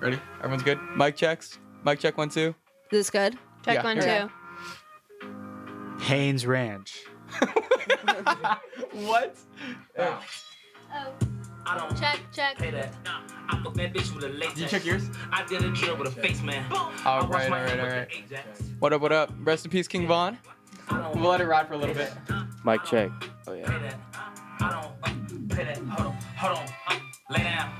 Ready? Everyone's good? Mic checks. Mic check one, two. This is good. Check Yeah. one, two. Okay. Haynes Ranch. What? Oh. Oh, I don't check, check. pay that. Nah, I fuck that bitch with a latex. Did you check yours? I did a drill with a face man. Boom. I All wash right, my all right, hands all with right. the Ajax. What up, what up? Rest in peace, King Vaughn. I don't We'll let it ride for a little bit. Mike check. Oh pay yeah. that. I don't uh, pay that. Hold on, hold on. uh, Lay down.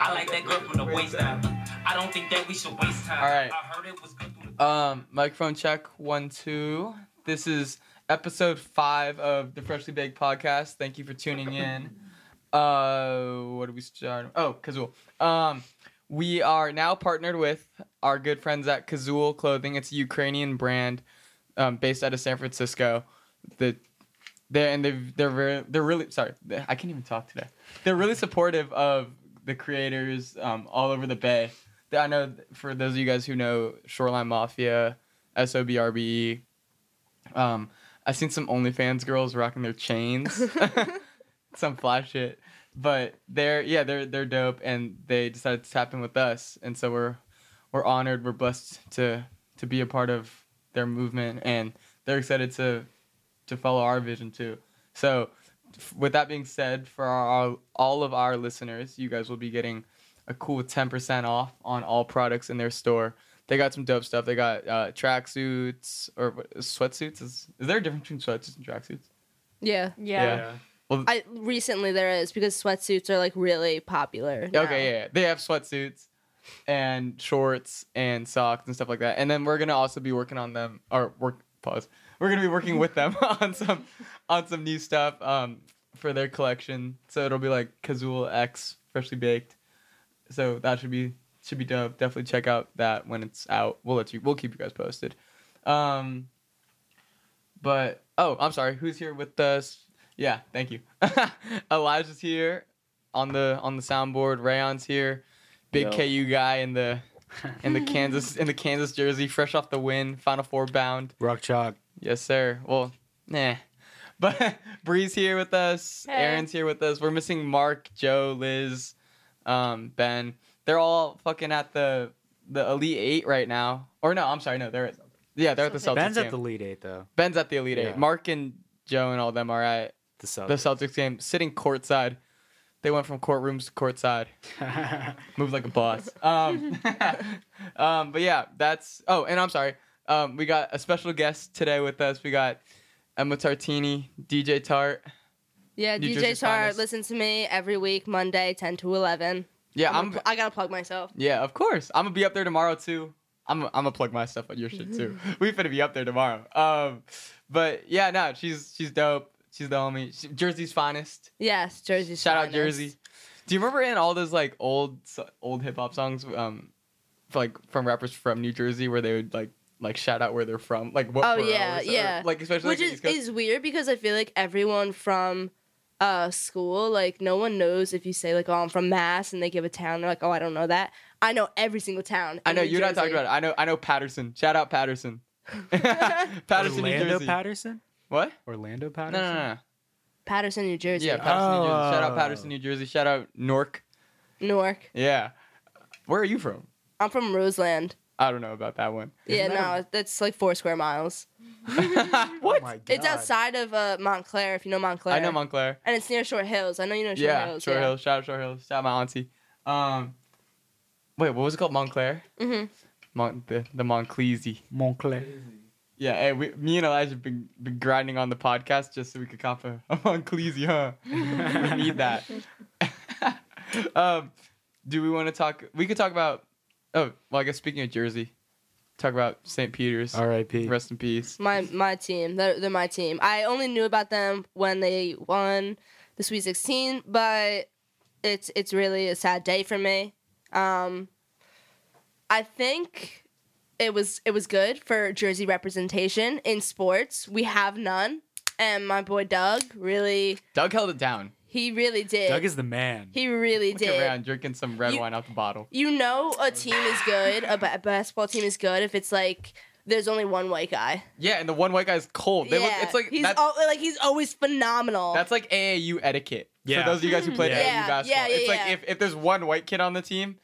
I like that girl from the waist down. I don't think that we should waste time. All right. I heard it was good through the Um, microphone check one, two. This is episode five of the Freshly Baked podcast. Thank you for tuning in. Uh, what do we start? Oh, Kazool. Um, we are now partnered with our good friends at Kazool Clothing. It's a Ukrainian brand um, based out of San Francisco. The they and they've, they're very, they're really sorry. I can't even talk today. They're really supportive of the creators um, all over the bay. Th- I know th- for those of you guys who know Shoreline Mafia, SOBRBE, um, I've seen some OnlyFans girls rocking their chains, some flash shit. But they're yeah they're they're dope and they decided to tap in with us and so we're we're honored we're blessed to to be a part of their movement and they're excited to to follow our vision too. So f- with that being said, for our, all of our listeners, you guys will be getting a cool 10% off on all products in their store. They got some dope stuff. They got uh, tracksuits or what- sweatsuits. Is, is there a difference between sweatsuits and tracksuits? Yeah. Yeah. I recently there is because sweatsuits are like really popular. now. Okay, yeah, yeah. They have sweatsuits and shorts and socks and stuff like that. And then we're gonna also be working on them or work pause. We're gonna be working with them on some on some new stuff um for their collection. So it'll be like Kazool X freshly baked. So that should be should be dope. Definitely check out that when it's out. We'll let you we'll keep you guys posted. Um but oh, I'm sorry. Who's here with us? Yeah, thank you. Elijah's here on the on the soundboard. Rayon's here. Big Yo. KU guy in the in the Kansas in the Kansas jersey, fresh off the win, Final Four bound. Rock Chalk. Yes, sir. Well, nah. But Bree's here with us. Hey. Aaron's here with us. We're missing Mark, Joe, Liz, um, Ben. They're all fucking at the the Elite Eight right now. Or no, I'm sorry, no, they're at yeah, they're at the Celtics. Celtics. Ben's game. at the lead eight though. Ben's at the Elite Yeah. Eight. Mark and Joe and all them are at The the Celtics. Celtics game, sitting courtside. They went from courtrooms to courtside. Moved like a boss. Um, um, but yeah, that's. Oh, and I'm sorry. Um, we got a special guest today with us. We got Emma Tartini, DJ Tart. Yeah, New DJ Jersey's Char, finest. listen to me every week, Monday, 10 to 11. Yeah, I'm, I'm. gonna pl- I gotta plug myself. Yeah, of course. I'm gonna be up there tomorrow too. I'm. I'm gonna plug my stuff on your shit too. we finna be up there tomorrow. Um, but yeah, no, she's she's dope. She's the homie. She, Jersey's finest. Yes, Jersey. Shout out Jersey. Do you remember in all those like old so- old hip hop songs, um, f- like from rappers from New Jersey, where they would like like shout out where they're from, like what? Oh, borough or yeah, so- or, yeah. like especially Which like, is, is weird because I feel like everyone from uh, school, like no one knows if you say like, oh, I'm from Mass, and they give a town. They're like, oh, I don't know that. I know every single town. I in know New you're not talking Jersey. about it. I know I know Patterson. Shout out Patterson. Patterson, New Orlando Jersey. Patterson? what? Orlando No, Patterson? no, no. Patterson, New Jersey. Yeah, Patterson, New Jersey. Shout out Oh. Patterson, New Jersey. Shout out Newark. Newark. Yeah. Where are you from? I'm from Roseland. I don't know about that one. Yeah, Isn't that a- no, that's like four square miles. what? Oh my God. It's outside of uh, Montclair, if you know Montclair. I know Montclair. and it's near Short Hills. I know you know Short yeah, Hills. Short yeah. Hills. Shout out Short Hills. Shout out my auntie. Um, wait, what was it called? Montclair. Mhm. Mont the the Montclazy. Montclair. Yeah, hey, we, me and Elijah have been, been grinding on the podcast just so we could cop a, a Montclazy, huh? we need that. um, do we want to talk? We could talk about. Oh, well, I guess speaking of Jersey, talk about St. Peter's. R.I.P. Rest in peace. My my team. They're, they're my team. I only knew about them when they won the Sweet 16, but it's it's really a sad day for me. Um, I think it was it was good for Jersey representation in sports. We have none, and my boy Doug really Doug held it down. he really did. Doug is the man. he really Look did. around, drinking some red You- wine out the bottle. you know a team is good, a ba- basketball team is good if it's like there's only one white guy. Yeah, and the one white guy's cold. They yeah, look, it's like he's that's- al- like he's always phenomenal. That's like AAU etiquette. Yeah. For those of you guys who played Yeah. AAU basketball. Yeah, yeah, it's like yeah. if, if there's one white kid on the team,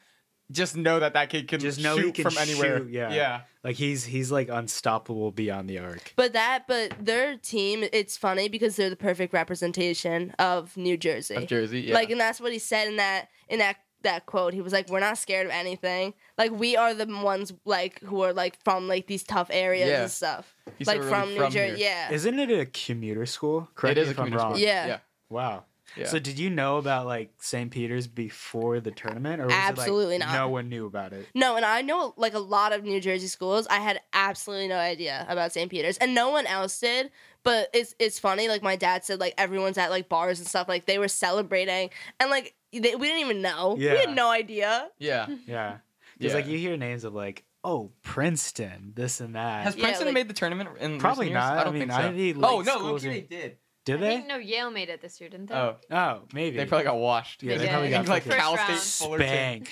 just know that that kid can Just know he shoot can from anywhere. shoot, yeah. yeah. Like he's he's like unstoppable beyond the arc. But that, but their team, it's funny because they're the perfect representation of New Jersey. Of Jersey, yeah. Like, and that's what he said in that in that that quote. He was like, "We're not scared of anything. Like, we are the ones like who are like from like these tough areas Yeah. and stuff. He's like really from New from Jersey. here. Yeah, Isn't it a commuter school? Correct it is me a if I'm community wrong. sport. Yeah. yeah. Wow. Yeah. So did you know about like St. Peter's before the tournament, or was Absolutely it like not. no one knew about it? No, and I know like a lot of New Jersey schools. I had absolutely no idea about St. Peter's, and no one else did. But it's it's funny. Like my dad said, like everyone's at like bars and stuff. Like they were celebrating, and like they, we didn't even know. We Yeah. had no idea. Yeah. Yeah, because like Yeah. you hear names of like oh Princeton, this and that. Has Yeah, Princeton like- made the tournament in recent Probably years? not. I don't I mean, think so. Ivy League oh no, schools look, are- they did. did I think, they? no, Yale made it this year, didn't they? Oh, Oh, maybe they probably got washed. Yeah, they probably I think, got like fucking Cal spanked. State Fullerton.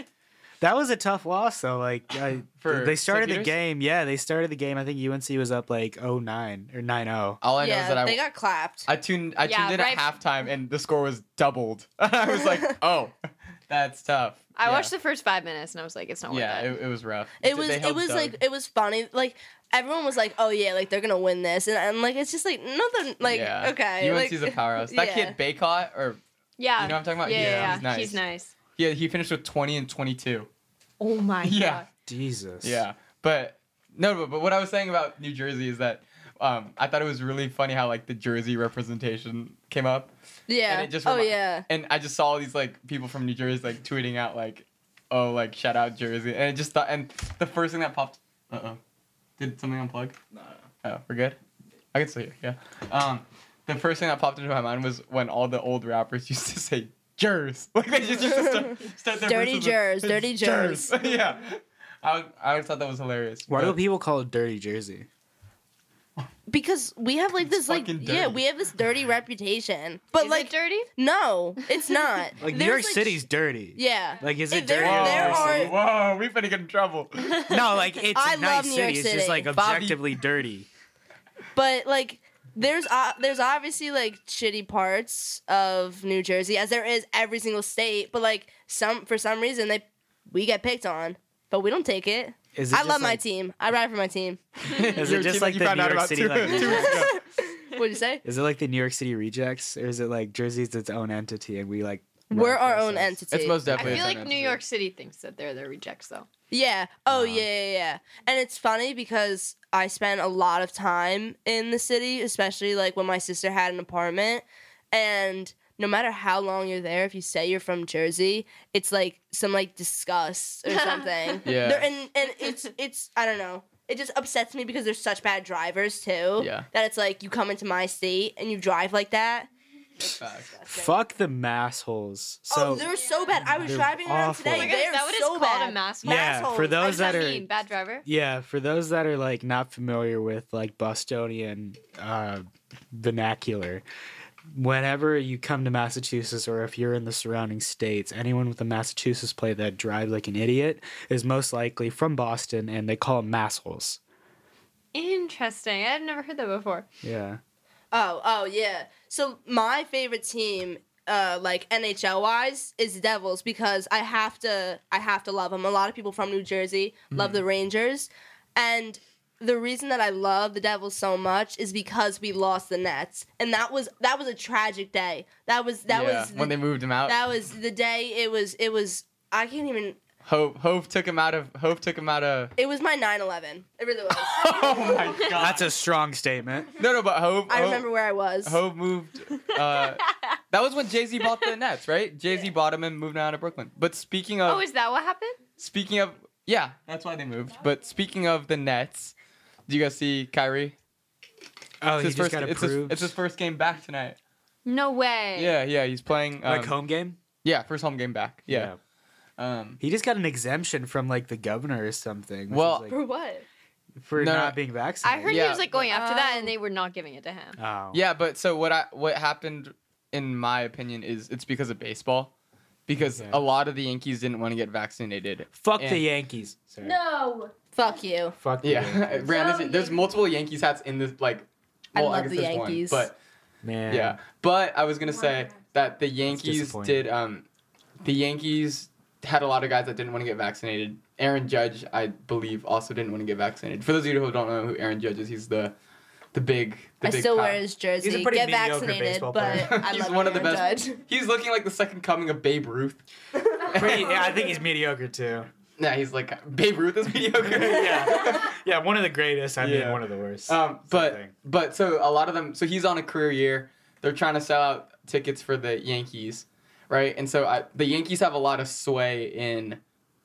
That was a tough loss though. Like I, For they St. started the Peter's? game. Yeah, they started the game. I think UNC was up like 09 or oh. 9-0. All I know yeah, is that I they got clapped. I tuned I tuned Yeah, in right- at halftime and the score was doubled. I was like, oh, that's tough. I yeah. watched the first five minutes and I was like, it's not Yeah, worth it. it, it was rough. They it was it held was Doug. like it was funny. Like everyone was like, "Oh yeah, like they're gonna win this," and I'm like, it's just like nothing. Like yeah. okay, UNC's like, a powerhouse. That yeah. kid Baycott or yeah. you know what I'm talking yeah, yeah, about? yeah. he's nice. He's nice. Yeah, he finished with 20 and 22. Oh my Yeah. Jesus. Yeah, but no, but, but what I was saying about New Jersey is that um, I thought it was really funny how like the Jersey representation came up, Yeah. and it just oh remi- yeah. and I just saw all these like people from New Jersey like tweeting out like, oh like shout out Jersey, and it just thought and the first thing that popped. Uh oh, did something unplug? No. Oh, we're good. I can still hear. Yeah. Um, the first thing that popped into my mind was when all the old rappers used to say. Jers, like they just used to start, start their Dirty verses with, Jers, dirty Jers. yeah, I, I always thought that was hilarious. Why do but- people call it dirty jersey? Because we have like It's this like fucking yeah dirty. we have this dirty reputation, but Is like it dirty? no, it's not. Like New There's, York like, City's dirty. Yeah. Like is If it there- dirty? Whoa, in there New York City? whoa, we better get in trouble. No, like it's I a nice love New city. York It's just like City. Bobby- objectively dirty. but like there's uh, there's obviously like shitty parts of New Jersey as there is every single state, but like some for some reason they we get picked on, but we don't take it. Is it I just, love my like- team. I ride for my team. Is Your team it just that like you the found New out York about City? two- Like, two weeks ago. What'd you say? is it like the New York City rejects, or is it like Jersey's its own entity and we like? We're rock our own ourselves? entity. It's most I definitely. feel a like thing New that's York City thinks that they're the rejects, though. Yeah. Oh Wow. yeah, yeah, yeah. And it's funny because I spent a lot of time in the city, especially like when my sister had an apartment. And no matter how long you're there, if you say you're from Jersey, it's like some like disgust or something. Yeah. There- and and it's it's I don't know. It just upsets me because there's such bad drivers too. Yeah. That it's like you come into my state and you drive like that. Facts. Fuck the mass holes. So oh, they're so bad. I was they're driving around awful. today. Oh my God, they is are that what it's so called? A bad. mass- yeah, for What Massholes. those does that, that are mean? Bad driver? Yeah, for those that are like not familiar with like Bostonian uh, vernacular, whenever you come to Massachusetts or if you're in the surrounding states, anyone with a Massachusetts plate that drives like an idiot is most likely from Boston, and they call them massholes. Interesting. I had never heard that before. Yeah, Oh, oh yeah. So my favorite team, uh, like NHL wise, is the Devils because I have to, I have to love them. A lot of people from New Jersey love Mm. the Rangers, and the reason that I love the Devils so much is because we lost the Nets, and that was that was a tragic day. That was that yeah. was the, when they moved him out. that was the day. It was it was I can't even. Hope Hope took him out of Hope took him out of. It was my 9/11. It really was. Oh my god. that's a strong statement. no, no, but Hope. I Hope, remember where I was. Hope moved. Uh, that was when Jay Z bought the Nets, right? Jay Z bought him and moved him out of Brooklyn. But speaking of Oh, is that what happened? speaking of yeah, that's why they moved. But speaking of the Nets, do you guys see Kyrie? Oh, It's he his just first. got it's, his, approved. it's his first game back tonight. No way. Yeah, yeah, he's playing. Um, like home game. Yeah, first home game back. Yeah. Um, he just got an exemption from like the governor or something. which Well- is, like, for what? for No, no. not being I vaccinated. heard Yeah. he was like going after that, and Oh. they were not giving it to him. Oh. yeah, but so what I what happened in my opinion is it's because of baseball. Because Yeah. a lot of the Yankees didn't want to get vaccinated. Fuck the And- Yankees. Sorry. No. Fuck you. Fuck the Yeah, No, Brand, Yankees. there's, there's Yankees. multiple Yankees hats in this like. I Well, I, love guess the there's Yankees. One, but Man. yeah, but I was gonna say that the Yankees disappointing. did um, the Yankees had a lot of guys that didn't want to get vaccinated. Aaron Judge, I believe, also didn't want to get vaccinated. For those of you who don't know who Aaron Judge is, he's the the big. The I big still cop. wear his jersey. He's a pretty Get mediocre vaccinated, baseball but player. I He's love one of the Aaron best. Judge. He's looking like the second coming of Babe Ruth. Pretty, yeah, I think he's mediocre too. Nah, he's like Babe Ruth is mediocre. Yeah. Yeah, one of the greatest. I mean, Yeah. one of the worst. Um, but thing. but so a lot of them. So he's on a career year. They're trying to sell out tickets for the Yankees, right? And so I, the Yankees have a lot of sway in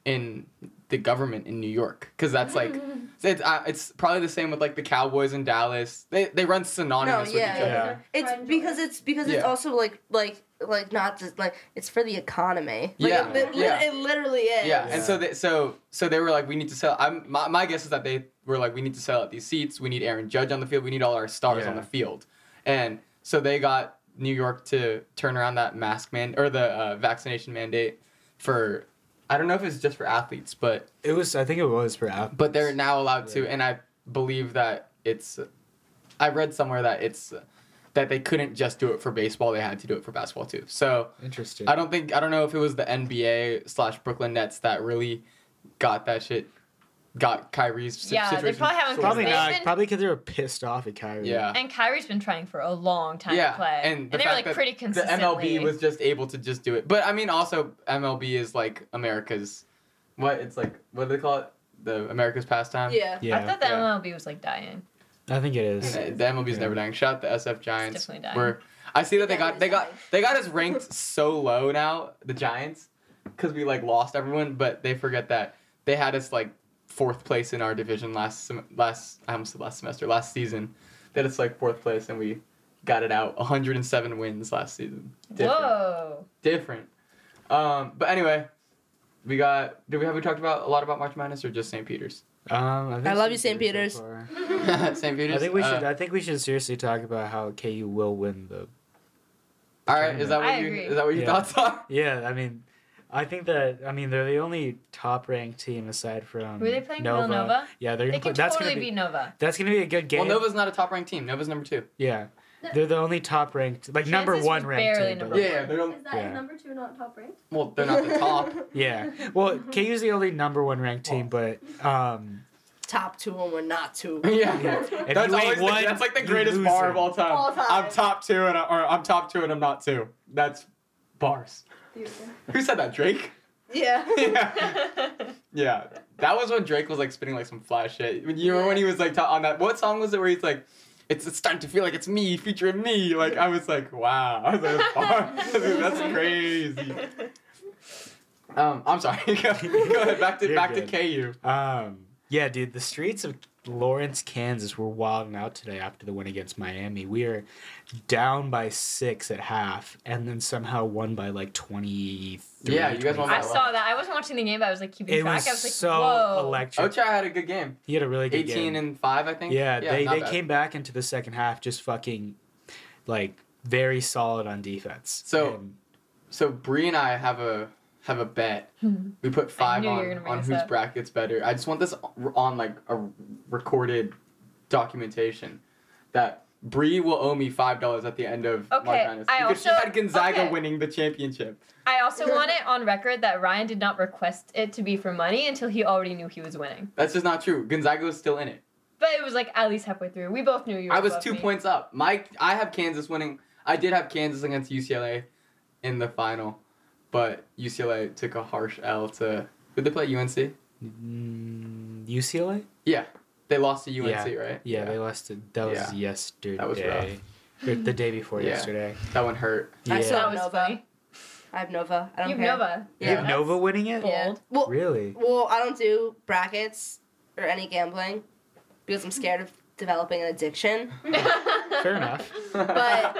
in the government in New York because that's like it's uh, it's probably the same with like the Cowboys in Dallas. They they run synonymous yeah, with each other. yeah. It's because it's because it's Yeah. also like like like not just like it's for the economy. Like, Yeah, it, li- yeah. it literally is. Yeah, Yeah. and so they, so so they were like, we need to sell. I'm my, my guess is that they were like, we need to sell out these seats. We need Aaron Judge on the field. We need all our stars on Yeah. the field. And so they got New York to turn around that mask man or the uh, vaccination mandate for. I don't know if it's just for athletes, but it was. I think it was for athletes. but they're now allowed to, Yeah. and I believe that it's. I read somewhere that it's that they couldn't just do it for baseball; they had to do it for basketball too. So. interesting. I don't think I don't know if it was the NBA slash Brooklyn Nets that really got that shit, got Kyrie's si- Yeah, they situation. probably haven't sorted Probably They've not. been- Probably because they were pissed off at Kyrie. Yeah, And Kyrie's been trying for a long time yeah, to play, and, the they were fact like that pretty The consistently. MLB was just able to just do it, but I mean also MLB is like America's, what it's like what do they call it? The America's pastime. Yeah. Yeah. I thought the yeah. MLB was like dying. I think it Uh, is. The MLB's Yeah. never dying. Shout out the SF Giants. definitely dying. We're- I see that they got they got Definitely they got us ranked so low now, the Giants, because we like lost everyone, but they forget that they had us like fourth place in our division last sem- last I almost said last semester last season. They had us like fourth place, and we got it out 107 wins last season. Different. Whoa. Different. Um, but anyway, we got. Did we have we talked about a lot about March Madness or just St. Peter's? Um, think I love you, St. so far. St. Peter's. I think we Uh, should. I think we should seriously talk about how KU will win the. all right, is that what I you agree. is that what your Yeah. thoughts are? Yeah, I mean, I think that I mean they're the only top ranked team aside from. Were they playing Nova. Villanova? Yeah, they're They gonna play, can that's totally gonna be be, Nova. that's gonna be a good game. Well, Nova's not a top ranked team. Nova's number two. yeah, they're the only top ranked like Kansas number was one ranked barely team. number but- Yeah, they're Is that Yeah. number two not top ranked? well, they're not the top. Yeah. Well, KU's the only number one ranked team, but um, Top two and we're not two. yeah. That's, if you always ain't the- one, that's like the you greatest losing. bar of all time. All time. I'm top two and I, or I'm top two and I'm not two. That's bars. Beautiful. Who said that? Drake? Yeah. yeah. Yeah. That was when Drake was like spinning like some flash shit. When you remember when he was like ta- on that what song was it where he's like it's, it's starting to feel like it's me featuring me. Like I was like, wow, I was like, that's, bars. I was like, that's crazy. Um, I'm sorry. go, go ahead. Back to You're back good. to KU. Um, yeah, dude, the streets of Lawrence, Kansas were wilding out today after the win against Miami. We are down by six at half, and then somehow won by like twenty three. Yeah, you guys won I by- saw that. I wasn't watching the game, but I was like keeping It track. was, I was like, so whoa. electric. Ochai had a good game. He had a really good 18 game. Oh, and 5 i think yeah, they, not they bad. came back into the second half just fucking like very solid on defense. So- And- so Bree and i have a have a bet we put five knew you were on gonna bring on this whose up. brackets better i just want this on like a recorded documentation that Bree will owe me five dollars at the end of March Okay, Madness I because she also- had Gonzaga okay. winning the championship. I also want it on record that Ryan did not request it to be for money until he already knew he was winning. That's just not true. Gonzaga was still in it. But it was like at least halfway through. We both knew you were I was above two me. points up. My I have Kansas winning. I did have Kansas against UCLA in the final, but UCLA took a harsh L to. Did they play UNC? Mm, UCLA? Yeah, they lost to UNC, Yeah. right? Yeah, they lost. It. That was Yeah. yesterday. That was rough. Or the day before Yeah. yesterday. that one hurt. I still That have was Nova. funny. I have Nova. I don't You have care. Nova. You have Yeah. Nova winning it? Yeah. Bold. Well, Really? well, I don't do brackets or any gambling because I'm scared of developing an addiction. Fair enough. But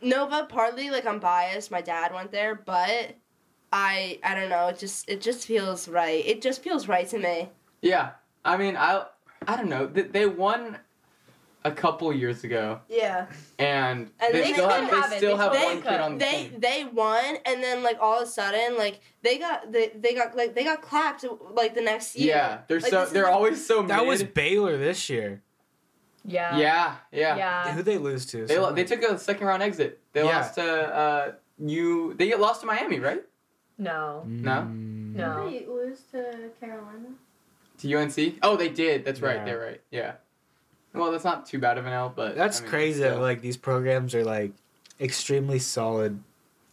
Nova, partly like I'm biased. My dad went there, but I I don't know. It just it just feels right. It just feels right to me. yeah, I mean, I I don't know. They, they won a couple years ago, Yeah. and, And they, they still couldn't have, they have it. still They have totally one kid could. on the they team. they won and then like all of a sudden like they got they, they got like they got clapped like the next year. Yeah, they're Like, so this is they're like- always so. That mid. was Baylor this year. Yeah. Yeah, yeah. Yeah. Who they lose to? They lo- Someone- they took a second round exit. They Yeah. lost to uh you. They get lost to Miami, right? No. No? Mm, No. They lose to Carolina. To UNC? Oh, they did. That's right. Yeah. They're right. Yeah. Well, that's not too bad of an L, but That's I mean, crazy. that still. Like these programs are like extremely solid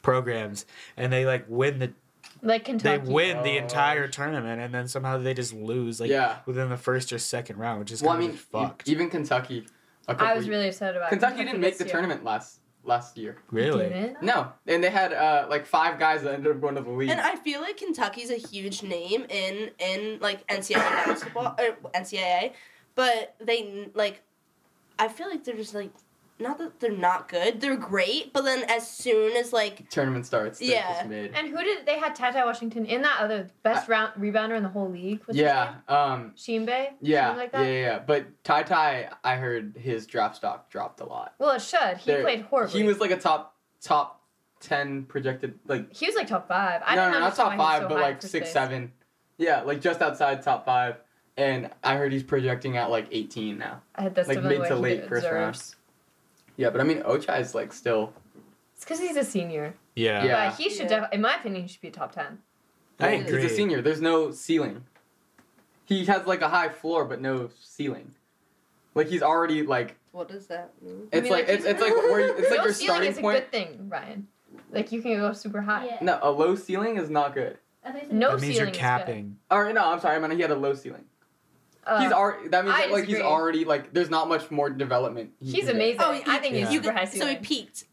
programs, and they like win the Like they Kentucky. win the Gosh. entire tournament, and then somehow they just lose like Oh. yeah. within the first or second round, which is Well, I kind mean, of e- fucked. even Kentucky. A couple I was ye- really upset about Kentucky, didn't make this the year. tournament last last year. really, Didn't? No, and they had uh, like five guys that ended up going to the league. And I feel like Kentucky's a huge name in in like NCAA basketball or NCAA, but they like I feel like they're just like not that they're not good. They're great, but then as soon as like tournament starts. they're Yeah. just mid. And who did they had Tata Washington in that other best round rebounder in the whole league? What's his Yeah. Um. name? Shimbe. Yeah, Something like yeah, that? yeah, yeah. But Ty Ty, I heard his drop stock dropped a lot. Well, it should. He There- played horribly. He was like a top top ten projected, like He was like top five. I no, don't no, know not top five, but like six, six, seven. seven. Yeah, like just outside top five. And I heard he's projecting at like 18 now. I had that's like, definitely mid what to he late first round. deserves. Yeah, but I mean, Ochai is like still. It's because he's a senior. yeah. Yeah. But he should, Yeah. def- in my opinion, he should be a top ten. I He's agree. a senior. There's no ceiling. He has like a high floor, but no ceiling. Like he's already like what does that mean? it's mean, like, like, it's, he's- it's like where you- it's like no your ceiling starting is a point. good thing, Ryan. Like you can go super high. Yeah. No, a low ceiling is not good. I think No that means you're ceiling is good. capping. Or no, I'm sorry, I meant he had a low ceiling. Uh, he's already that means I that, like he's disagree. already like there's not much more development. he He's can get. amazing. I think you he's yeah. super high Oh, so he ceiling. peaked.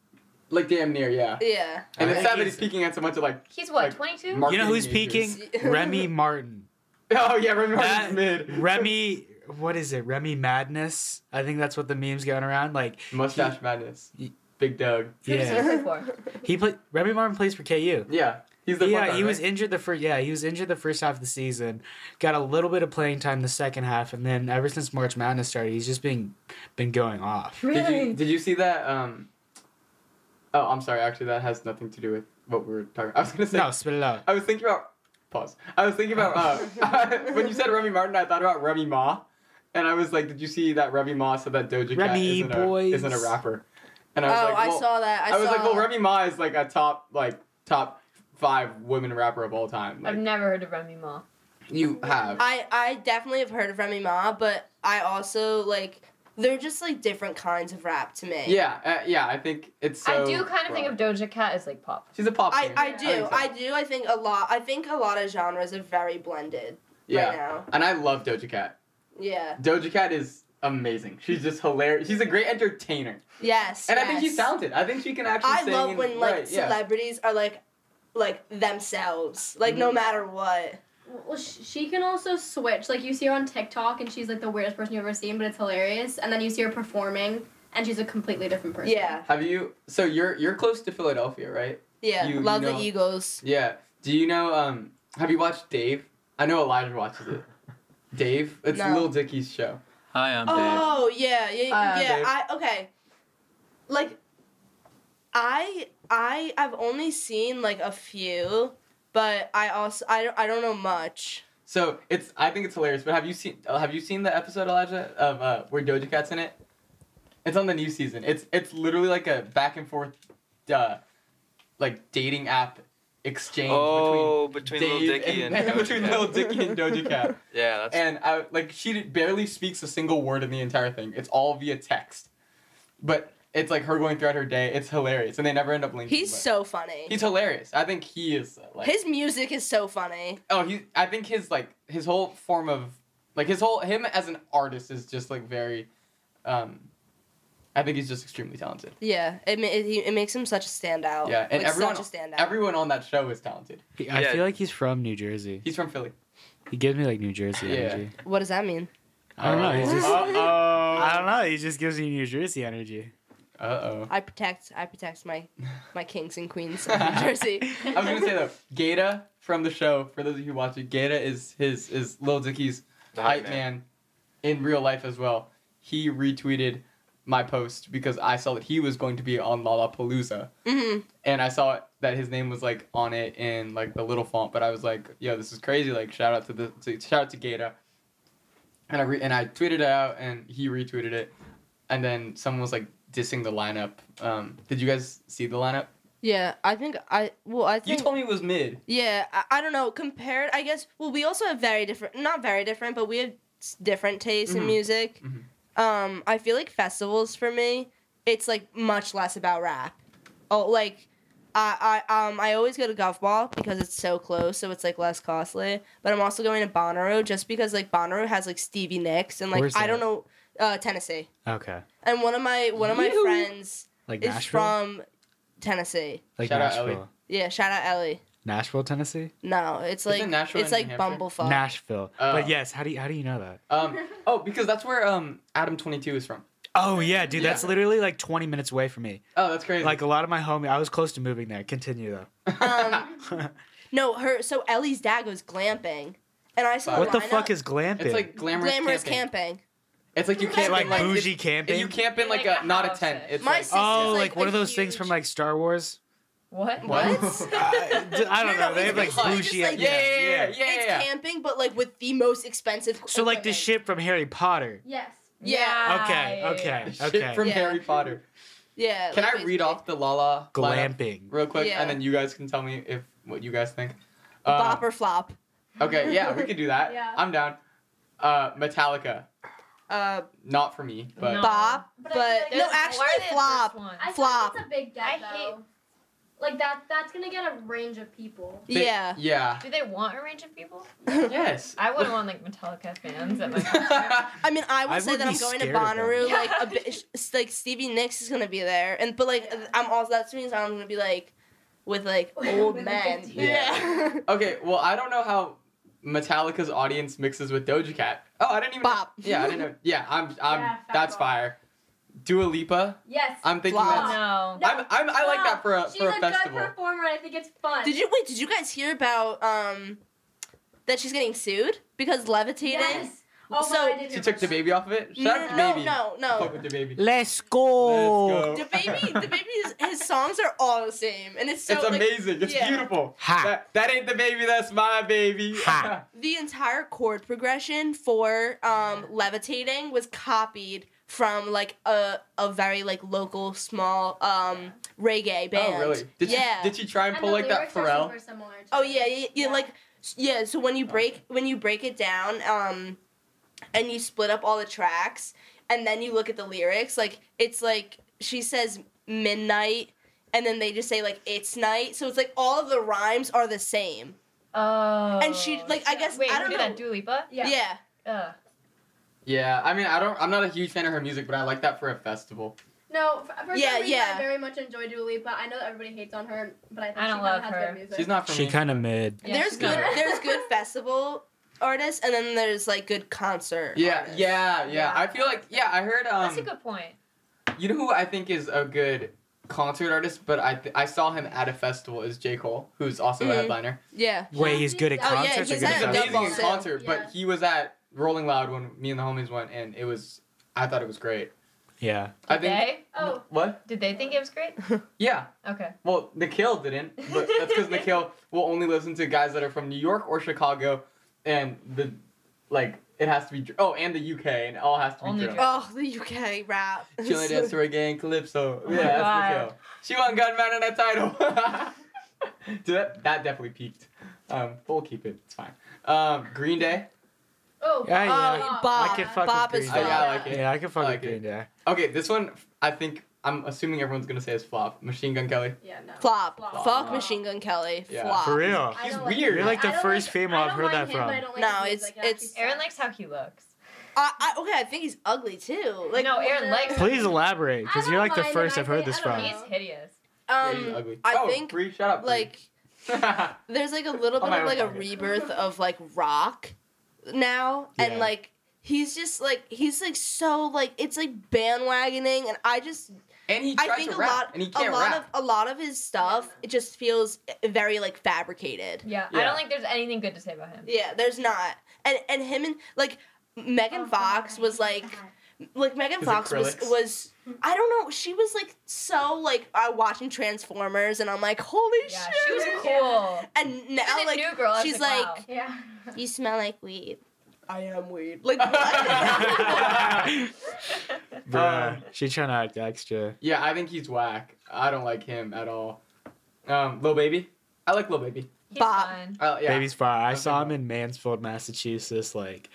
Like damn near, yeah. Yeah. And I it's think sad that he's- he's peaking at so much of like He's what like, twenty two? Mark- You know who's Marketing peaking? majors. Remy Martin. Oh yeah, Remy That- Martin's mid. Remy, what is it? Remy Madness. I think that's what the meme's going around. Like Mustache Madness. Big Doug. Who does he Yeah. play for? he played. Remy Martin plays for KU. Yeah. He's the yeah, front guy, he was right? injured the first. Yeah, he was injured the first half of the season. Got a little bit of playing time the second half, and then ever since March Madness started, he's just been been going off. Did you Really? did you see that um Oh, I'm sorry, actually that has nothing to do with what we were talking I was gonna say No, spit it out. I was thinking about pause. I was thinking about uh, when you said Remy Martin, I thought about Remy Ma, and I was like, did you see that Remy Ma said that Doja Cat Remy isn't boys. a isn't a rapper? And I was oh, like, I well- saw that. I, I, was saw, like, well, Remy Ma is like a top like top five women rapper of all time. Like, I've never heard of Remy Ma. you have. I I definitely have heard of Remy Ma, but I also like they're just like different kinds of rap to me. yeah, uh, yeah. I think it's. So I do kind of think of Doja Cat as like pop. She's a pop. I, singer. I I do. think so. I do. I think a lot I think a lot of genres are very blended yeah, right now. and I love Doja Cat. Yeah. Doja Cat is amazing. She's just hilarious. She's a great entertainer, Yes. and I think she's yes. talented. I think she can actually. I sing love and- when like right, yeah. celebrities are like like themselves. Like Mm-hmm. no matter what. Well, sh- she can also switch. Like you see her on TikTok, and she's like the weirdest person you've ever seen, but it's hilarious. And then you see her performing, and she's a completely different person. Yeah. Have you? So you're you're close to Philadelphia, right? Yeah. You- you love know- the Eagles. Yeah. Do you know? Um. Have you watched Dave? I know Elijah watches it. Dave, it's No. Lil Dicky's show. Hi, I'm Dave. Oh yeah, yeah, Hi, I'm yeah. Dave. I okay. Like, I I I've only seen like a few, but I also I don't I don't know much. So it's I think it's hilarious. But have you seen uh, have you seen the episode Elijah of uh, where Doja Cat's in it? It's on the new season. It's it's literally like a back and forth, uh, like dating app exchange Oh, between, between, Dave Lil Dicky and, Doja between Cat. Lil Dicky and Doja Cat. Yeah, that's and I like she barely speaks a single word in the entire thing. It's all via text, but it's like her going throughout her day. It's hilarious, and they never end up linking. He's but- so funny. he's hilarious. I think he is uh, like His music is so funny. oh he. I think his like his whole form of like his whole him as an artist is just like very, um, I think he's just extremely talented. Yeah, it ma- it, he- it makes him such a standout. Yeah, and like, everyone- such a standout. Everyone on that show is talented. He- I Yeah. feel like he's from New Jersey. He's from Philly. He gives me like New Jersey Yeah. energy. what does that mean? I don't know. He's just, Uh I oh. don't know. He just gives me New Jersey energy. Uh oh. I protect I protect my my kings and queens of New Jersey. I was gonna say though, Gata from the show. For those of you who watch it, Gata is his is Lil Dicky's the hype man in real life as well. He retweeted my post because I saw that he was going to be on Lollapalooza, Mhm. and I saw that his name was like on it in like the little font. But I was like, "Yo, this is crazy!" Like, shout out to the to, shout out to Gata. And I re- and I tweeted it out, and he retweeted it, and then someone was like dissing the lineup. Um, did you guys see the lineup Yeah, I think I well I You think told me it was mid. yeah I, I don't know compared I guess well we also have very different not very different but we have s- different tastes Mm-hmm. Mhm. in music. Um, I feel like festivals for me it's like much less about rap. Oh, like I I um I always go to golf ball because it's so close, so it's like less costly. But I'm also going to Bonnaroo just because like Bonnaroo has like Stevie Nicks and like Where's I don't that? know uh, Tennessee. Okay. And one of my one of my Yoo-hoo. friends Like is Nashville. from Tennessee. like Shout out Nashville. Ellie. Yeah, shout out Ellie. Nashville, Tennessee. No, it's Isn't like Nashville it's in like New Hampshire? Bumblefuck. Nashville. Oh. But yes, how do you how do you know that? Um, oh, because that's where um Adam twenty two is from. Oh yeah, dude, that's Yeah. literally like 20 minutes away from me. Oh, that's crazy. Like a lot of my homie, I was close to moving there. Continue um, though. no, her. So Ellie's dad goes glamping, and I saw. a what the lineup- fuck is glamping? it's like glamorous, glamorous camping. camping? It's like you Is can't it like like bougie it's- camping. You camp in like, Like a a not a house tent. is. It's My like, sister- oh, It's like, like one a of those things huge- from like Star Wars. What? What? I don't know. They have like it's like- bougie. just like- yeah, yeah, yeah, yeah, yeah, it's yeah. camping, but like with the most expensive. So like the equipment. shit from Harry Potter. Yes. Yeah. Okay, Yeah. okay, Shit okay. from Yeah. Harry Potter. Yeah. Can like, I read basically. off the Lala lineup glamping. real quick, Yeah. and then you guys can tell me if what you guys think. Uh, Bop or flop. Okay, yeah, we could do that. Yeah. I'm down. Uh, Metallica, Uh, not for me, but No. bop, But I but, feel like no, there's- actually Why are they the flop. first one? I feel Flop. like that's a big get I though. Like that. That's gonna get a range of people. They- Yeah. yeah, Do they want a range of people? yes. I wouldn't want like Metallica fans at my concert. I I mean, I would I say would that be I'm going to scared of them. Bonnaroo. Like, a Yeah. bit, sh- s- like Stevie Nicks is gonna be there, and but like I'm also that means I'm gonna be like with like old With, like, men. the yeah. okay, well, I don't know how Metallica's audience mixes with Doja Cat. Oh, I didn't even. Bop. Yeah, I didn't know. Yeah, I'm. I'm. Yeah, fat that's bop. fire. Dua Lipa. Yes. I'm thinking Flop. that's. no. I'm, I'm, I like that for a She's for a, a festival. good performer. and I think it's fun. Did you wait? Did you guys hear about um that she's getting sued because levitating? Yes. Oh, So- so I did She took the baby off of it. Shout out to No, no, baby. no, Fuck no. with the baby. Let's go. The baby, the baby, his, his songs are all the same, and it's so it's like, amazing. It's yeah. beautiful. Ha. That, that ain't the baby. That's my baby. Ha. the entire chord progression for um levitating was copied from like a a very like local small um reggae band. Oh really? Did yeah. she did she try and pull like that Pharrell? oh yeah, yeah, yeah, like s- yeah, so when you break when you break it down um and you split up all the tracks and then you look at the lyrics, like it's like she says midnight and then they just say like it's night. So it's like all of the rhymes are the same. Oh. And she like I guess Wait, I don't who know. did that Dua Lipa? Uh, Yeah. yeah. Ugh. Yeah, I mean, I don't. I'm not a huge fan of her music, but I like that for a festival. No, f- for Yeah, some reason, yeah. I very much enjoy Dua Lipa. I know that everybody hates on her, but I think I don't she love has her. good music. She's not for She me. kind of mid. Yeah, there's she's good not- there's good festival artists and then there's like good concert. Yeah, artists. yeah, yeah, Yeah. I feel like yeah. I heard um. That's a good point. You know who I think is a good concert artist, but I th- I saw him at a festival is J Cole, who's also a Mhm. headliner. Yeah. Wait, he's good at Oh, yeah, concerts he's or good He's at at double amazing in set. festivals? concert, Yeah. but he was at Rolling Loud when me and the homies went, and it was I thought it was great. Yeah. I Did think. they? Oh, What? Did they think it was great? Yeah. Okay. Well, Nikhil didn't, but that's because Nikhil will only listen to guys that are from New York or Chicago, and the like it has to be dr- oh, and the UK, and it all has to be Only drill. drill. Oh, the UK rap. She only danced to reggae and calypso. Oh my yeah, that's God. Nikhil. She won Gunman in that title. Dude, that, that definitely peaked. Um, but we'll keep it. It's fine. Um, Green Day. oh, Yeah, yeah. Oh, I Bob. can fuck Bob with is Oh, fun. yeah, I like it. Yeah, I can fuck I with like it. Green Day. Okay, this one I think I'm assuming everyone's gonna say is flop. Machine Gun Kelly. yeah, no. Flop. Flop. Fuck Machine Gun Kelly. Yeah. Flop. For real. I He's don't like weird. him. You're like the I don't first like- female I I've don't heard like that him, from. but I don't like No, his it's- music. It actually it's- Aaron sucks. likes how he looks. I, I, okay, I think he's ugly too. Like, no, Aaron the- likes. Please elaborate, because I you're don't like the mind first him, I've heard this I don't from. know. He's hideous. Yeah, he's um, ugly. I oh, think Bree, shut up. Bree. like there's like a little Oh, bit my of like a God. rebirth of like rock now, and Yeah. like he's just like he's like so like it's like bandwagoning, and I just and he I tried think to a rap, lot and he a can't lot rap. of a lot of his stuff it just feels very like fabricated. Yeah, I Yeah. don't think there's anything good to say about him. Yeah, there's not. And and him and like Megan Oh, Fox was like like Megan His Fox was acrylics. was I don't know, she was like so like uh, watching Transformers and I'm like, holy Yeah, shit. she was Yeah. cool. and now She's a like new girl. I was she's like, like- wow. Yeah. you smell like weed. I am weed. Like what? Um, Bruh, she trying to act extra. Yeah, I think he's whack. I don't like him at all. Um, Lil Baby. I like Lil Baby. He's Bob. fine. Uh, yeah. Baby's fire. I Okay, saw him well. in Mansfield, Massachusetts, like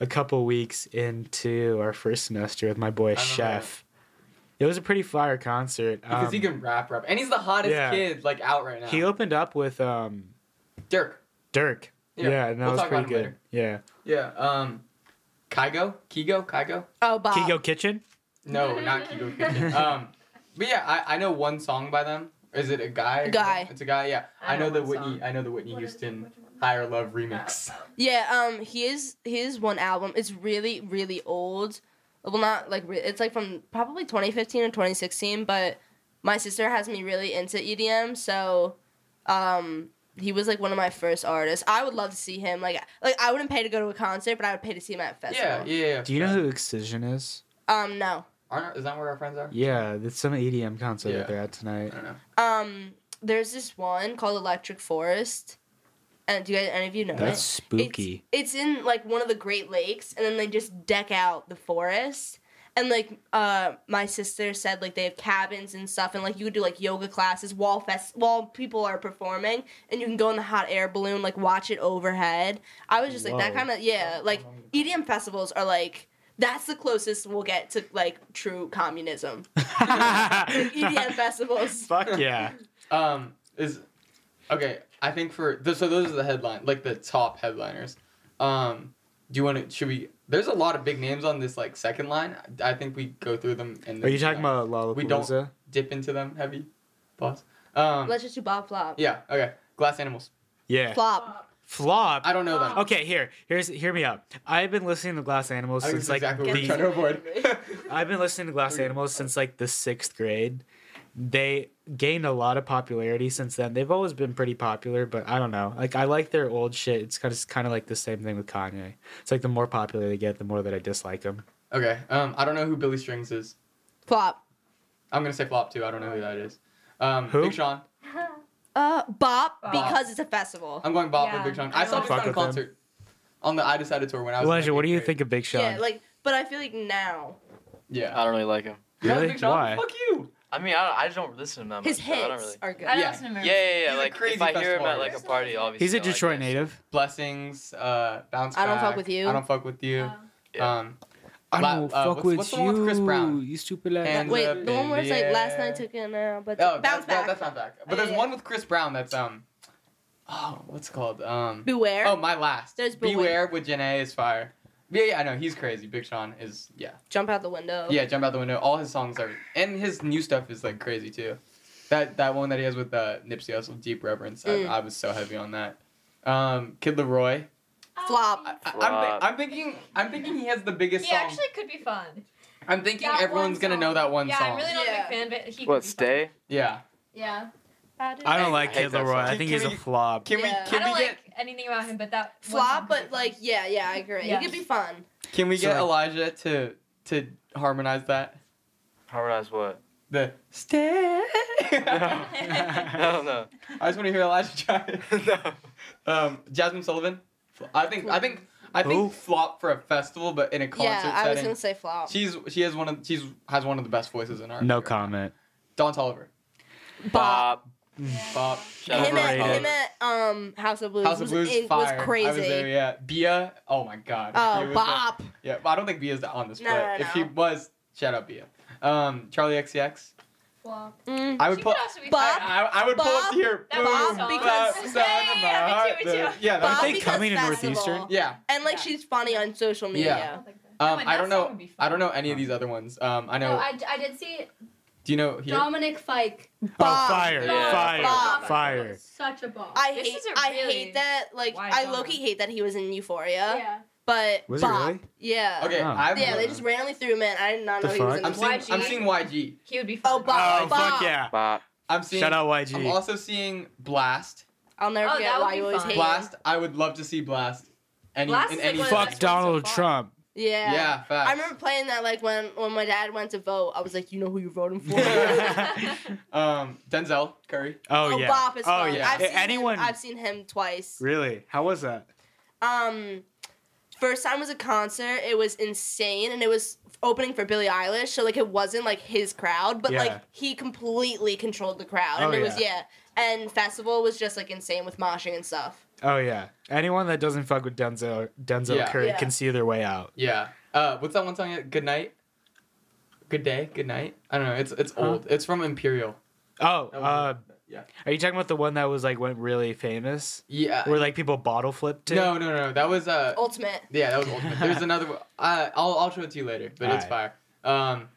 a couple weeks into our first semester with my boy remember Chef. It was a pretty fire concert. Because he Um, can rap, rap, and he's the hottest yeah. kid like out right now. he opened up with um, Dirk. Dirk. Yeah, Yeah, and that we'll was talk pretty about him good. later. Yeah. Yeah. Um, Kygo, Kigo, Kygo. Oh, Bob. Kigo Kitchen? No, not Kigo. Kitchen. um, but yeah, I, I know one song by them. Is it a guy? Guy. It's a guy. Yeah. I, I know know the one Whitney. song. I know the Whitney What is it? Houston Which one? Higher Love remix. Yeah, um, he is his one album. It's really really old. Well, not like re- it's like from probably 2015 or 2016. But my sister has me really into EDM, so um, he was like one of my first artists. I would love to see him. Like like I wouldn't pay to go to a concert, but I would pay to see him at a Yeah, yeah, festival. yeah. Do you know who Excision is? Um, no. Aren't, is that where our friends are? Yeah, it's some EDM concert Yeah. that they're at tonight. I don't know. Um, there's this one called Electric Forest. And do you guys any of you know That's it? spooky. It's, it's in like one of the Great Lakes, and then they just deck out the forest. And like uh, my sister said, like they have cabins and stuff, and like you could do like yoga classes while fest while people are performing, and you can go in the hot air balloon, like watch it overhead. I was just like that Whoa. kind of yeah, like EDM festivals are like that's the closest we'll get to like true communism. Like, E EDM festivals. Fuck yeah. Um, is okay. I think for th- so those are the headline, like the top headliners. Um, do you want to? Should we? There's a lot of big names on this like second line. I I think we go through them and Are then, you talking uh, about Lollapalooza? We don't- dip into them heavy. Pause. Um, Let's just do Bob Flop. yeah. Okay. Glass animals. Yeah. Flop. Flop. I don't know them. Oh, Okay, here, here's, hear me out. I've been listening to Glass Animals I think since that's like exactly what the we're trying to avoid. I've been listening to Glass Okay. Animals since like the sixth grade. They gained a lot of popularity since then. They've always been pretty popular, but I don't know. Like I like their old shit. It's kind of kind of like the same thing with Kanye. It's like the more popular they get, the more that I dislike them. okay. Um, I don't know who Billy Strings is. Flop. I'm gonna say flop too. I don't know who that is. Um, Who? Big Sean. Uh, Bop Bop. because it's a festival. I'm going Bob Yeah. for Big Sean. I saw I'd Big fuck Sean in with him. concert on the I Decided tour when I was. in, like, Elijah, what do eighth you grade. think of Big Sean? Yeah, like, but I feel like now Yeah. I don't really like him. You don't Really? think Sean? Why? Fuck you. I mean, I, don't- I just don't listen to him that his much. so I don't hits really. are good. I don't Yeah. listen to Yeah, him. yeah, yeah. He's a Like crazy if I hear him festival at like a artist. party, obviously. He's a Detroit native. Blessings. Uh, bounce. I don't fuck Back, with you. I don't fuck with you. Um, Yeah. Um, I La- don't uh, fuck what's- with what's the you. one with Chris Brown? You stupid ass. And- Wait, up the one in where it's the like last air. night took it now, but oh, bounce that's, back. that's not back. But Yeah, there's yeah. one with Chris Brown that's um, oh, what's it called um. Beware. Oh, my last. There's Beware. Beware with Janae is fire. Yeah, yeah, I know he's crazy. Big Sean is yeah, Jump out the window. yeah. Jump out the window. All his songs are, and his new stuff is like crazy too. That that one that he has with uh, Nipsey Hussle, Deep Reverence. Mm. I, I was so heavy on that. Um, Kid Leroy. Flop. I, I- I'm, Flop. thi- I'm thinking. I'm thinking he has the biggest He song. actually could be fun. I'm thinking That everyone's one gonna know song. that one yeah, song. I'm really not Yeah. a big fan, but he. could be What fun. stay? Yeah. Yeah. I don't I like hate Kid that Leroy. song. I think he's Can a we- flop. Can Yeah. we I can we don't get like anything about him, but that one Flop, song could but be like, fun. yeah, yeah, I agree. Yeah. It could be fun. can we get Sorry. Elijah to to harmonize that Harmonize what? the stay? No. I don't know. I just want to hear Elijah try. it. no. Um, Jasmine Sullivan. I think I think I think Who? flop for a festival, but in a concert yeah, I was setting. gonna say flop. She's she has one of she's has one of the best voices in our. No comment. Don Tolliver. Bob. Bob. Shout out him at, Overrated. him at um House of Blues, House of was, Blues in- was fire. crazy. I was there, yeah. Bia. Oh my god. Bia Oh, was Bop. the- yeah, but I don't think Bia's on this. No, but no, no. if he was, shout out Bia. Um, Charlie XCX. Well, Mm. I She would could pull. also be I, Bob. fun. I, I would pull up Bob. to here. That boom, Bob, bap, because- sound of Hey, my I can heart. see what you The- do. Yeah, Bob that was, they coming to because Northeastern? festival. yeah. And like she's funny on social I media. don't think that. Um, and I that don't know. song would be I fun. don't know any of these other ones. Um, I know. No, I, I did see do you know here? Dominic Fike. Oh, Bob. fire, Yeah. fire, Bob. fire. Such a bomb. I This hate is a I really hate that like wide I genre. low key hate that he was in Euphoria. yeah. But Was he Bob. really? Yeah. Okay, Oh. I'm. Yeah, they just randomly threw him in. I did not The know he was fuck? in I'm the seeing. I'm YG. seeing YG. He would be Oh, fun. Bob. Oh, Bob. fuck yeah. Bob. I'm seeing. Shout out YG. I'm also seeing Blast. I'll never Oh, forget that would why be you always fun. hate Blast. I would love to see Blast. Any Blast in is like any one of the Fuck best ones so Donald far. Trump. him. Yeah. Yeah, facts. I remember playing that like when when my dad went to vote. I was like, you know who you're voting Oh, for? Um, Denzel Curry. Oh, oh, yeah. Bop is oh fun. yeah. I've seen Anyone? Him, I've seen him twice. Really? How was that? Um, first time was a concert. It was insane, and it was opening for Billie Eilish. So like, it wasn't like his crowd, but Yeah. like he completely controlled the crowd, and Oh, it was yeah. and festival was just like insane with moshing and stuff. Oh yeah. Anyone that doesn't fuck with Denzel Denzel Yeah. Curry Yeah. can see their way out. Yeah. Uh, what's that one song? yet? Good night. Good day. Good night. I don't know. It's it's Huh? old. It's from Imperial. Oh, That uh, was- yeah. are you talking about the one that was like went really famous, Yeah. where like people bottle flipped to? No, no, no. That was uh. Ultimate. Yeah, that was ultimate. There's another one. I I'll I'll show it to you later, but it's Alright. fire. Um,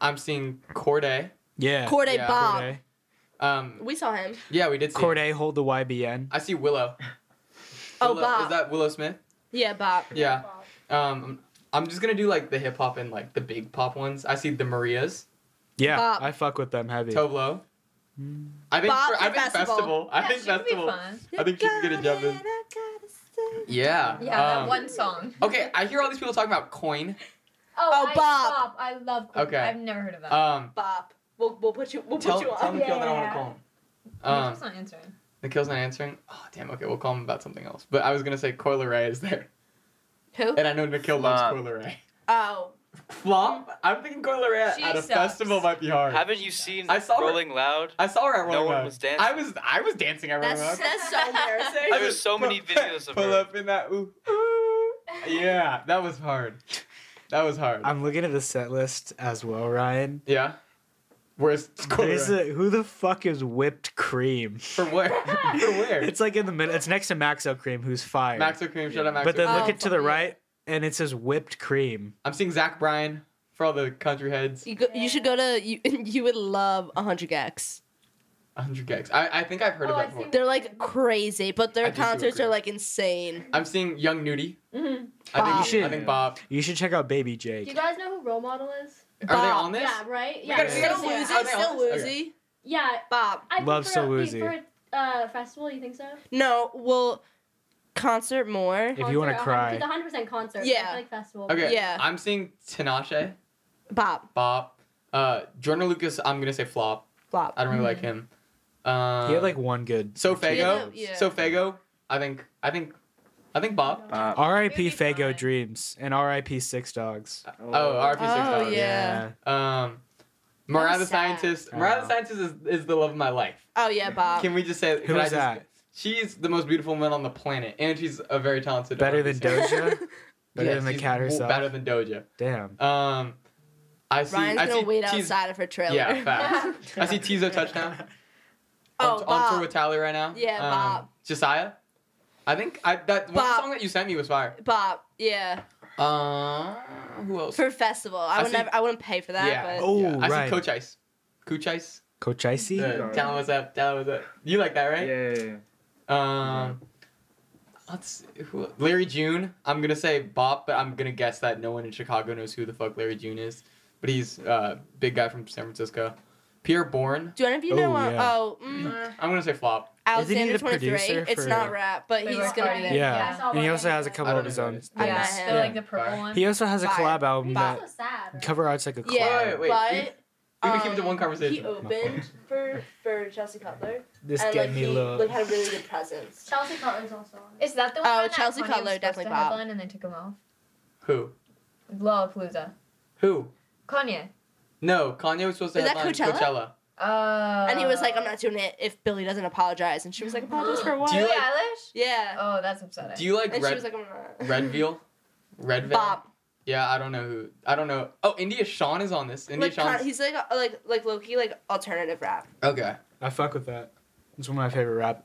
I'm seeing Corday. Yeah. Corday Yeah, Bob. Corday. Um, We saw him. yeah, we did see. Corday hold the YBN. I see Willow. Oh, Willow- Bob. Is that Willow Smith? Yeah, Bob. Yeah. Um, I'm just gonna do like the hip hop and like the big pop ones. I see the Marias, Yeah, Bob. I fuck with them heavy. Toblo. I think I Bob for think festival. festival. I Yeah, think she could be festival. fun. I think she can get a job in. Yeah. Yeah, um, that one song. Okay, I hear all these people talking about coin. Oh, I- Bob. I love. Okay. I've never heard of that. Um, Bob. We'll, we'll put you. We'll tell, put you tell on. Nikhil that I want to Yeah. call him. I'm Um, just not answering. Nikhil's not answering. Oh damn. Okay, we'll call him about something else. But I was gonna say Coil Ray is there, Who? and I know Nikhil loves Flop. Coil Ray. Oh, Flop. I'm thinking Coil Ray at She at a sucks. festival might be hard. Haven't you seen I saw her- Rolling Loud? I saw her at No Rolling one Loud. was dancing. I was I was dancing at Rolling that's Loud. that's so embarrassing. I There's just so many pull- videos of pull her. up in that. Ooh, ooh. Yeah, that was hard. That was hard. I'm looking at the set list as well, Ryan. yeah. Where's Coil There's Ray? a, who the fuck is whipped cream? For where? For where? It's like in the middle. It's next to Maxo Cream, who's fired. Maxo Cream. Shut up, Maxo. but then Oh, look at to the fuck yeah. right, and it says whipped cream. I'm seeing Zach Bryan for all the country heads. You go, you should go to you. You would love 100x. 100 gigs. I, I think I've heard Oh, of I that before. see. They're like crazy, but I their do see what concerts you're- are like insane. I'm seeing Young Nudie. mm-hmm. Mhm. I Bob. think, I Shit. think Bob. You should check out Baby Do you Jake. guys know who role model is? Are they Bob. on this? Yeah, right. gotta- we Still gotta see it. woozy, Are they still on this? woozy. Yeah, Bob. I think Love for So a- Woozy. For a uh, festival, you think so? No, well, concert more. If you want to cry, It's 100% concert. Yeah. It's like festival. Okay. Yeah. I'm seeing Tinashe, Bob, Bob. Uh, Jordan Lucas, I'm going to say flop. flop. I don't really like him. Um, he had like one good. So Fago. Yeah, yeah. So Fago. I think. I think. I think Bob. Uh, Bob. R.I.P. It'll be Fago fine. Dreams and R.I.p. Six Dogs. Oh, RP6 Oh, Dog. Yeah. Um, Mariah the was sad. Scientist. Mariah the Oh. Scientist is, is the love of my life. Oh yeah, Bob. Can we just say Who can I is just- that? She's the most beautiful woman on the planet, and she's a very talented. Better than artist. Doja. Better Yeah, than the she's cat w- herself. Better than Doja. Damn. Um, I see. Ryan's I see gonna wait Teez- outside of her trailer. Yeah, facts. I see Tizo touchdown. Oh, on, on Bob. tour with Tyler right now. Yeah, Um, Bob. Josiah. I think I that one Bob. song that you sent me was fire. Bob. Yeah. Uh, who else? For festival, I I, would see- never. I wouldn't pay for that. yeah. But Oh, yeah. I right. see Coach Ice. Coach Ice. Coach Icy. Uh, Down was up. Down was up. You like that, right? Yeah, yeah, yeah. Um, let's see, who, Larry June. I'm gonna say Bop, but I'm gonna guess that no one in Chicago knows who the fuck Larry June is. But he's a uh, big guy from San Francisco. Pierre Bourne. do any of you Oh, know? um, yeah. Oh, mm, I'm gonna say flop. Isn't he Alexander the twenty three. producer It's for- not rap, but They he's were gonna be crying. there. Yeah. I saw And he one also on has a Instagram. couple I of don't his know who own. it is. I met things. him. They're like the purple Fire. one. He also has a Fire. collab album Fire. that That's so sad. right? cover art's like a collab. Yeah. Wait, wait, but we can keep it to um, one conversation. He opened for for Chelsea Cutler, This and gave like me he a little. like had a really good presence. Chelsea Cutler's also on. it. Is that the one? Oh, that Chelsea Kanye was Cutler, supposed definitely to Bob. headline and they took him off. Who? Lollapalooza. Who? Kanye. No, Kanye was supposed to Is that headline Coachella? Uh, And he was like, "I'm not doing it if Billy doesn't apologize." And she was like, "Apologize for what?" Do you Billie like- Eilish? yeah. Oh, that's upsetting. Do you like and she Red was like, "I'm not." Red Veal? Red Veil? Bob, Yeah, I don't know who. I don't know. Oh, India Sean is on this. India like Sean's con- he's like a- like like Loki, like alternative rap. okay. I fuck with that. It's one of my favorite rap,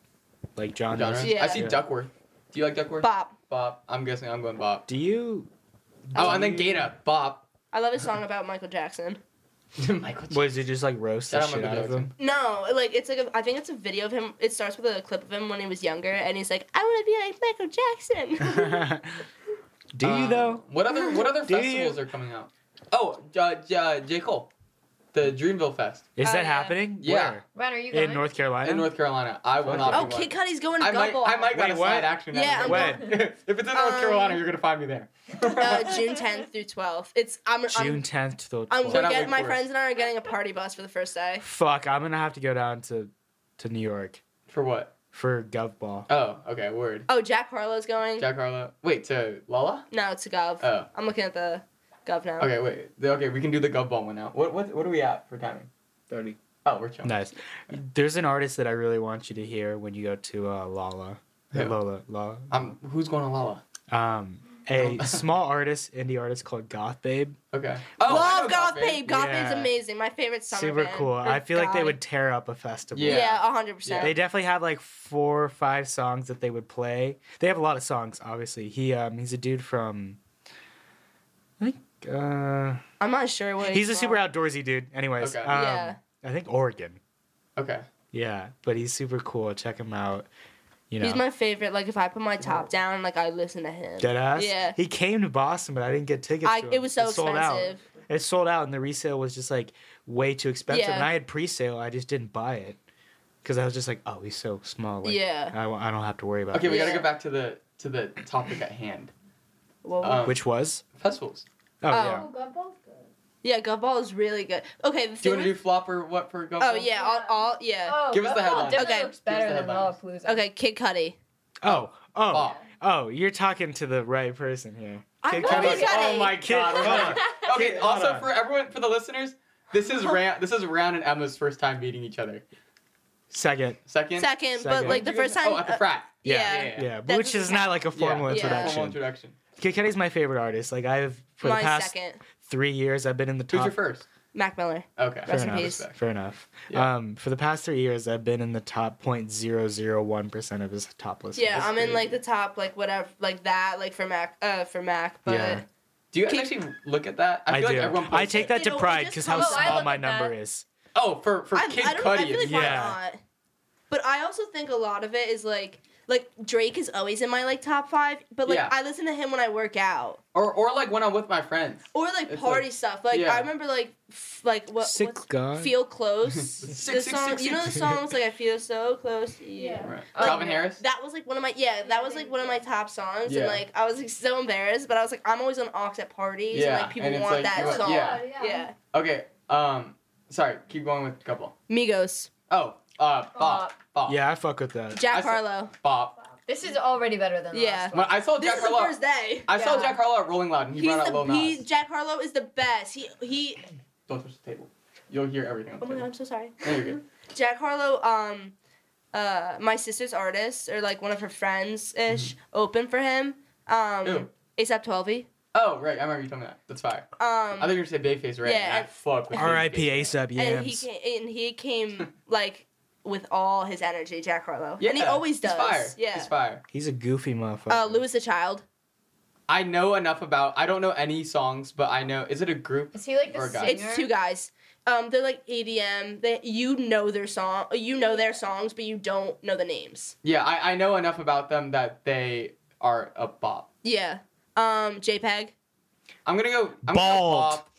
like genres. Genres. Yeah. I see Duckworth. Do you like Duckworth? Bob, Bop. I'm guessing I'm going Bop. Do you? Oh, and then Gata. Bop. I love his song about Michael Jackson. Michael What is it? Just like roast the Shout out shit out Michael of them. No, like it's like a, I think it's a video of him. It starts with a clip of him when he was younger, and he's like, "I want to be like Michael Jackson." Do you Um, though? What other what other Do you? festivals are coming out? Oh, uh, J- uh, J Cole, the Dreamville Fest Is Oh, that yeah. happening? Yeah. Where? when are you going? In North Carolina. in North Carolina. I will not. oh, be Kid going. Cudi's going to I might Gumball. I might Wait, get a what? side action. now. Yeah, I'm When? if it's in North Um, Carolina, you're gonna find me there. uh, June 10th through 12th. It's I'm June I'm, tenth to the Shout I'm we're out twelfth. getting, Wake my Forest. friends and I are getting a party bus for the first day. Fuck, I'm gonna have to go down to, to New York For what? for gov ball. Oh, okay. Word. Oh, Jack Harlow's going. Jack Harlow. Wait to Lala. No, to Gov. Oh. I'm looking at the Gov now. Okay. Wait. The- Okay. We can do the Gov Ball one now. What what what are we at for timing? 30. Oh, we're chilling. Nice. There's an artist that I really want you to hear when you go to uh, Lala. Who? Lola. Lala. Um, who's going to Lala? Um, a small artist, indie artist called Goth Babe. Okay. Oh, I know Love Goth Babe. Goth Yeah. Babe's amazing. My favorite summer Super band. cool. Oh, I feel like they God. would tear up a festival. Yeah. Yeah, a hundred Yeah. They percent. definitely have like four or five songs that they would play. They have a lot of songs, obviously. He um he's a dude from I think uh I'm not sure what he's a from. super outdoorsy dude. Anyways, Okay. um, Yeah. I think Oregon. Okay. Yeah, but he's super cool. Check him out. You know, He's my favorite. Like if I put my top down, like I listen to him. dead ass. Yeah. he came to Boston, but I didn't get tickets. I, to him. it was so sold out. expensive. It sold out, and the resale was just like way too expensive. Yeah. And I had pre-sale. I just didn't buy it because I was just like, oh, he's so small. Like, Yeah. I, I don't have to worry about. Okay, it. we gotta Yeah. go back to the to the topic at hand. Well, Um, which was Festivals. oh, yeah. Oh. yeah, Gumball is really good. Okay, the Do thing you want to do with- flop or what for go? Oh yeah, all, all yeah. Oh, Give us the Redfall headline. definitely Okay. looks Give us better the than headlines. Lollapalooza. Okay, Kid Cudi. Oh, oh, Flop. oh! You're talking to the right person here. I Kid know Cudi. Kid Cudi. Oh my kid! God, we're Cudi. Okay. Kid also Cudi. for everyone, for the listeners, this is Ram. This is Round and Emma's first time meeting each other. Second, Second. Second, but Second. like the first time. Oh, at the frat. yeah. Yeah. yeah, That which doesn't is not like a formal Yeah. Yeah. Formal introduction. introduction. Kid Cudi's my favorite artist. Like I've for my the past second, three years, I've been in the Who's top. your first? Mac Miller. Okay. Rest in enough. peace. Respect. Fair enough. Yeah. Um, for the past three years, I've been in the top 0.001 percent of his top listeners. Yeah, I'm crazy. in like the top, like whatever, like that, like for Mac, uh, for Mac. But Yeah. Do you guys Kid- actually look at that? I, feel do. like everyone. I posts take it. that You to know, it pride just because how comes- Oh, I small look my at number that. is. Oh, for for I, Kid I don't. I Cudi. feel like it's- why Yeah. not? But I also think a lot of it is like, like Drake is always in my like top five. But like Yeah. I listen to him when I work out Or or like when I'm with my friends. or like It's party like- stuff. Like yeah. I remember like, f- like what Sick what's, God. feel close. Sick, the sick, song, sick, you know the sick. songs like I feel so close. Yeah. Right. Oh, Calvin yeah. Harris. That was like one of my yeah. That was like one of my top songs, Yeah. and like I was like so embarrassed, but I was like I'm always on aux at parties, Yeah, and like people and it's want like, that you want- song. Oh, yeah. yeah. Okay. Um. Sorry. Keep going with a couple. Migos, Oh. Uh. Bop. Bop. Yeah, I fuck with that. I Jack saw- Harlow. Bop. This is already better than the Yeah. last When one. I saw This Jack is the Harlow, first day. I saw Yeah. Jack Harlow at Rolling Loud, and he He's brought out Lil the he, Nas. Jack Harlow is the best. He he. Don't touch the table. You'll hear everything. On the Oh my god, table. I'm so sorry. No, you're good. Jack Harlow, um, uh, my sister's artist or like one of her friends ish, opened for him. Um, Mm-hmm. Who? ASAP Twelvey. Oh right, I remember you told me that. That's fire. I Um, thought you were gonna say Bayface right. Yeah. I fuck with R.I.P. Babyface. ASAP and he Yams. came and he came like with all his energy, Jack Harlow, and he always does. He's fire. Yeah. He's fire. He's a goofy motherfucker. Uh, Louis the Child. I know enough about. I don't know any songs, but I know. Is it a group? Is he like the Or a guy. singer? It's two guys. Um, they're like EDM. They you know their song, you know their songs, but you don't know the names. Yeah, I, I know enough about them that they are a bop. Yeah. Um, JPEG. I'm gonna go. I'm Bald. Gonna go bop.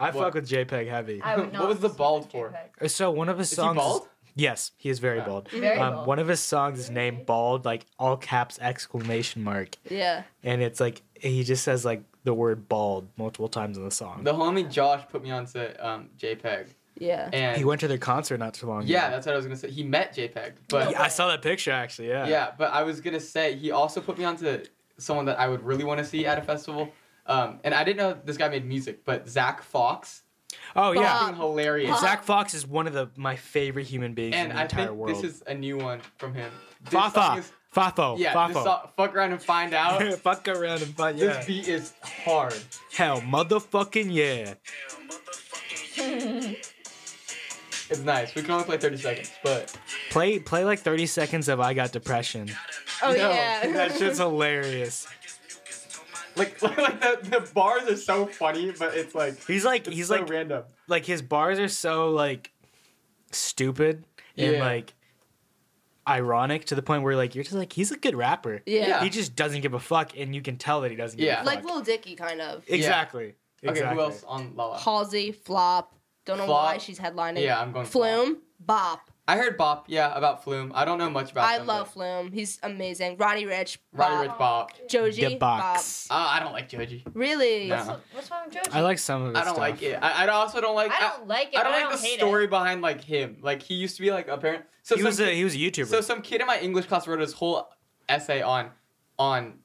I What? fuck with JPEG heavy. I would What not was the listen to bald for? JPEG. Uh, So one of his Is songs. he bald? Yes, he is very Oh. bald. Very Um, bald. one of his songs is named "Bald," like all caps exclamation mark, Yeah. and it's like he just says like the word "bald" multiple times in the song. The homie Josh put me on to um, JPEG, Yeah. and He went to their concert not too long ago. yeah, that's what I was gonna say. He met JPEG, but Yeah, I saw that picture actually. Yeah. Yeah, but I was gonna say he also put me onto someone that I would really want to see at a festival. Um, and I didn't know this guy made music, but Zach Fox, Oh yeah. fucking hilarious. Bob. Zach Fox is one of the my favorite human beings and in the I entire think world. this is a new one from him. This song Fafa. is- Fafo. yeah, this Fafo. song, fuck around and find out. Fuck around and find yeah. This beat is hard. Hell, motherfucking yeah. It's nice. We can only play 30 seconds, but Play play like 30 seconds of I Got Depression. Oh No, yeah. That shit's hilarious. like, like the, the bars are so funny, but it's like He's like it's he's so like random. like his bars are so like stupid and Yeah. like ironic to the point where like you're just like he's a good rapper. Yeah. yeah. He just doesn't give a fuck and you can tell that he doesn't give Yeah. a fuck. Like Lil Dicky, kind of. exactly. Okay, exactly. who else on Lala? Halsey, flop. Don't know why Flop. she's headlining. Yeah, I'm going. Bop. Flume, bop. I heard Bop. Yeah, about Flume. I don't know much about. I them, love but- Flume. He's amazing. Roddy Rich, bop. Roddy Rich Bop. Joji, The box. Uh, I don't like Joji. bop. Really? No. What's, what's wrong with Joji? I like some of it. I don't like it. I, I also don't like. I don't like it. I don't but like the hate it. story behind like him. Like he used to be like a parent. So he some was a kid- he was a YouTuber. so some kid in my English class wrote his whole essay on on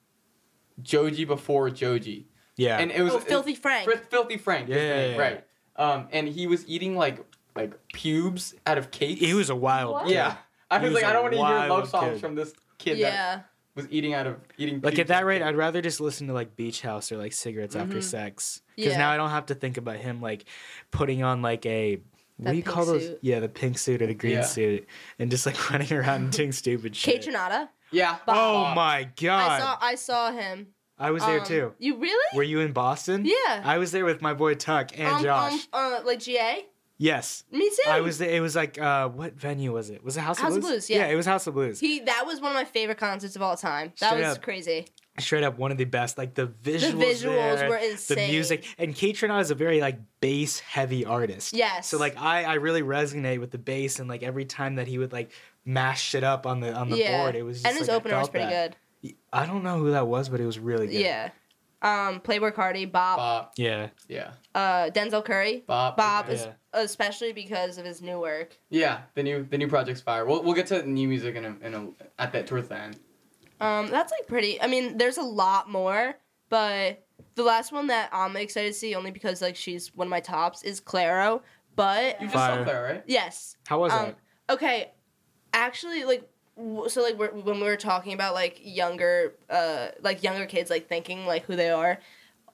Joji before Joji, yeah. and it was oh, Filthy Frank. Fr- Filthy Frank. his Yeah, yeah, name, yeah. right. Um, and he was eating like like pubes out of cakes. He was a wild. What? kid. yeah. I He was, was like, I a don't want to hear wild love songs kid. from this kid that yeah. was eating out of eating. Like pubes at that out rate, of I'd rather just listen to like Beach House or like cigarettes after Mhm. sex. Because Mm-hmm. Yeah. now I don't have to think about him like putting on like a what That do you pink call those? suit. Yeah, the pink suit or the green Yeah. suit, and just like running around and doing stupid Kate shit. Trinata. yeah. Oh my I god! saw I saw him. I was there Um, too. You really? Were you in Boston? Yeah. I was there with my boy Tuck and um, Josh. um, uh, like GA. yes. Me too. I was there. It was like, uh, what venue was it? Was it House, House of of Blues? Blues, yeah. it was House of Blues. He that was one of my favorite concerts of all time. That Straight was up. crazy. Straight up one of the best. Like the visuals. visuals there, were The insane. music. And Kate Trinata is a very like bass heavy artist. Yes. So like I, I really resonate with the bass and like every time that he would like mash it up on the on the yeah. board, it was just and his like, I opener was felt pretty that. good. I don't know who that was, but it was really good. good. Yeah. Um, Playboy Cardi, Bob, Bop. Yeah. Yeah. uh, Denzel Curry, Bop. Bob Yeah. is especially because of his new work. Yeah, the new the new project's fire. We'll we'll get to new music in a, in a at that towards the end. Um, that's like pretty. I mean, there's a lot more, but the last one that I'm excited to see only because like she's one of my tops is Claro. But You just Fire. saw Clara, right? yes, How was Um, that? okay actually like w- so like we're, when we were talking about like younger uh like younger kids like thinking like who they are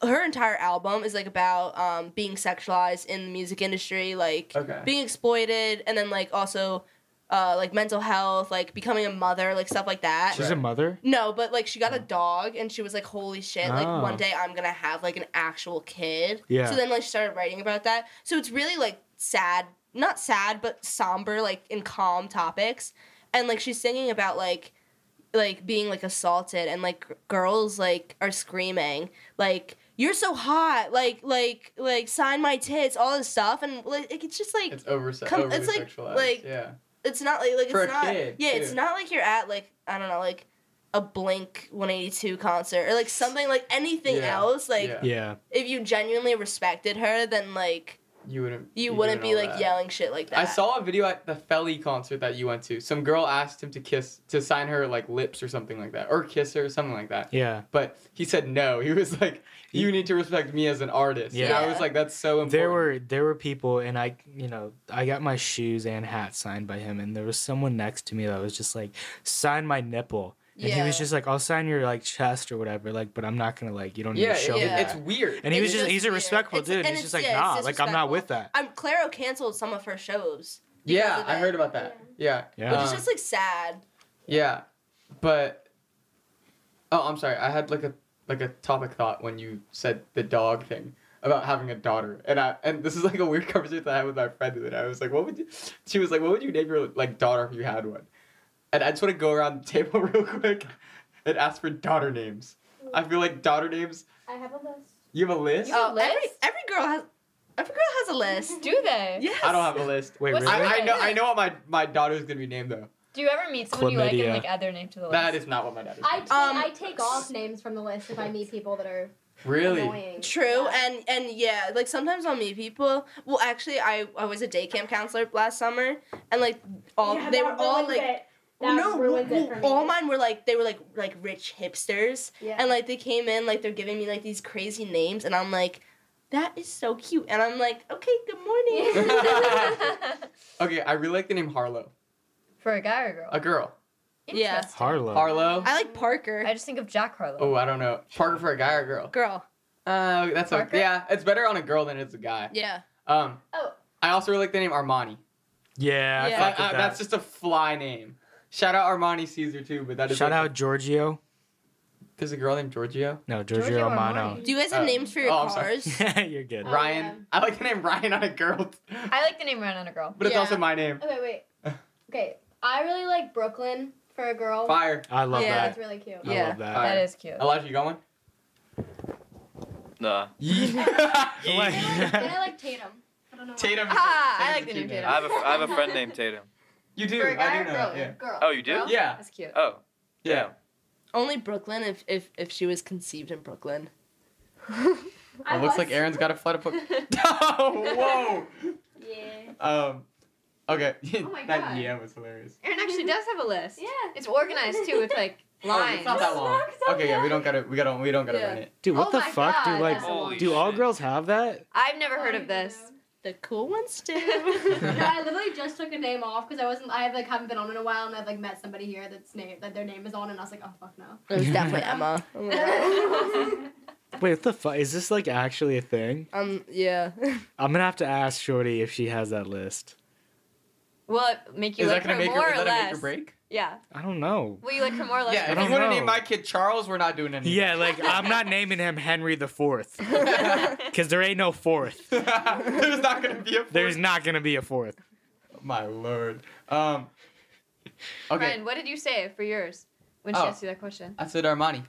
her entire album is like about um being sexualized in the music industry like Okay. being exploited and then like also uh like mental health like becoming a mother like stuff like that She's a mother? no but like she got a dog and she was like holy shit like Oh. one day i'm gonna have like an actual kid Yeah. so then like she started writing about that so it's really like sad not sad but somber like and calm topics and like she's singing about like like being like assaulted and like g- girls like are screaming like you're so hot like like like sign my tits all this stuff and like it's just like It's over Come- overly it's like- sexualized. like- yeah. it's not like like For it's a not kid, yeah it's too. not like you're at like I don't know like a Blink 182 concert or like something like anything Yeah, else like yeah. Yeah. if you genuinely respected her then like You wouldn't you be wouldn't doing be all like that. yelling shit like that. I saw a video at the Felly concert that you went to. Some girl asked him to kiss to sign her like lips or something like that, or kiss her, something like that. Yeah. But he said no. He was like, "You need to respect me as an artist." And I Yeah. was like, "That's so important." There were there were people and I you know, I got my shoes and hat signed by him and there was someone next to me that was just like, sign my nipple. And he was Yeah. just like, I'll sign your like chest or whatever, like, but I'm not gonna like you don't need yeah, to it, show it- me yeah. that. it's weird. And he It's was just, just he's a weird. respectful It's- dude. and He's it's- just like, yeah, it's nah, like I'm not disrespectful. with that. I'm Claro Um, canceled some of her shows, yeah, of I it. heard about that. Yeah, Yeah. which Um, is just like sad. yeah, but oh, I'm sorry. I had like a like a topic thought when you said the dog thing about having a daughter, and I and this is like a weird conversation that I had with my friend, and I was like, "What would you?" She was like, "What would you name your like daughter if you had one?" And I just want to go around the table real quick and ask for daughter names. I feel like daughter names. I have a list. You have a list? You have a list? Oh, every every girl has every girl has a list. Do they? Yes. I don't have a list. Wait, What's really? that? I, I know. I know what my my daughter's gonna be named though. Do you ever meet someone you like Chlamydia. and like add their name to the list? That is not what my daughter's. I take, Um, I take off names from the list if I meet people that are Really? annoying. True, Yeah. and and yeah, like sometimes I'll meet people. Well, actually, I I was a day camp counselor last summer, and like all Yeah, they that were all ruins like. Oh, it. That no, ruins well, it for me. all mine were like they were like like rich hipsters, Yeah. and like they came in like they're giving me like these crazy names, and I'm like, that is so cute, and I'm like, okay, good morning. Okay, I really like the name Harlow. For a guy or a girl? A girl. Yeah. Interesting. Harlow. Harlow. I like Parker, I just think of Jack Harlow. Oh, I don't know. Parker for a guy or a girl? girl. Uh, that's a, Parker? yeah. It's better on a girl than it's a guy. Yeah, Um. Oh. I also really like the name Armani. Yeah, Yeah. I fuck Uh, with uh, that. That's just a fly name. Shout out Armani Caesar too, but that is Shout like- out Giorgio. There's a girl named Giorgio. No, Giorgio, Giorgio Armano. do you guys have Uh, names for your oh, I'm sorry. cars? You're good. Oh, Ryan. I like the name Ryan on a girl, but I like the name Run on a Girl. it's Yeah. also my name. Okay, wait. Okay, I really like Brooklyn for a girl. Fire. I love Yeah. that. That's really cute. I Yeah. love that. Alright. That is cute. Elijah, you got one? Nah. Like- Yeet. And I like Tatum. I don't know. why. Tatum. Ah, I Tatum's like a the cute name Tatum. I have a, I have a friend named Tatum. You do. For a guy I or do know. girl? that, Yeah. Girl. Oh, you do? Girl? Yeah. That's cute. Oh. Yeah. Only Brooklyn, if if if she was conceived in Brooklyn. I it looks was. like Aaron's got a flight of. oh, Yeah. whoa. Um, okay. my that God. yeah was hilarious. Aaron actually does have a list. Yeah. It's organized too with like Oh, lines. it's not that long. It's not Okay, yeah, we don't gotta, we gotta, we don't gotta Yeah. run it. Dude, what Oh the my fuck? God, do like that's a lot. do all Holy shit. girls have that? I've never heard of this. the cool ones do. no, I literally just took a name off because I wasn't. I like haven't been on in a while, and I've like met somebody here that's name that their name is on, and I was like, oh fuck no. it was definitely Emma. I'm like, Wait, what the fuck? Is this like actually a thing? Um, yeah. I'm gonna have to ask Shorty if she has that list. Will it make you is that look for gonna make more or, is that or a make less? or break? Yeah. I don't know. Will you look for more or less? Yeah, I if don't you want to know. name my kid Charles, we're not doing anything. Yeah, like I'm not naming him Henry the Fourth because there ain't no fourth. There's not gonna be a. There's not gonna be a fourth. My lord. Um. Okay. Ryan, what did you say for yours when she Oh. asked you that question? I said Armani.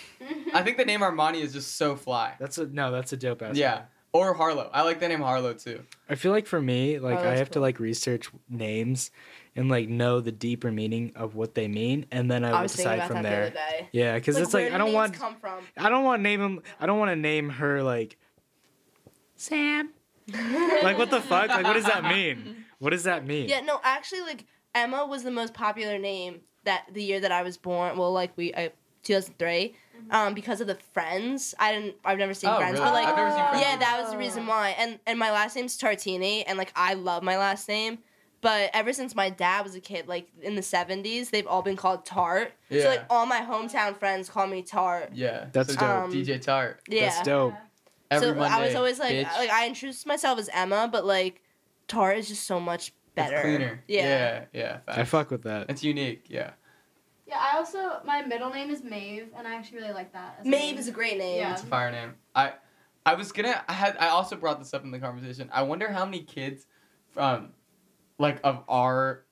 I think the name Armani is just so fly. That's a no. That's a dope ass. yeah. Or Harlow. I like the name Harlow too. I feel like for me, like Oh, I that's have to cool. like research names and like know the deeper meaning of what they mean, and then I, will decide from there. day. yeah, because it's like I don't want come from. I don't want to name him. I don't want to name her like Sam. like what the fuck? Like what does that mean? What does that mean? Yeah, no, actually, like Emma was the most popular name that the year that I was born. Well, like we, I, 2003, um, because of the Friends. I didn't. I've never seen Oh, Friends, really? but like, I've never seen Friends yeah, either. that was the reason why. And and my last name's Tartini, and like I love my last name. But ever since my dad was a kid, like in the 70s, they've all been called Tart. So like Yeah. all my hometown friends call me Tart. Yeah. That's so dope. dope. DJ Tart. Yeah. That's dope. Every Um, so Monday. I was always like, bitch. like I introduced myself as Emma, but like Tart is just so much better. It's cleaner. Yeah. Yeah. I facts. fuck with that. It's unique. Yeah. Yeah, I also my middle name is Maeve, and I actually really like that. as a Maeve name. is a great name. Yeah. It's a fire name. I I was gonna I had I also brought this up in the conversation. I wonder how many kids um like of our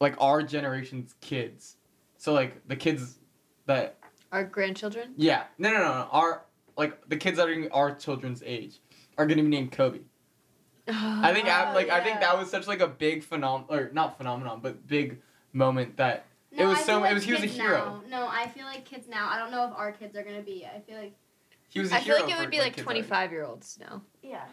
like our generation's kids. So like the kids that Our grandchildren? yeah. No no no no our like the kids that are gonna be our children's age are gonna be named Kobe. I think I, Oh, like I think yeah. that was such like a big phenom or not phenomenon but big moment that It was I so- feel it was- he was a kids hero. Now, no, I feel like kids now. I don't know if our kids are gonna be. I feel like he was. a I feel like hero it for, would be like kids our 25 year olds now. yeah.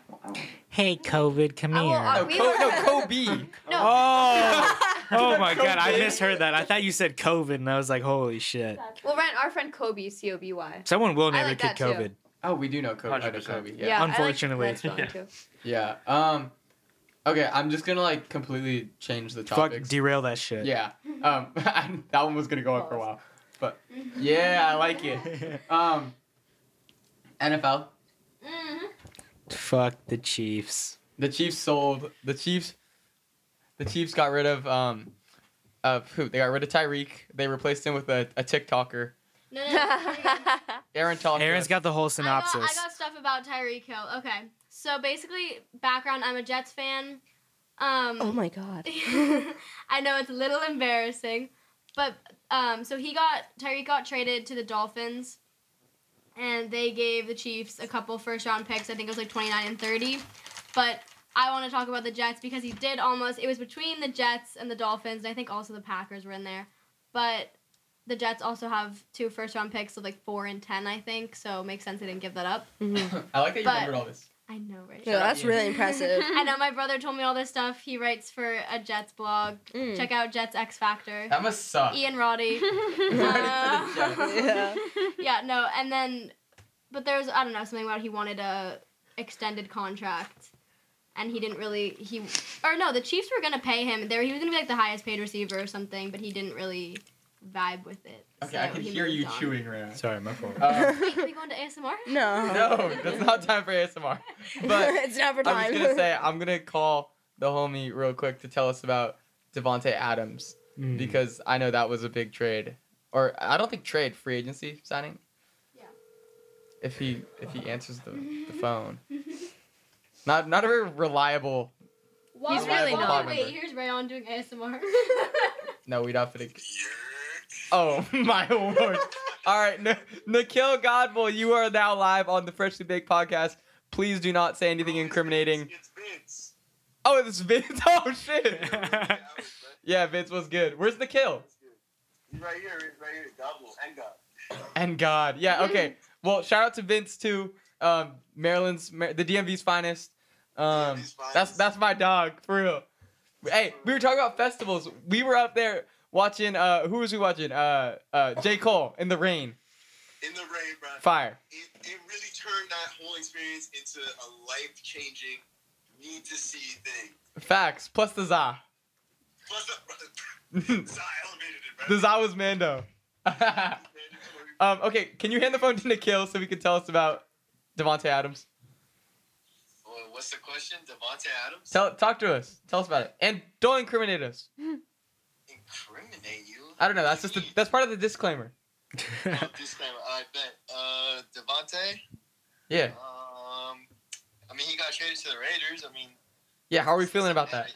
Hey, COVID, come I will- here. age. We No, Co- were- uh, no Kobe. Oh, oh my Kobe. god, I misheard that. I thought you said COVID, and I was like, holy shit. Well, Ryan, our friend Kobe, C O B Y. Someone will I name like a that kid too. COVID. Oh, we do know Kobe. I know 100%. Kobe. Yeah. I like Unfortunately. that spelling, Yeah. too. Yeah. Um. Okay, I'm just gonna like completely change the Fuck, topics. derail that shit. yeah. Um. that one was gonna go on for a while, but yeah, I like it. Um. NFL. Mm-hmm. Fuck the Chiefs. The Chiefs sold. The Chiefs. The Chiefs got rid of um. Of who? They got rid of Tyreek. They replaced him with a, a TikToker, No, no, no, no, no. Oh Aaron Talk. to Aaron's us. got the whole I got, synopsis. I got stuff about Tyreek Hill. Okay. So basically, background I'm a Jets fan. Um, Oh my god. I know it's a little embarrassing, but um, so he got Tyreek got traded to the Dolphins, and they gave the Chiefs a couple first round picks. I think it was like twenty nine and thirty, but I want to talk about the Jets because he did almost. It was between the Jets and the Dolphins, and I think also the Packers were in there, but the Jets also have two first round picks of like four and ten, I think. So it makes sense they didn't give that up. Mm-hmm. I like that you but- remembered all this. I know, right? No, that's really impressive. I know my brother told me all this stuff. He writes for a Jets blog. Mm. Check out Jets X Factor. That must suck. Hmm. Ian Roddy. Yeah. yeah. yeah, no, and then, but there was I don't know something about he wanted a extended contract, and he didn't really he or no the Chiefs were gonna pay him. There he was gonna be like the highest paid receiver or something, but he didn't really vibe with it. Okay, I so can he hear you moved on. chewing right now. Sorry, my fault. Uh, Wait, are we going to ASMR? no. no, that's not time for ASMR. But it's never I'm time. just gonna say I'm gonna call the homie real quick to tell us about Devonte Adams Mm. because I know that was a big trade, or I don't think trade free agency signing. Yeah. If he if he answers the, the phone, not not a very reliable. While He's wait, really while not. we Wait, here's Rayon doing ASMR. No, we don't fit. Oh my lord! All right, N- Nikhil Godwell, you are now live on the Freshly Baked podcast. Please do not say anything incriminating. It's Oh, Oh, Vince. it's Vince. Oh shit. Yeah, I was Yeah, Vince was good. Where's the kill? He's right here. He's right here. Double and God. And God, yeah, okay. well, shout out to Vince too. Um, Maryland's, Mar- the DMV's finest. Um, DMV's finest. that's that's my dog for real. Hey, we were talking about festivals. We were out there watching. Uh, who was we watching? Uh, uh, J Cole in the rain. In the rain, bro. Fire. It, it really turned that whole experience into a life changing need to see thing. Facts. Plus the za. Plus, the Zai elevated it, bro. za was Mando. um, okay, can you hand the phone to Nikhil so he can tell us about Devonte Adams? Well, what's the question? Devontae Adams? Tell, talk to us. Tell us about it, and don't incriminate us. Incriminate you? I don't know. That's just a, that's part of the disclaimer. Oh, disclaimer. I bet. Uh, Devontae? Yeah, Um, I mean, he got traded to the Raiders. I mean, yeah. How are we feeling about that?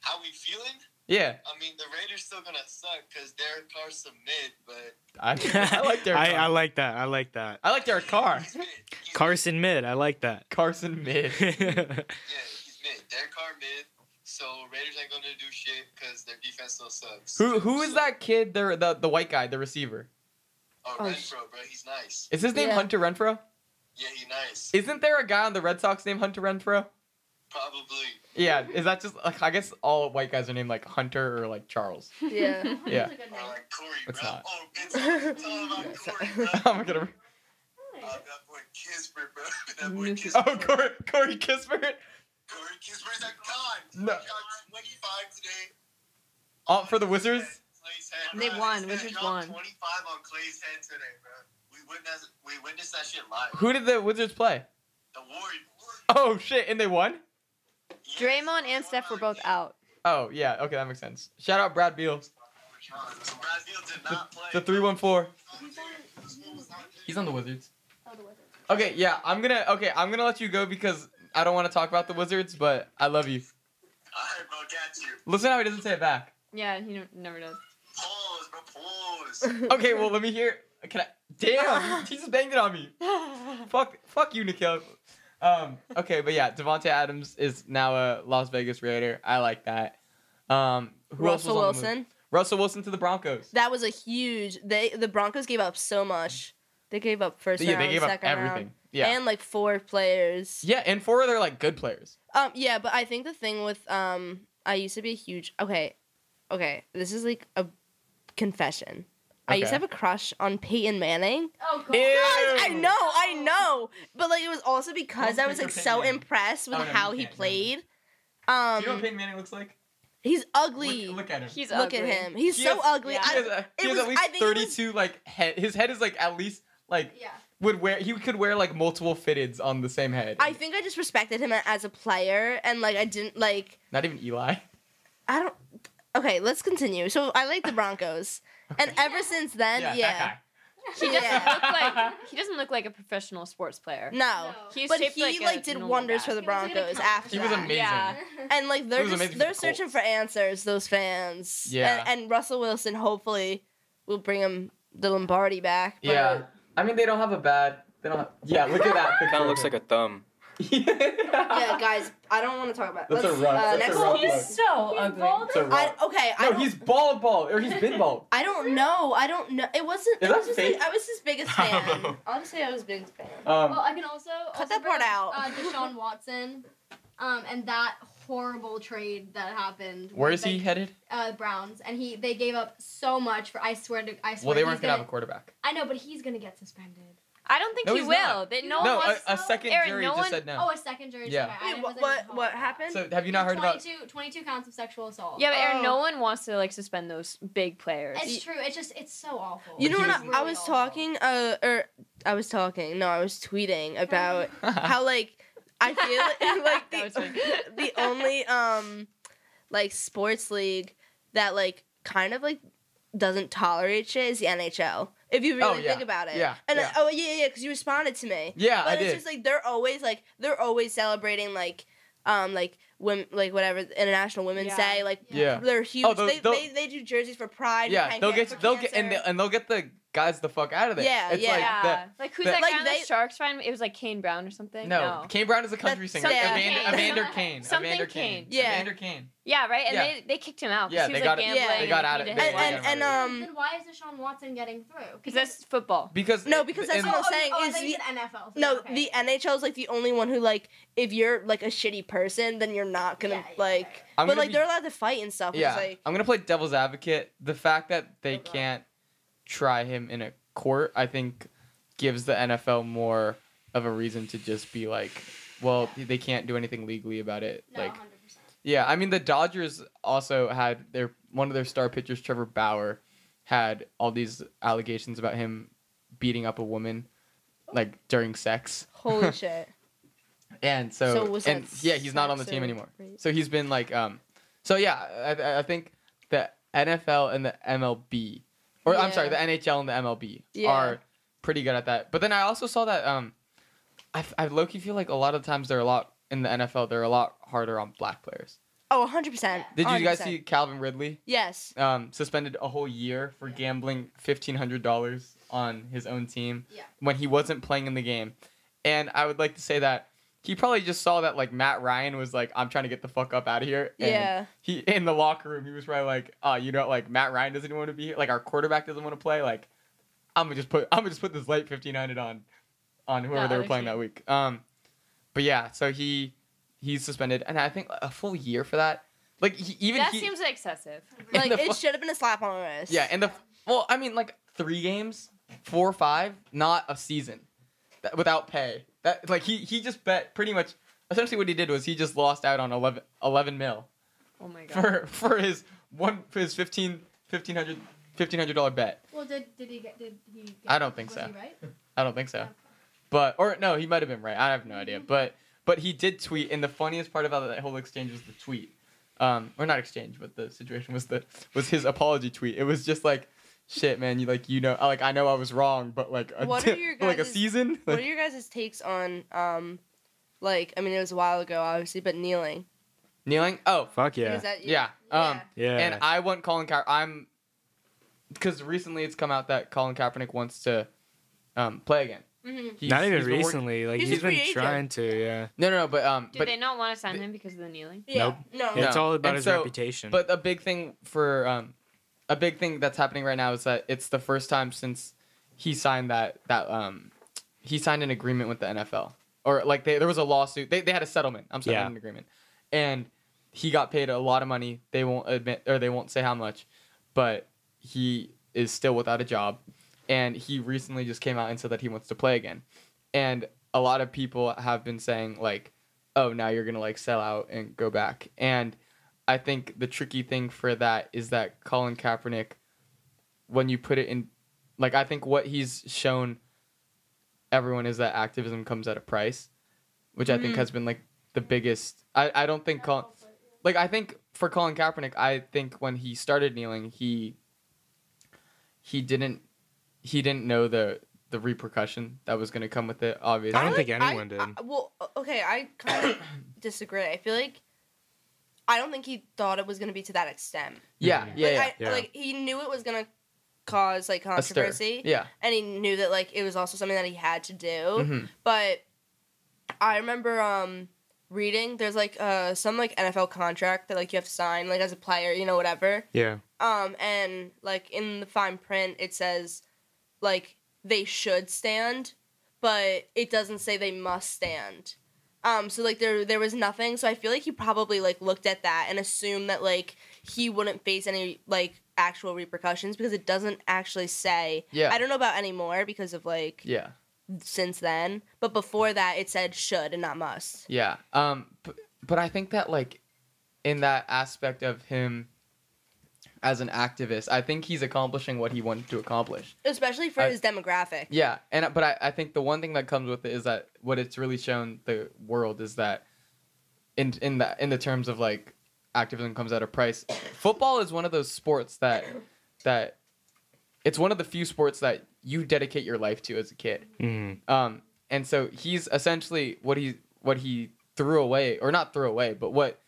How we feeling? Yeah, I mean, the Raiders still gonna suck because Derek Carr's some mid, but I, I like Derek. I, Carr. I I, like that. I like that. like Derek Carr. He's mid. He's Carson mid. I like that. Carson Mid. Mid. Yeah, he's mid. Derek Carr mid. So Raiders ain't gonna do shit because their defense still sucks. Who who is So- that kid? There, the the white guy, the receiver. Oh, Oh, sh- Renfro, bro. He's nice. Is his name Yeah. Hunter Renfro? Yeah, he's nice. Isn't there a guy on the Red Sox named Hunter Renfro? Probably. Yeah, is that just like I guess all white guys are named like Hunter or like Charles? Yeah. Yeah. That's a good Or name. like Corey, It's bro. not. Oh, it's it's all about Corey, bro. Uh, I'm gonna. that boy Kisper, bro. That boy Oh, Kisper. Oh, Corey, Corey Kispert. Corey Kisper's a god. No. He got 25 today. Oh, for the Wizards. Clay's head, They bro. won. His head Wizards dropped won. 25 on Clay's head today, bro. We witnessed, we witnessed that shit live. Who did the Wizards play? The Warriors. Oh shit, and they won. Yes. Draymond and Steph were both out. Oh yeah, okay, that makes sense. Shout out Brad Beal, Brazil did not play. the three one four. He's He's on the Wizards. Oh, the Wizards. Okay, yeah, I'm gonna okay, I'm gonna let you go because I don't want to talk about the Wizards, but I love you. Alright, bro, got you. Listen how he doesn't say it back. Yeah, he don't- never does. Pause, bro, pause. Okay, well let me hear. Can I? Damn, he just banged it on me. Fuck, fuck you, Nikhil. Um, okay, but yeah, Devonte Adams is now a Las Vegas Raider. I like that. Um, who else Russell was on the move? Wilson. Russell Wilson to the Broncos. That was a huge. They the Broncos gave up so much. They gave up first yeah, round, they gave up second everything. round, Yeah, and like four players. yeah, and four other like good players. Um, yeah, but I think the thing with um, I used to be a huge. Okay, okay, this is like a confession. I used Okay. to have a crush on Peyton Manning. Oh, God. Ew. Guys, I know, I know, but like it was also because Don't I was pick like on so Peyton Manning. impressed with Oh, no, you how he can't, no. played. Um, Peyton Manning looks like? he's ugly. Look, at him. He's at ugly. him. He's He so has- ugly. yeah. he has, I, a, it he has was- at least I think it was- 32 like head his head is like at least like Yeah. would wear he could wear like multiple fitteds on the same head I think I just respected him as a player, and like I didn't like. not even eli I don't. Okay, let's continue. So I like the Broncos, and ever since then, yeah, He doesn't Yeah. look like he doesn't look like a professional sports player. no. No. He's but shaped he like, like, a did normal wonders guy. for the He was in a Broncos cup. after he was that. amazing Yeah. and like He they're was amazing just for they're the searching Colts. for answers. Those fans, Yeah. and, and Russell Wilson hopefully will bring him the Lombardi back. but- yeah i mean they don't have a bad they don't have, yeah look at that Kind of looks like a thumb. yeah, guys, I don't want to talk about. That's a let's, rough- uh, that's a next rough one. look. He's so ugly. it's a I, rock. okay, I no don't, he's bald bald or he's been bald I don't know. I don't know. It wasn't. Is It that was just fake? like, I was his biggest I don't fan. know. Honestly, I was biggest fan. um Well, I can also Cut also that bring part up, out. Uh, Deshaun Watson, um, and that horrible trade that happened. where with, is he like, headed Uh, Browns, and he they gave up so much for. I swear to. I swear. well they he's weren't gonna gonna have a quarterback I know, but he's gonna get suspended. I don't think No, he he's will. not. That Oh, no, no one a, wants. a second Aaron, jury no just one- said no Oh, a second jury. Yeah. strike. I Wait, what wasn't what involved what in that. happened? so have you not heard about 22, 22 counts of sexual assault. yeah, but Aaron, Oh. no one wants to like suspend those big players. It's true. It's just it's so awful. you know But what? he I, I was talking. Uh, or I was talking. No, I was tweeting about how like I feel like That was the, funny. the only um like sports league that like kind of like doesn't tolerate shit is the NHL. If you Oh, really yeah. think about it, Yeah, And yeah. oh yeah, yeah, because you responded to me. yeah but i it's did just like they're always like they're always celebrating like um like women like whatever International Women's Yeah. Day like yeah Oh, they're huge. they'll- they, they'll- they they do jerseys for Pride. yeah they'll for pancreas, get for they'll get and, cancer. they, and they'll get the guys the fuck out of there Yeah, it's yeah. like yeah, that like who's that- that Like, guy on they- the Sharks? Find it was like Kane Brown or something. No, Kane Brown is a country That's singer. something Evander, Kane. Evander Kane. Something Evander Kane. Kane. Yeah. Evander Kane. Yeah, right. And Yeah. they they kicked him out. Yeah, 'cause he they was, got like, it- Yeah. gambling. they got and out he of- did they and got it. and, and um Then why is Deshaun Watson getting through? oh, Because that's football. Because No, because that's in- what I'm saying I is thought you the- said NFL. No, Okay. the NHL is like the only one who like if you're like a shitty person, then you're not gonna Yeah, yeah, like. yeah, yeah. I'm but gonna like be- they're allowed to fight and stuff. yeah, It's like I'm gonna play devil's advocate. The fact that they Okay. can't try him in a court, I think, gives the NFL more of a reason to just be like, well, they can't do anything legally about it. No, like, 100%. yeah, I mean the Dodgers also had their one of their star pitchers, Trevor Bauer, had all these allegations about him beating up a woman, like during sex. Holy shit. And so, So was that and yeah, he's not on the sex team or anymore. rape? So he's been like, um, so yeah, I- I, I think the NFL and the MLB, or I'm sorry, the Yeah. NHL and the MLB Yeah. are pretty good at that. But then I also saw that, um, I, I low key feel like a lot of times they're a lot in the NFL, they're a lot harder on black players. Oh, 100%. Did you guys 100%. see Calvin Ridley? Yes. Um, suspended a whole year for gambling fifteen hundred dollars on his own team Yeah. when he wasn't playing in the game, and I would like to say that he probably just saw that like Matt Ryan was like, "I'm trying to get the fuck up out of here." And Yeah. He in the locker room, he was probably like, "Oh, you know, like Matt Ryan doesn't want to be here. Like our quarterback doesn't want to play. Like I'm gonna just put I'm gonna just put this late fifteen hundred on on whoever That they were other playing team. that week." Um, but yeah, so he he's suspended, and I think a full year for that. Like he, even that he, seems excessive. in Like, the fu- it should have been a slap on the wrist. yeah, and the well, I mean, like three games, four or five, not a season, that, without pay. That like he he just bet pretty much. Essentially, what he did was he just lost out on 11, 11 mil Oh my god. for for his one for his 15 1500 $1,500 dollar bet. Well, did did he get did he? Get, I don't think was so. He right? I don't think so, Okay. but or no, he might have been right. I have no Mm-hmm. idea, but but he did tweet, and the funniest part about that whole exchange was the tweet. Um, or not exchange, but the situation was the was his apology tweet. It was just like, shit, man, you like you know, I- like I know I was wrong, but like a What are your but, like a guys' season, What are Like, your guys' takes on, um, like, I mean, it was a while ago, obviously, but kneeling? kneeling. Oh, Fuck yeah. Is that- yeah. Um, yeah. and I want Colin Kaepernick. I'm because recently it's come out that Colin Kaepernick wants to um play again. Mhm. He's- Not even he's been working- recently. Like He's he's a been free agent. trying to. Yeah. No, no, no, but um, Do but they not want to sign the- him because of the kneeling? Yeah. No. Yeah. It's all about And his so- reputation. But a big thing for um, a big thing that's happening right now is that it's the first time since he signed that that um, he signed an agreement with the NFL or like they, there was a lawsuit. They they had a settlement. I'm sorry, Yeah. not an agreement, and he got paid a lot of money. They won't admit or they won't say how much, but he is still without a job, and he recently just came out and said that he wants to play again, and a lot of people have been saying like, oh, now you're gonna like sell out and go back, and I think the tricky thing for that is that Colin Kaepernick, when you put it in, like I think what he's shown everyone is that activism comes at a price, which I think Mhm. has been like the biggest. I, I don't think Colin, like I think for Colin Kaepernick, I think when he started kneeling, he he didn't he didn't know the the repercussion that was going to come with it. Obviously, I don't think I- anyone did. I- well, o- okay, I kind of disagree. I feel like I don't think he thought it was going to be to that extent. yeah, yeah, like, yeah, I, yeah. like he knew it was going to cause like a stir. controversy, Yeah, and he knew that like it was also something that he had to do. Mhm. But I remember um reading there's like uh some like NFL contract that like you have to sign like as a player, you know, whatever. yeah. Um, and like in the fine print, it says like they should stand, but it doesn't say they must stand. Um, so like there there was nothing. So I feel like he probably like looked at that and assumed that like he wouldn't face any like actual repercussions because it doesn't actually say. yeah, I don't know about anymore because of like yeah. since then, but before that it said should and not must. Yeah. Um but, but I think that like in that aspect of him as an activist, I think he's accomplishing what he wanted to accomplish. Especially for I- his demographic. Yeah. And but I, I think the one thing that comes with it is that what it's really shown the world is that in in the in the terms of like activism comes at a price. Football is one of those sports that that it's one of the few sports that you dedicate your life to as a kid. Mm. Um, and so he's essentially what he what he threw away, or not threw away, but what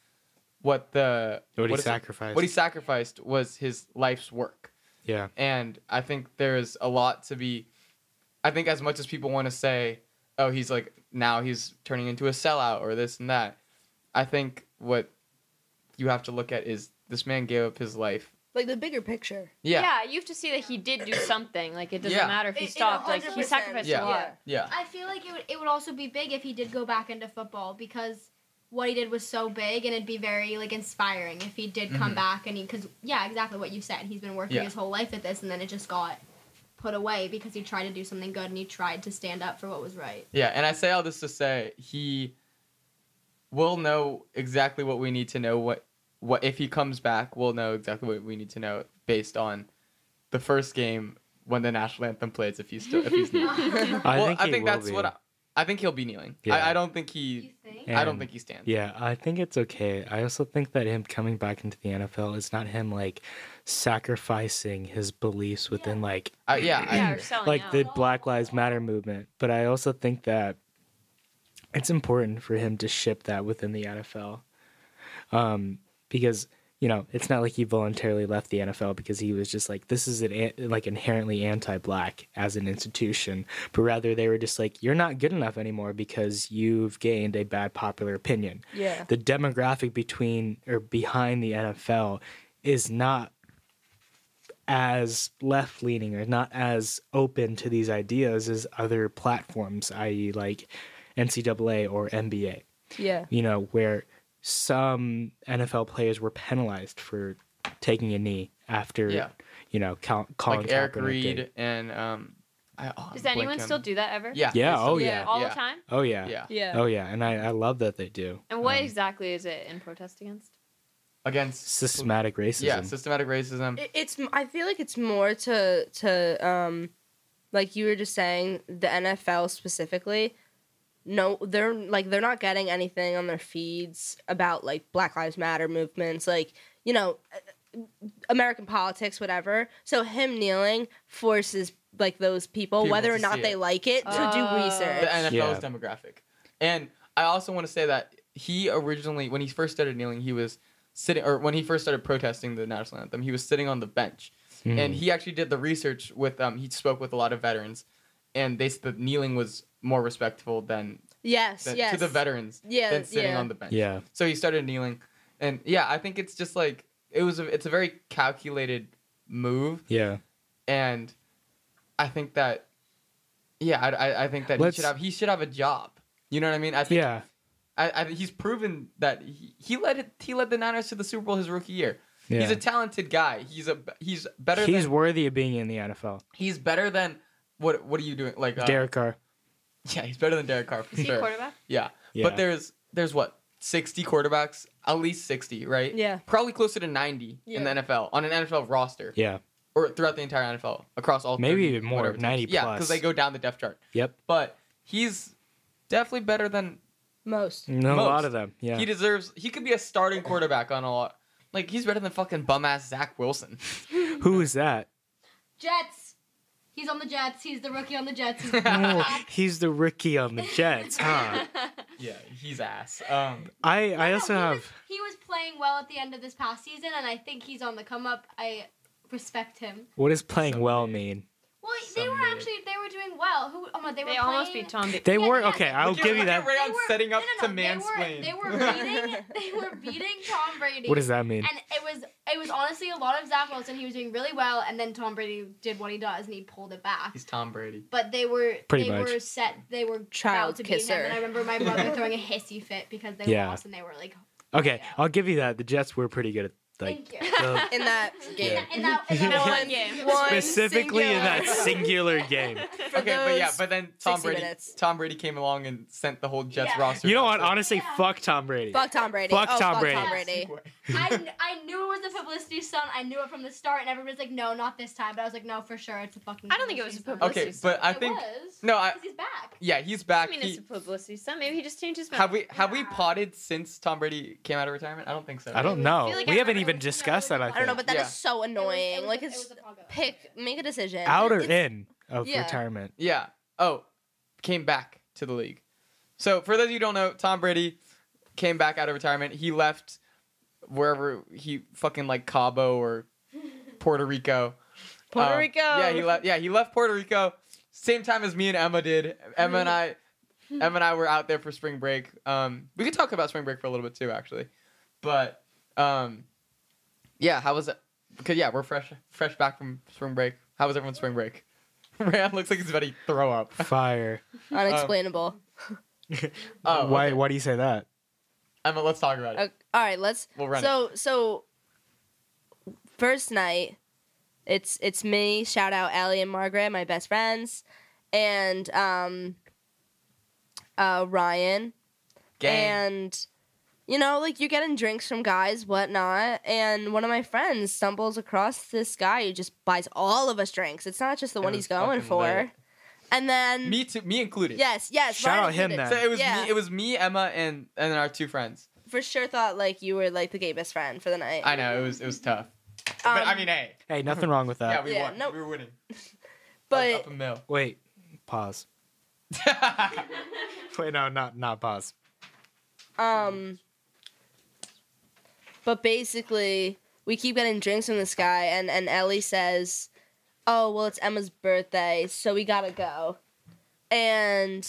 what the What, he is it? sacrificed. what he sacrificed was his life's work. yeah. And I think there's a lot to be. I think as much as people want to say, oh, he's like now he's turning into a sellout or this and that. I think what you have to look at is this man gave up his life. Like the bigger picture. Yeah. you have to see that he did do something. Like it doesn't Yeah. matter if he It- it stopped. like he 100%, sacrificed Yeah. a lot. Yeah. I feel like it would it would also be big if he did go back into football because what he did was so big and it'd be very like inspiring if he did come Mhm. back and he because yeah exactly what you said he's been working Yeah. his whole life at this and then it just got put away because he tried to do something good and he tried to stand up for what was right. Yeah, and I say all this to say he we'll know exactly what we need to know. What what if he comes back? We'll know exactly what we need to know based on the first game when the national anthem plays. If he's still if he's kneeling. I well, think, I he think will that's be. what I, I think he'll be kneeling. Yeah. I, I don't think he. I don't And- think he stands. Yeah, I think it's okay. I also think that him coming back into the NFL is not him like sacrificing his beliefs within like I- yeah. I, Yeah, or selling like out. the Black Lives Matter movement, but I also think that it's important for him to ship that within the NFL. Um because you know, it's not like he voluntarily left the NFL because he was just like this is an an- like inherently anti-black as an institution, but rather they were just like you're not good enough anymore because you've gained a bad popular opinion Yeah. the demographic between or behind the NFL is not as left leaning or not as open to these ideas as other platforms, i.e., like NCAA or NBA, Yeah. you know, where some NFL players were penalized for taking a knee after, Yeah. you know, Col- Colin like Eric Kaepernick Reed did. and um. I, oh, Does I'm anyone blanking. still do that ever? Yeah. Yeah, they still oh do. yeah. All Yeah. the time. Oh, yeah. Yeah. Yeah. Oh, yeah. And I, I love that they do. And what Um, exactly is it in protest against? Against Systematic racism. Yeah, systematic racism. It- it's i feel like it's more to to um like you were just saying the nfl specifically no they're like they're not getting anything on their feeds about like black lives matter movements like you know uh, american politics whatever so him kneeling forces like those people, People whether or to not see they it. like it to Oh. do the research NFL's Yeah. demographic. And I also want to say that he originally, when he first started kneeling, he was sitting, or when he first started protesting the national anthem, he was sitting on the bench. Mm. And he actually did the research with, um, he spoke with a lot of veterans, and they said that kneeling was more respectful than, yes than yes to the veterans yeah than sitting yeah. on the bench. yeah. So he started kneeling, and yeah, I think it's just like it was. A, it's a very calculated move, Yeah. and I think that, yeah, I, I, I think that Let's- he should have he should have a job. You know what I mean? I think Yeah. I, I, he's proven that he, he led it, he led the Niners to the Super Bowl his rookie year. Yeah. He's a talented guy. He's a he's better he's than worthy of being in the NFL. he's better than what what are you doing like uh, Derek Carr. Yeah, he's better than Derek Carr for Is he a sure. quarterback? yeah. Yeah. but there's there's what sixty quarterbacks at least sixty right? Yeah. probably closer to ninety in Yeah. the NFL on an NFL roster yeah. or throughout the entire NFL across all 30, Maybe even more, whatever teams. 90 Yeah, plus. because they go down the depth chart. Yep. But he's definitely better than most No, a Most. lot of them. Yeah. He deserves. He could be a starting quarterback on a lot. Like he's better than fucking bum ass Zach Wilson. Who is that? Jets. He's on the Jets. He's the rookie on the Jets. He's No, he's the rookie on the Jets, huh? Yeah, he's ass. Um, I I No, also he have Was, he was playing well at the end of this past season, and I think he's on the come up. I respect him. what does playing Some well dude. mean? Well, they were Someday. actually they were doing well. Who? Oh no, they They, were. almost playing- beat Tom. Brady. They Yeah, were yeah, okay. they- I'll Look at- give you look at that. Rayon They were- setting up no, no, no, to mansplain. They were, they were beating. They were beating Tom Brady. What does that mean? And it was it was honestly a lot of Zach Wilson. He was doing really well, and then Tom Brady did what he does, and he pulled it back. he's Tom Brady. But they were Pretty they much. were set. They were Child about to beat kisser. him. And I remember my brother throwing a hissy fit because they Yeah. lost, and they were like, Okay, Yeah. I'll give you that. The Jets were pretty good at like "Thank you." the- in that game In that, in that, in Yeah. that one one game. One specifically in that singular- singular game. for okay, but yeah, those- but then Tom 60 Brady. minutes. Tom Brady came along and sent the whole Jets Yeah. roster. You know what? down. Honestly, Yeah. fuck Tom Brady. fuck tom brady Fuck oh, Tom fuck tom Brady. brady I, kn- I knew it was a publicity stunt. I knew it from the start, and everybody's like, "No, not this time." But I was like, "No, for sure, it's a fucking." I don't think it was a publicity publicity okay, but I stunt." think it was. no, I 'cause he's back. yeah, he's I back. mean, He- it's a publicity stunt. Maybe he just changed his mind. have we have we Yeah. potted since Tom Brady came out of retirement? I don't think so. I don't I know. feel like we I haven't remember even it was- discussed no, it that. I was- I don't know, think. but that is Yeah. so annoying. It was- like, it was- it's it was a pogo. pick, make a decision. out or It's- in of yeah. retirement. Yeah. Oh, came back to the league. So for those of you who don't know, Tom Brady came back out of retirement. He left wherever he fucking like Cabo or Puerto Rico. Puerto Uh, Rico. Yeah, he left. Yeah, he left Puerto Rico. Same time as me and Emma did. Emma and I, Emma and I were out there for spring break. Um, we could talk about spring break for a little bit too, actually. But um, yeah, how was it? Because yeah, we're fresh, fresh back from spring break. How was everyone's spring break? Rand looks like he's about to throw up. Fire. Unexplainable. Oh, why? okay. Why do you say that? Emma, let's talk about it. Okay, all right, let's. We'll run so, so first night, it's it's me. Shout out Allie and Margaret, my best friends, and um, uh, Ryan Gang. and you know, like you're getting drinks from guys, whatnot. And one of my friends stumbles across this guy who just buys all of us drinks. It's not just the It one was he's going fucking for. lit. And then Me too. Me included. yes, yes, Shout Ryan out him, included. So it was Yeah. me. It was me, Emma, and and then our two friends. For sure, thought like you were like the gay best friend for the night. I know it was it was tough. but I Um, mean, hey, Hey, nothing wrong with that. yeah, we yeah, won. no- We were winning. but up, up a mill. Wait, pause. Wait, no, not not pause. Um, but basically, we keep getting drinks from this guy, and, and Ellie says, Oh, well, it's Emma's birthday, so we gotta go. And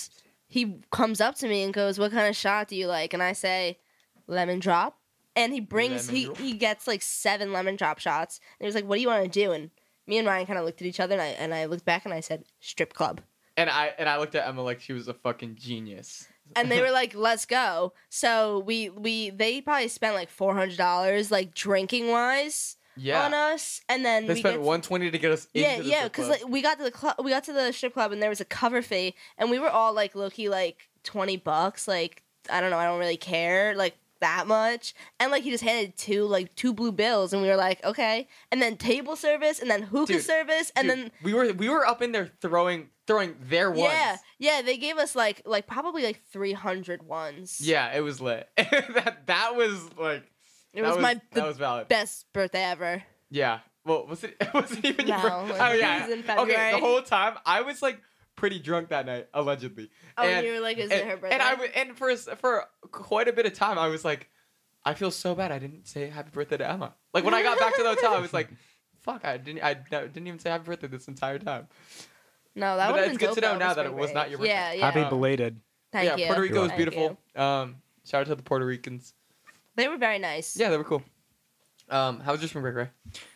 he comes up to me and goes, What kind of shot do you like? And I say, Lemon drop. And he brings, Lemon he, drop. he gets like seven lemon drop shots. And he was like, What do you wanna do? And me and Ryan kind of looked at each other, and I, and I looked back and I said, Strip club. and I and I looked at Emma like she was a fucking genius. and they were like, "Let's go." So we we they probably spent like four hundred dollars, like drinking wise, Yeah, on us, and then they we spent get- one twenty to get us. yeah, into the yeah, strip because club. like we got to the club, we got to the strip club, and there was a cover fee, and we were all like, "Looky, like twenty bucks, like I don't know, I don't really care, like." That much, and like he just handed two like two blue bills, and we were like, okay. And then table service, and then hookah Dude, service, and Dude, then we were we were up in there throwing throwing their ones. yeah, yeah, they gave us like like probably like three hundred ones. Yeah, it was lit. that that was like it that was, my the that was valid. best birthday ever. Yeah. Well, was it was it even your No, birth- like, Oh it yeah. was in Okay, February. the whole time I was like pretty drunk that night allegedly. Oh, And- and, you were like, is it and, her birthday? And I w- and for s- for quite a bit of time I was like I feel so bad I didn't say happy birthday to Emma. Like when I got back to the hotel I was like fuck I didn't I no- didn't even say happy birthday this entire time. no, that but would have it's been good dope to know though, now was that it pretty was not great. your birthday. Yeah, yeah. Happy belated. Thank yeah, you. Puerto Rico is Thank beautiful. you. Um shout out to the Puerto Ricans. They were very nice. Yeah, they were cool. Um how was your spring break, Ray?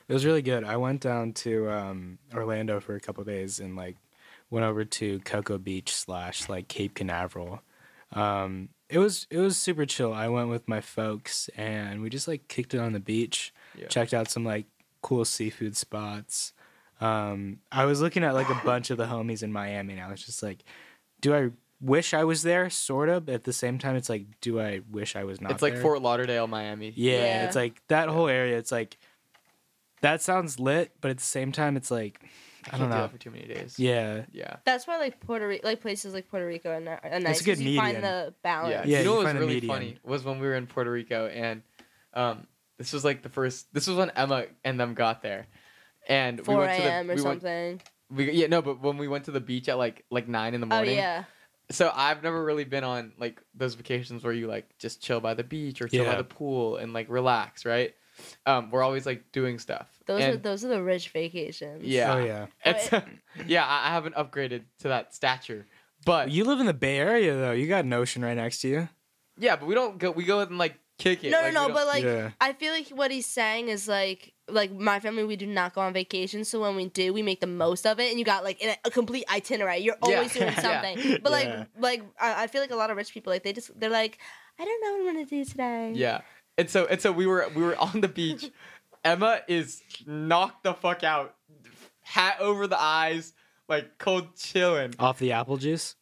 It was really good. I went down to um, Orlando for a couple days and like went over to Cocoa Beach slash like Cape Canaveral. Um, it was it was super chill. I went with my folks and we just like kicked it on the beach, Yeah. checked out some like cool seafood spots. Um, I was looking at like a bunch of the homies in Miami and I was just like, do I wish I was there? Sort of. but At the same time, it's like, do I wish I was not? It's like there? Fort Lauderdale, Miami. Yeah, Yeah. it's like that whole area. It's like that sounds lit, but at the same time, it's like I Can't don't do that know. for too many days. Yeah, Yeah. That's why like Puerto Rico, like places like Puerto Rico are, ni- are nice. 'cause good you medium. Find the balance. Yeah, Yeah, you you know what was find a really medium. funny was when we were in Puerto Rico, and um, this was like the first. This was when Emma and them got there, and we 4 went to the a.m. or we went- something. we- yeah, no, but when we went to the beach at like like nine in the Oh morning. yeah, So I've never really been on like those vacations where you like just chill by the beach or chill by Yeah. the pool and like relax, right? Um, we're always like doing stuff. those are and, those are the rich vacations. Yeah. Oh yeah. it's- yeah, I I haven't upgraded to that stature, but You live in the Bay Area though. You got an ocean right next to you. yeah, but we don't go. We go and like kick it. No, like, we no, no. don't- But like, Yeah. I feel like what he's saying is like, like my family, we do not go on vacation. So when we do, we make the most of it. And you got like a, a complete itinerary. You're Yeah. always doing Yeah. something. But Yeah. like, like I, I feel like a lot of rich people, like they just they're like, I don't know what I'm gonna do today. Yeah. And so and so we were we were on the beach. Emma is knocked the fuck out. Hat over the eyes, like cold chilling. Off the apple juice.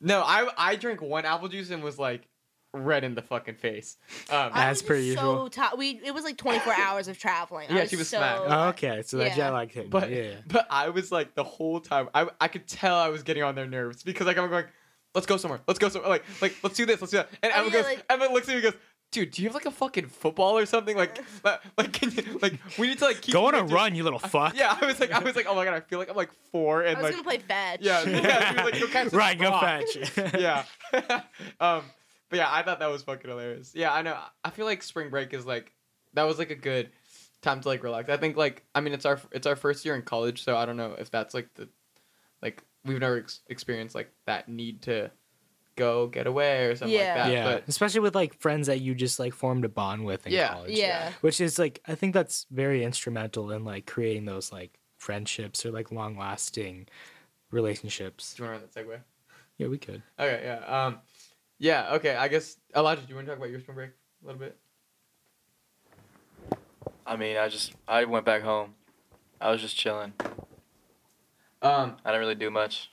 No, I I drank one apple juice and was like red in the fucking face. Um I As was per just So usual. ti we it was like 24 hours of traveling. I Yeah, she was so smacked. Oh, okay, so that Yeah. jet lag hit. but But yeah, but I was like the whole time I I could tell I was getting on their nerves because like I'm going, let's go somewhere, let's go somewhere, like like let's do this, let's do that. And And Emma you're goes, Oh, like- Emma looks at me and goes, dude, do you have like a fucking football or something? Like like, like can you like we need to like keep go on you a just- run, you little fuck. Yeah, I was like, I was like, oh my god, I feel like I'm like four and I was like, gonna play fetch. yeah, yeah, she was like, go catch this right, go rock. fetch. yeah, um, but yeah, I thought that was fucking hilarious. Yeah, I know. I feel like spring break is like that was like a good time to like relax. I think like I mean it's our it's our first year in college, so I don't know if that's like the like we've never ex- experienced like that need to go get away or something Yeah. like that. yeah, But especially with like friends that you just like formed a bond with in Yeah. college. Yeah. which is like I think that's very instrumental in like creating those like friendships or like long lasting relationships. do you want to run that segue? Yeah, we could. Okay, yeah. Um, yeah. Okay, I guess Elijah, do you want to talk about your spring break a little bit? I mean, I just I went back home. I was just chilling. Um, I didn't really do much.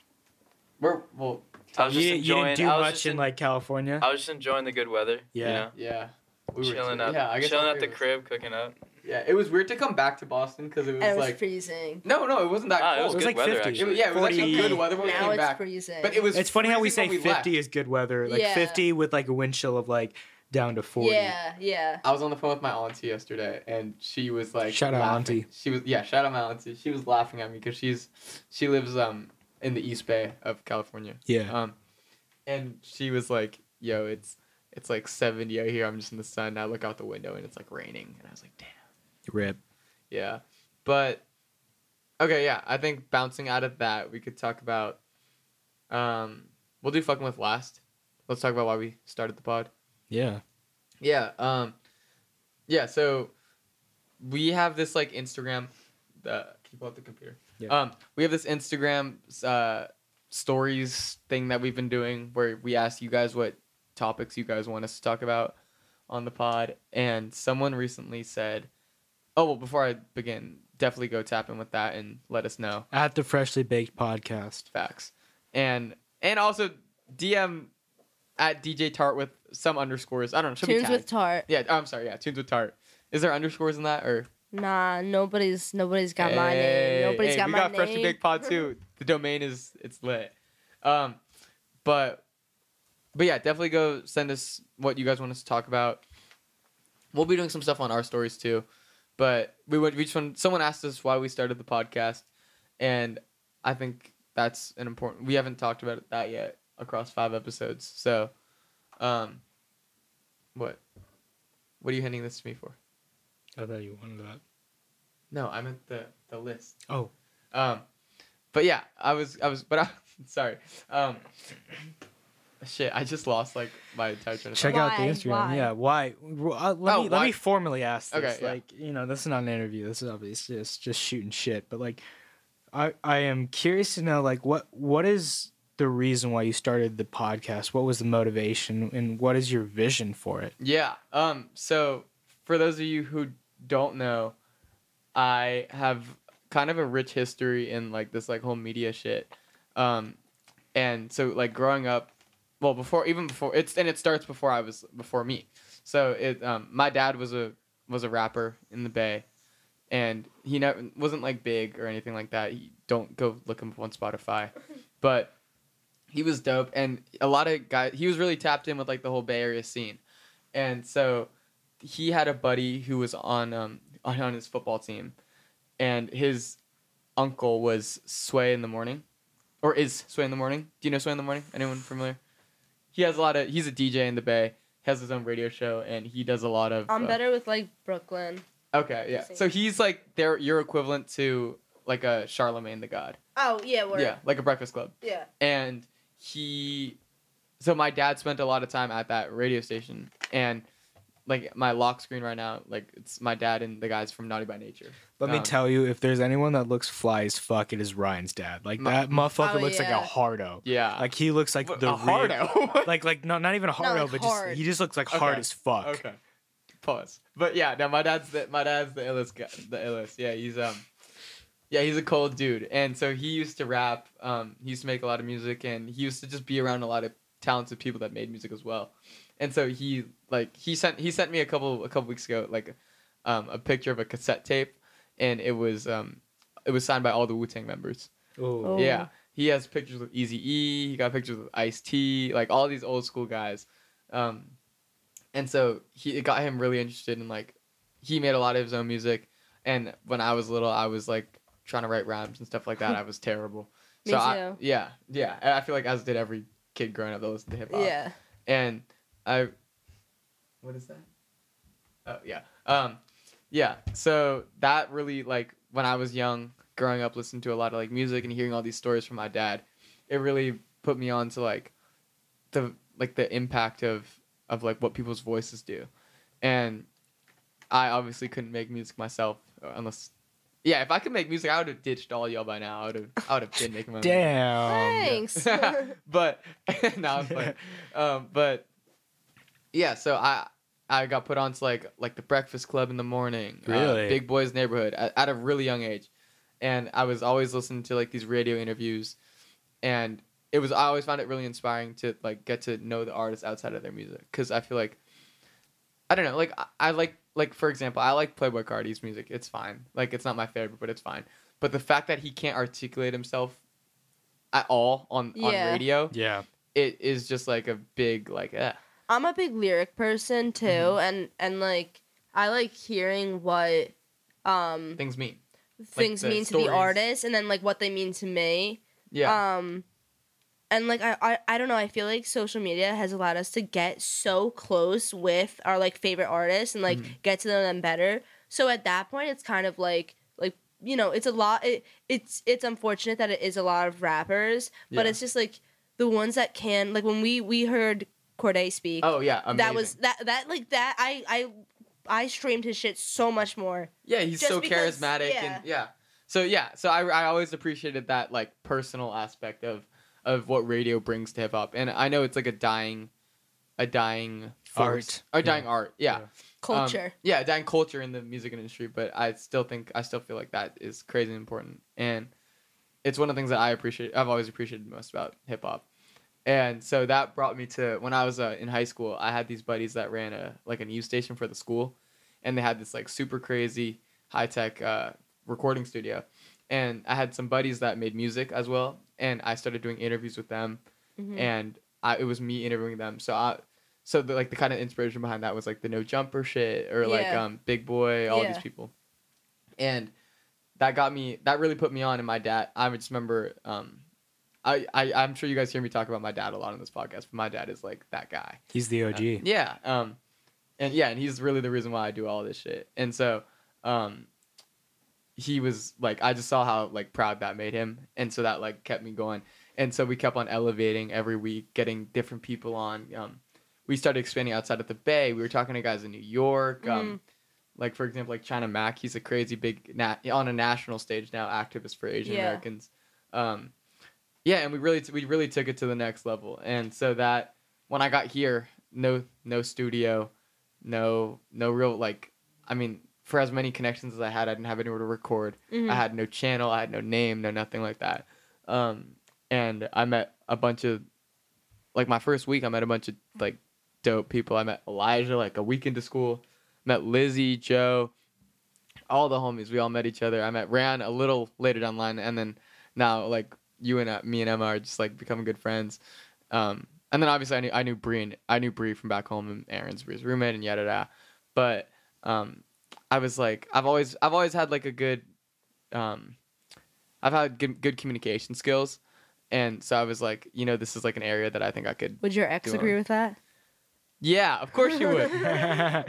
we're well, I was just you, you enjoying. didn't do I was much just in like California. I was just enjoying the good weather. you Yeah. know? yeah. We were chilling too. up, Yeah, I guess chilling all at the three of us. crib, cooking up. Yeah, it was weird to come back to Boston because it was, and it was like freezing. no, no, it wasn't that Ah, cold. it was It was good like weather 50. actually. It was- yeah, it was actually 40. good weather when we now came it's back. freezing. But it was. It's funny how we say freezing when 50 we left. is good weather. Like Yeah. 50 with like a wind chill of like down to 40. Yeah, yeah. I was on the phone with my auntie yesterday, and she was like, Shout out, laughing. auntie. She was yeah, shout out my auntie. She was laughing at me because she's she lives um in the East Bay of California. Yeah. Um, and she was like, "Yo, it's it's like 70 out here. I'm just in the sun. And I look out the window and it's like raining." And I was like, "Damn." Rip. Yeah. But okay, yeah. I think bouncing out of that, we could talk about um we'll do fucking with last. Let's talk about why we started the pod. Yeah. Yeah, um yeah, so we have this like Instagram uh, the keep out the computer. Yeah. Um we have this Instagram uh stories thing that we've been doing where we ask you guys what topics you guys want us to talk about on the pod and someone recently said oh well before I begin definitely go tap in with that and let us know At the Freshly Baked Podcast. facts and and also DM at DJ Tart with some underscores I don't know should be Tunes tagged. with Tart. Yeah, oh, I'm sorry. Yeah, tunes with tart. Is there underscores in that or? Nah, nobody's nobody's got my Hey, name. Nobody's hey, got we my got name. Freshly Baked Pod too. The domain is it's lit. Um, but but yeah, definitely go send us what you guys want us to talk about. We'll be doing some stuff on our stories too, but we would reach when someone asked us why we started the podcast, and I think that's an important. We haven't talked about that yet across five episodes. So, um, what what are you handing this to me for? I thought you wanted that. No, I meant the the list. Oh. Um, but yeah, I was I was but I sorry. Um, shit, I just lost like my entire train of Check thought. out the Why? Instagram. Why? Yeah. Why? Well, uh, let, Oh, me, why? let me formally ask this. Okay, yeah. Like, you know, this is not an interview. This is obviously just, just shooting shit. But like, I, I am curious to know, like, what what is the reason why you started the podcast? What was the motivation? And what is your vision for it? Yeah. Um. So for those of you who don't know, I have kind of a rich history in like this like whole media shit. Um, and so like growing up, well before even before it's and it starts before I was before me. So it um my dad was a was a rapper in the Bay, and he never wasn't like big or anything like that. He, don't go look him up on Spotify, but he was dope and a lot of guys. He was really tapped in with like the whole Bay Area scene, and so he had a buddy who was on um on, on his football team, and his uncle was Sway in the morning, or is Sway in the morning? Do you know Sway in the morning? Anyone familiar? He has a lot of. He's a DJ in the Bay. Has his own radio show, and he does a lot of. I'm uh, better with like Brooklyn. Okay, yeah. So he's like their your equivalent to like a Charlemagne the God. Oh yeah, we're Yeah, like a Breakfast Club. yeah. And he so my dad spent a lot of time at that radio station and like my lock screen right now, like it's my dad and the guys from Naughty by Nature. Let me Um, tell you, if there's anyone that looks fly as fuck, it is Ryan's dad. Like My- that motherfucker Oh, looks like yeah. a hardo. Yeah. Like he looks like What, the a hardo. Like like no, not even a hardo, like, but hard. just he just looks like Okay. hard as fuck. Okay. Pause. But yeah, no, my dad's the my dad's the illest guy, the illest. Yeah, he's um, yeah, he's a cold dude, and so he used to rap. Um, he used to make a lot of music, and he used to just be around a lot of talented people that made music as well. And so he like he sent he sent me a couple a couple weeks ago like, um, a picture of a cassette tape, and it was um, it was signed by all the Wu Tang members. Oh. Yeah. He has pictures with Easy E. He got pictures with Ice T. Like all these old school guys. Um, and so he it got him really interested in like he made a lot of his own music. And when I was little, I was like trying to write rhymes and stuff like that. I was terrible. Me so I, too. yeah, yeah. And I feel like as did every kid growing up that listened to hip hop Yeah. and I. What is that? Oh yeah, um, yeah. So that really like when I was young, growing up, listening to a lot of like music and hearing all these stories from my dad, it really put me on to like the like the impact of of like what people's voices do, and I obviously couldn't make music myself uh, unless. Yeah, if I could make music, I would have ditched all y'all by now. I would have, I would have been making my own music. Damn. Thanks. but no, I'm playing. Um, but yeah, so I I got put onto like like the Breakfast Club in the morning, uh, Really? Big Boys Neighborhood at, at a really young age, and I was always listening to like these radio interviews, and it was I always found it really inspiring to like get to know the artists outside of their music because I feel like I don't know. Like I, I like like for example, I like Playboy Cardi's music. It's fine. Like it's not my favorite, but it's fine. But the fact that he can't articulate himself at all on Yeah. on radio, Yeah. it is just like a big like eh. I'm a big lyric person too, Mm-hmm. and and like I like hearing what um things mean. things the mean to stories. the artist, and then like what they mean to me. Yeah. Um, and like I, I, I don't know. I feel like social media has allowed us to get so close with our like favorite artists and Mm-hmm. like get to know them better. So at that point, it's kind of like like you know, it's a lot. It, it's it's unfortunate that it is a lot of rappers, but Yeah. it's just like the ones that can like when we we heard Corday speak. oh yeah. Amazing. That was that that like that I I I streamed his shit so much more. Yeah, he's Just so because- charismatic yeah. and yeah. So yeah, so I, I always appreciated that like personal aspect of of what radio brings to hip hop, and I know it's like a dying, a dying force, Art. a dying art, yeah, Yeah. Um, Culture. yeah, dying culture in the music industry. But I still think I still feel like that is crazy important, and it's one of the things that I appreciate. I've always appreciated most about hip hop, and so that brought me to when I was uh, in high school. I had these buddies that ran a like a news station for the school, and they had this like super crazy high tech uh, recording studio. And I had some buddies that made music as well, and I started doing interviews with them, Mhm. and I, it was me interviewing them. So I, so the, like the kind of inspiration behind that was like the No Jumper shit or like Yeah. um Big Boy, all Yeah. these people, and that got me. That really put me on. And my dad, I just remember. Um, I, I I'm sure you guys hear me talk about my dad a lot on this podcast, but my dad is like that guy. He's the Uh, OG. yeah. Um, and yeah, and he's really the reason why I do all this shit. And so, um, he was like, I just saw how like proud that made him, and so that like kept me going. And so we kept on elevating every week, getting different people on. Um, we started expanding outside of the Bay. We were talking to guys in New York. Um, Like for example, like China Mac, he's a crazy big na- on a national stage now activist for Asian Yeah. Americans. Um, yeah, and we really t- we really took it to the next level. And so that when I got here, no no studio, no no real like I mean, for as many connections as I had, I didn't have anywhere to record. Mhm. I had no channel, I had no name, no nothing like that. Um, and I met a bunch of like my first week, I met a bunch of like dope people. I met Elijah like a week into school, met Lizzie, Joe, all the homies. We all met each other. I met Ran a little later down the line, and then now like you and uh, me and Emma are just like becoming good friends. Um, and then obviously I knew I knew Bree and I knew Bree from back home and Aaron's Bree's roommate and yada yada. But um, I was like I've always I've always had like a good um, I've had good, good communication skills. And so I was like, you know, this is like an area that I think I could. Would your ex Do agree I- with that? Yeah, of course you would. Yeah.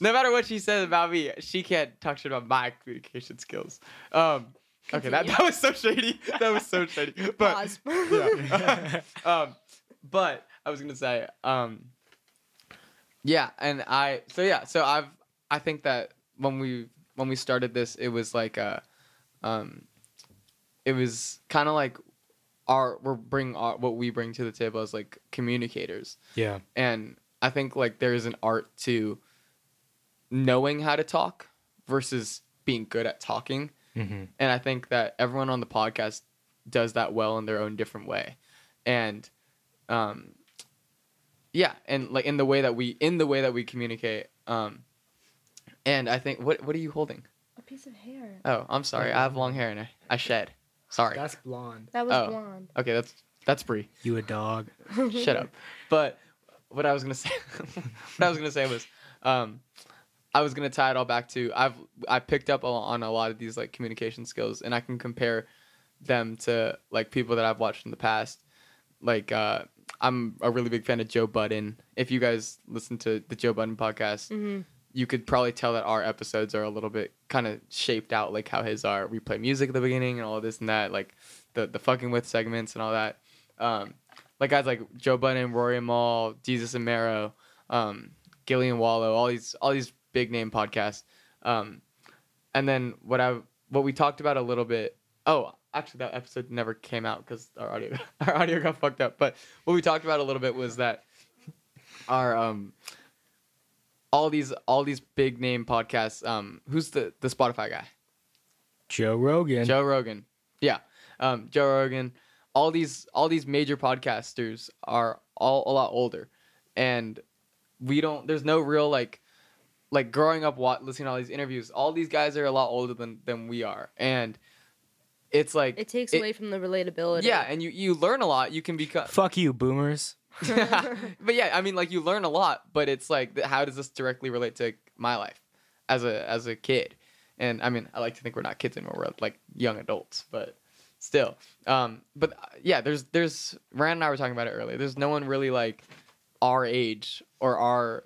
no matter what she says about me, she can't talk shit about my communication skills. Um, okay, that, that was so shady. That was so shady. But Pause. yeah. um, but I was gonna say, um, yeah, and I so yeah, so I've I think that when we when we started this, it was like a, um, it was kind of like our we're bring our, what we bring to the table as like communicators, yeah. and I think like there is an art to knowing how to talk versus being good at talking Mm-hmm. and I think that everyone on the podcast does that well in their own different way, and um, yeah, and like in the way that we in the way that we communicate. Um, and I think what what are you holding? A piece of hair. Oh, I'm sorry, I have long hair and I, I shed. Sorry. blonde. That was Oh. blonde. okay, that's that's Bree. You a dog. Shut up. But what I was gonna say, what I was gonna say was, um, I was gonna tie it all back to I've I picked up a- on a lot of these like communication skills, and I can compare them to like people that I've watched in the past. Like uh, I'm a really big fan of Joe Budden. If you guys listen to the Joe Budden podcast, Mhm. you could probably tell that our episodes are a little bit kind of shaped out like how his are. We play music at the beginning and all this and that, like the the fucking with segments and all that. Um, like guys like Joe Budden, Rory Mall, Jesus and Marrow, um, Gillian Wallow, all these all these big name podcasts. Um, and then what I what we talked about a little bit. Oh, actually, that episode never came out because our audio our audio got fucked up. But what we talked about a little bit was that our um all these all these big name podcasts. Um, who's the the Spotify guy? Joe Rogan. Joe Rogan. Yeah. Um, Joe Rogan. All these all these major podcasters are all a lot older. And we don't there's no real like like growing up, wa- listening to all these interviews, all these guys are a lot older than than we are, and it's like It takes it- away from the relatability. yeah, and you you learn a lot. You can become. Fuck you, boomers. but yeah, I mean, like you learn a lot, but it's like, th- how does this directly relate to my life as a as a kid? And I mean, I like to think we're not kids anymore; we're like young adults, but still. Um, but uh, yeah, there's there's Rand and I were talking about it earlier. There's no one really like our age or our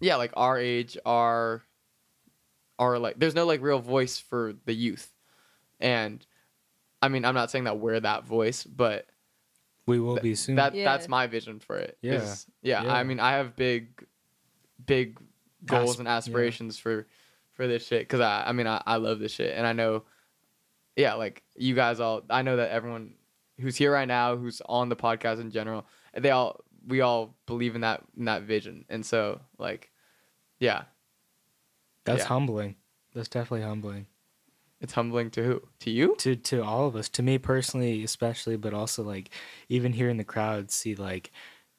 yeah, like our age, our our like. There's no like real voice for the youth, and I mean, I'm not saying that we're that voice, but We will be soon. that Yeah. that's my vision for it. Yeah. is- yeah. Yeah. I mean, I have big, big goals Asp- and yeah. aspirations for for this shit because I I mean I, I love this shit and I know, yeah, like you guys all I know that everyone who's here right now who's on the podcast in general they all we all believe in that in that vision and so like, yeah, That's yeah. humbling. That's definitely humbling it's humbling to who to you. to to all of us. To me personally, especially, but also like even here in the crowd, see like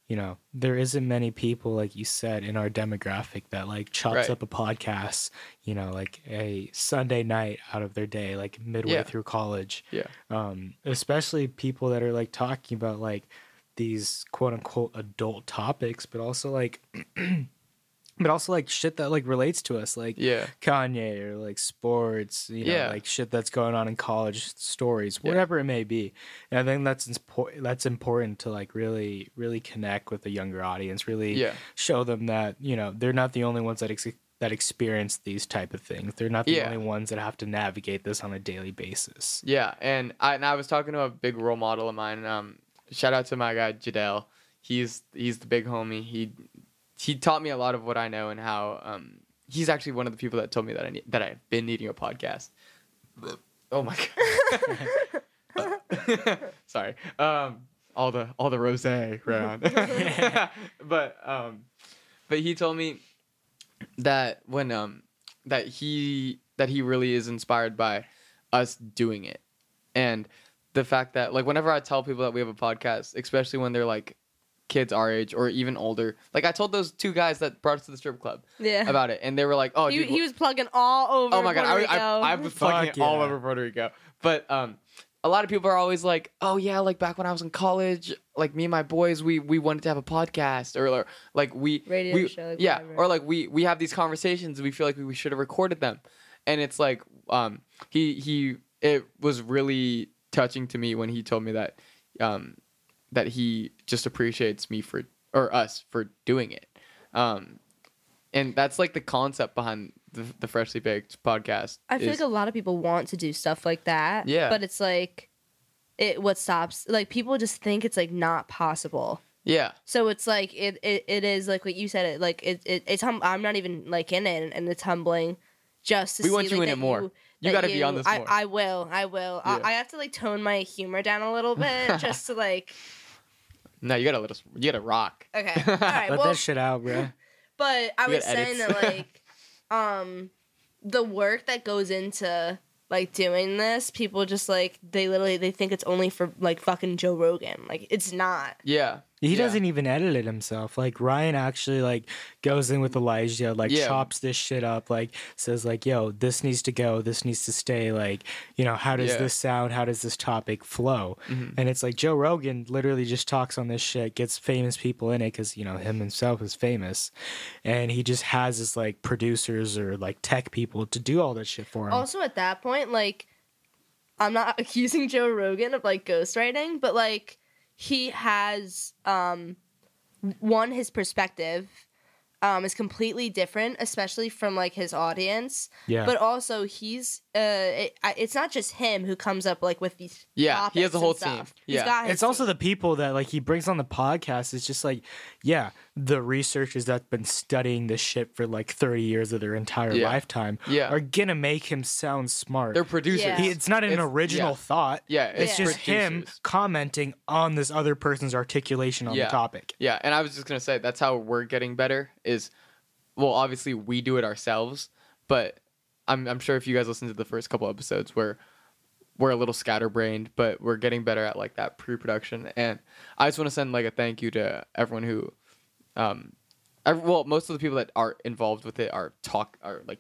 you know there isn't many people like you said in our demographic that like chops Right. up a podcast you know like a sunday night out of their day like midway Yeah. through college Yeah. um especially people that are like talking about like these quote unquote adult topics but also like but also like shit that like relates to us like Yeah, Kanye or like sports, you know, Yeah. like shit that's going on in college stories, Yeah. whatever it may be. And I think that's important. That's important to like really, really connect with the younger audience. Really yeah, show them that you know they're not the only ones that ex- that experience these type of things. They're not the Yeah. only ones that have to navigate this on a daily basis. yeah. And I and I was talking to a big role model of mine. Um, shout out to my guy Jadel. He's he's the big homie. He he taught me a lot of what I know and how um he's actually one of the people that told me that I need that I've been needing a podcast. Oh my god. Sorry. Um all the all the rose right on. but um but he told me that when um that he that he really is inspired by us doing it. And the fact that like whenever I tell people that we have a podcast, especially when they're like kids our age or even older, like I told those two guys that brought us to the strip club Yeah. about it, and they were like, "Oh, he, dude, he was plugging all over. oh my god, Puerto I, I, Rico. I was fucking Fuck it all yeah. over Puerto Rico." But um, a lot of people are always like, "Oh yeah, like back when I was in college, like me and my boys, we we wanted to have a podcast, or, or like we Radio we, show, like, yeah, whatever. or like we we have these conversations, and we feel like we, we should have recorded them." And it's like, um, he he, it was really touching to me when he told me that, um, that he just appreciates me for or us for doing it. Um, and that's like the concept behind the, the freshly baked podcast. I feel is- like a lot of people want to do stuff like that. Yeah. But it's like, it what stops? Like people just think it's like not possible. yeah, So it's like it, it, it is like what you said. It like it, it it's hum- I'm not even like in it, and it's humbling. Just to We see, want you like, in it that more. You, you that got to be on this I, more. I will. I will. Yeah. I, I have to like tone my humor down a little bit just to like. no, you got to let us. You got to rock. Okay. All right. Let well, that shit out, bro. but I We was got saying edits. that like um the work that goes into like doing this, people just like they literally they think it's only for like fucking Joe Rogan. Like it's not. Yeah, He Yeah. doesn't even edit it himself. Like Ryan actually like goes in with Elijah, like Yeah. chops this shit up, like says like, "Yo, this needs to go. This needs to stay." Like, you know, how does Yeah. this sound? How does this topic flow? Mhm. And it's like Joe Rogan literally just talks on this shit, gets famous people in it because you know him himself is famous, and he just has his like producers or like tech people to do all that shit for him. Also at that point, like I'm not accusing Joe Rogan of like ghostwriting, but like he has um one his perspective um is completely different, especially from like his audience. yeah, but also he's uh it, I- it's not just him who comes up like with these yeah. He has topics a whole and team. stuff. He's Yeah, got his it's also team. the people that like he brings on the podcast it's just like yeah the researchers that's been studying this shit for like 30 years of their entire Yeah. lifetime yeah. are gonna make him sound smart They're producers. Yeah. he, it's not an It's- original yeah. thought Yeah, it's just him producers. commenting on this other person's articulation on Yeah. the topic Yeah, and I was just gonna say that's how we're getting better. Is well, obviously we do it ourselves, but I'm I'm sure if you guys listen to the first couple episodes, we're we're a little scatterbrained, but we're getting better at like that pre-production. And I just want to send like a thank you to everyone who um, I, well, most of the people that are involved with it are talk are like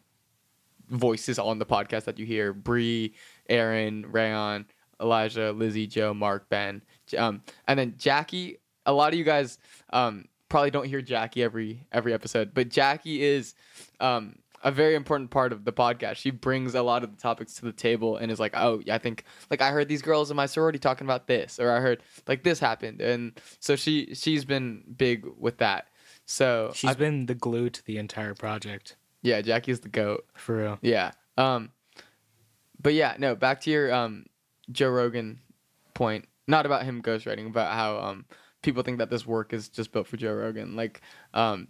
voices on the podcast that you hear: Bree, Aaron, Rayon, Elijah, Lizzie, Joe, Mark, Ben, J- um, and then Jackie. A lot of you guys um, probably don't hear Jackie every every episode, but Jackie is um, a very important part of the podcast. She brings a lot of the topics to the table and is like, "Oh, I think like I heard these girls in my sorority talking about this, or I heard like this happened," and so she she's been big with that. So She's I- been the glue to the entire project, yeah, Jackie's the goat. for real. Yeah. Um but yeah, no, back to your um Joe Rogan point. Not about him ghostwriting, about how um people think that this work is just built for Joe Rogan. Like um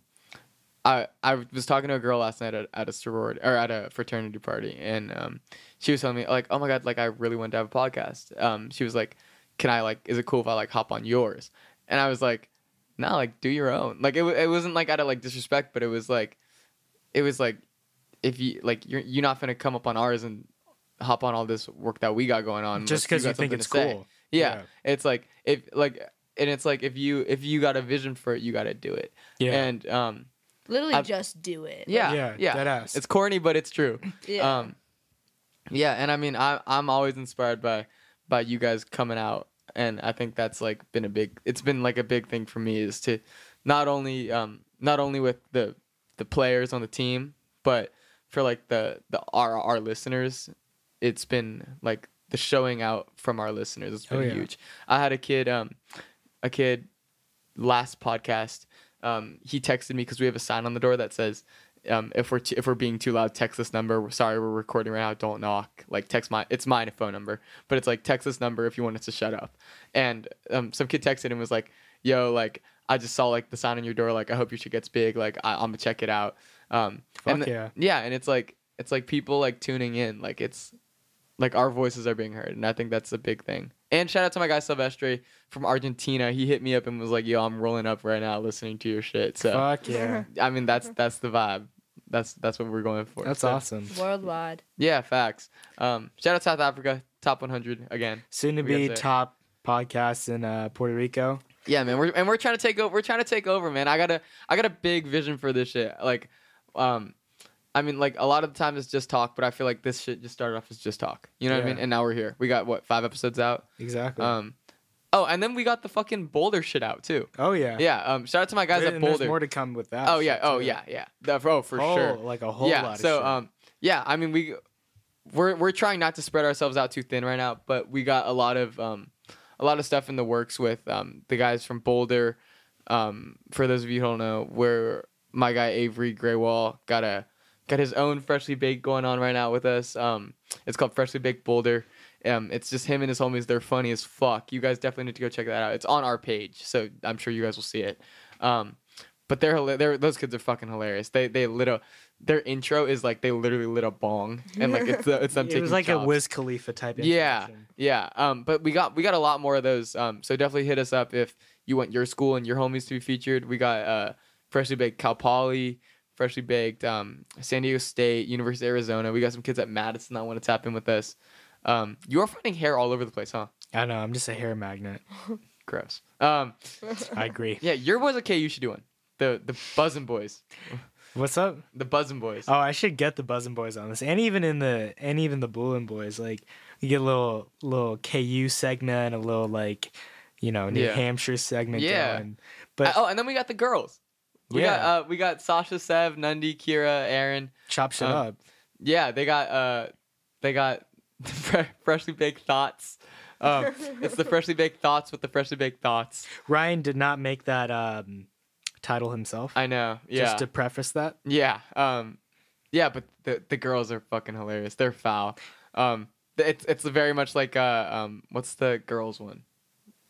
I I was talking to a girl last night at, at a sorority or at a fraternity party and um she was telling me like, "Oh my god, like I really want to have a podcast." Um she was like, "Can I like is it cool if I like hop on yours?" And I was like, "No, like do your own." Like it wa- it wasn't like out of like disrespect, but it was like it was like if you like you're you're not gonna come up on ours and hop on all this work that we got going on Just unless because you, got think something it's to say. cool. Yeah. Yeah. It's like if like and it's like if you if you got a vision for it, you gotta do it. Yeah. And um Literally, I've- just do it. yeah, yeah. Yeah, deadass. It's corny but it's true. Yeah. Um Yeah, and I mean I I'm always inspired by by you guys coming out and I think that's like been a big it's been like a big thing for me is to not only um not only with the the players on the team, but for like the the our our listeners, it's been like the showing out from our listeners has been Oh, yeah. huge. I had a kid um a kid last podcast um he texted me because we have a sign on the door that says um, if we're t- if we're being too loud, text this number. We're sorry, we're recording right now. Don't knock. Like text my it's my phone number, but it's like text this number if you want us to shut up. And um, some kid texted and was like, "Yo, like I just saw like the sign on your door. Like I hope your shit gets big. Like I- I'm gonna check it out." Um, and Fuck the- yeah. yeah, and it's like it's like people like tuning in. Like it's like our voices are being heard, and I think that's a big thing. And shout out to my guy Silvestre from Argentina. He hit me up and was like, "Yo, I'm rolling up right now, listening to your shit." So Fuck yeah. I mean, that's that's the vibe. That's that's what we're going for. That's So, awesome. Worldwide. Yeah, facts. Um, shout out South Africa, top 100 again. Soon to We gotta be say it. top podcasts in uh, Puerto Rico. Yeah, man. We're and we're trying to take over. We're trying to take over, man. I got a I got a big vision for this shit. Like, um, I mean, like a lot of the time it's just talk, but I feel like this shit just started off as just talk. You know what I Yeah. mean? And now we're here. We got what five episodes out. Exactly. Um, oh, and then we got the fucking Boulder shit out too. oh yeah. Yeah. Um, shout out to my guys There- at and there's Boulder. more to come with that. oh yeah. shit, Oh too. yeah. Yeah. The- oh for Whole- sure. Like a whole yeah, lot. Of so shit. um yeah, I mean we we're we're trying not to spread ourselves out too thin right now, but we got a lot of um a lot of stuff in the works with um the guys from Boulder. Um for those of you who don't know, where my guy Avery Graywall got a got his own freshly baked going on right now with us. Um it's called Freshly Baked Boulder. Um, it's just him and his homies. They're funny as fuck. You guys definitely need to go check that out. It's on our page, so I'm sure you guys will see it. Um, but they're, hila- they're those kids are fucking hilarious. They they lit a their intro is like they literally lit a bong and like it's it's them it taking was like shots. a Wiz Khalifa type. Yeah, introduction. yeah. Um, but we got we got a lot more of those. Um, so definitely hit us up if you want your school and your homies to be featured. We got uh freshly baked Cal Poly, freshly baked um San Diego State, University of Arizona. We got some kids at Madison that want to tap in with us. Um, you are finding hair all over the place, huh? I know. I'm just a hair magnet. Gross. Um, I agree. yeah, your boys okay. You should do one. The the buzzing boys, What's up? the buzzing boys. Oh, I should get the Buzzin' Boys on this, and even in the and even the Bullin' Boys, like you get a little little KU segment, a little like you know New Yeah. Hampshire segment. Yeah. going. but oh, and then we got the girls. We yeah, got uh, we got Sasha, Sev, Nundy, Kira, Aaron. chop shit um, up. yeah, they got uh, they got fre- freshly baked thoughts. Um, it's the freshly baked thoughts with the freshly baked thoughts. Ryan did not make that um, title himself. I know. Yeah. Just to preface that, Yeah. Um, yeah, but the the girls are fucking hilarious. They're foul. Um, th- it's it's very much like uh, um, what's the girls one?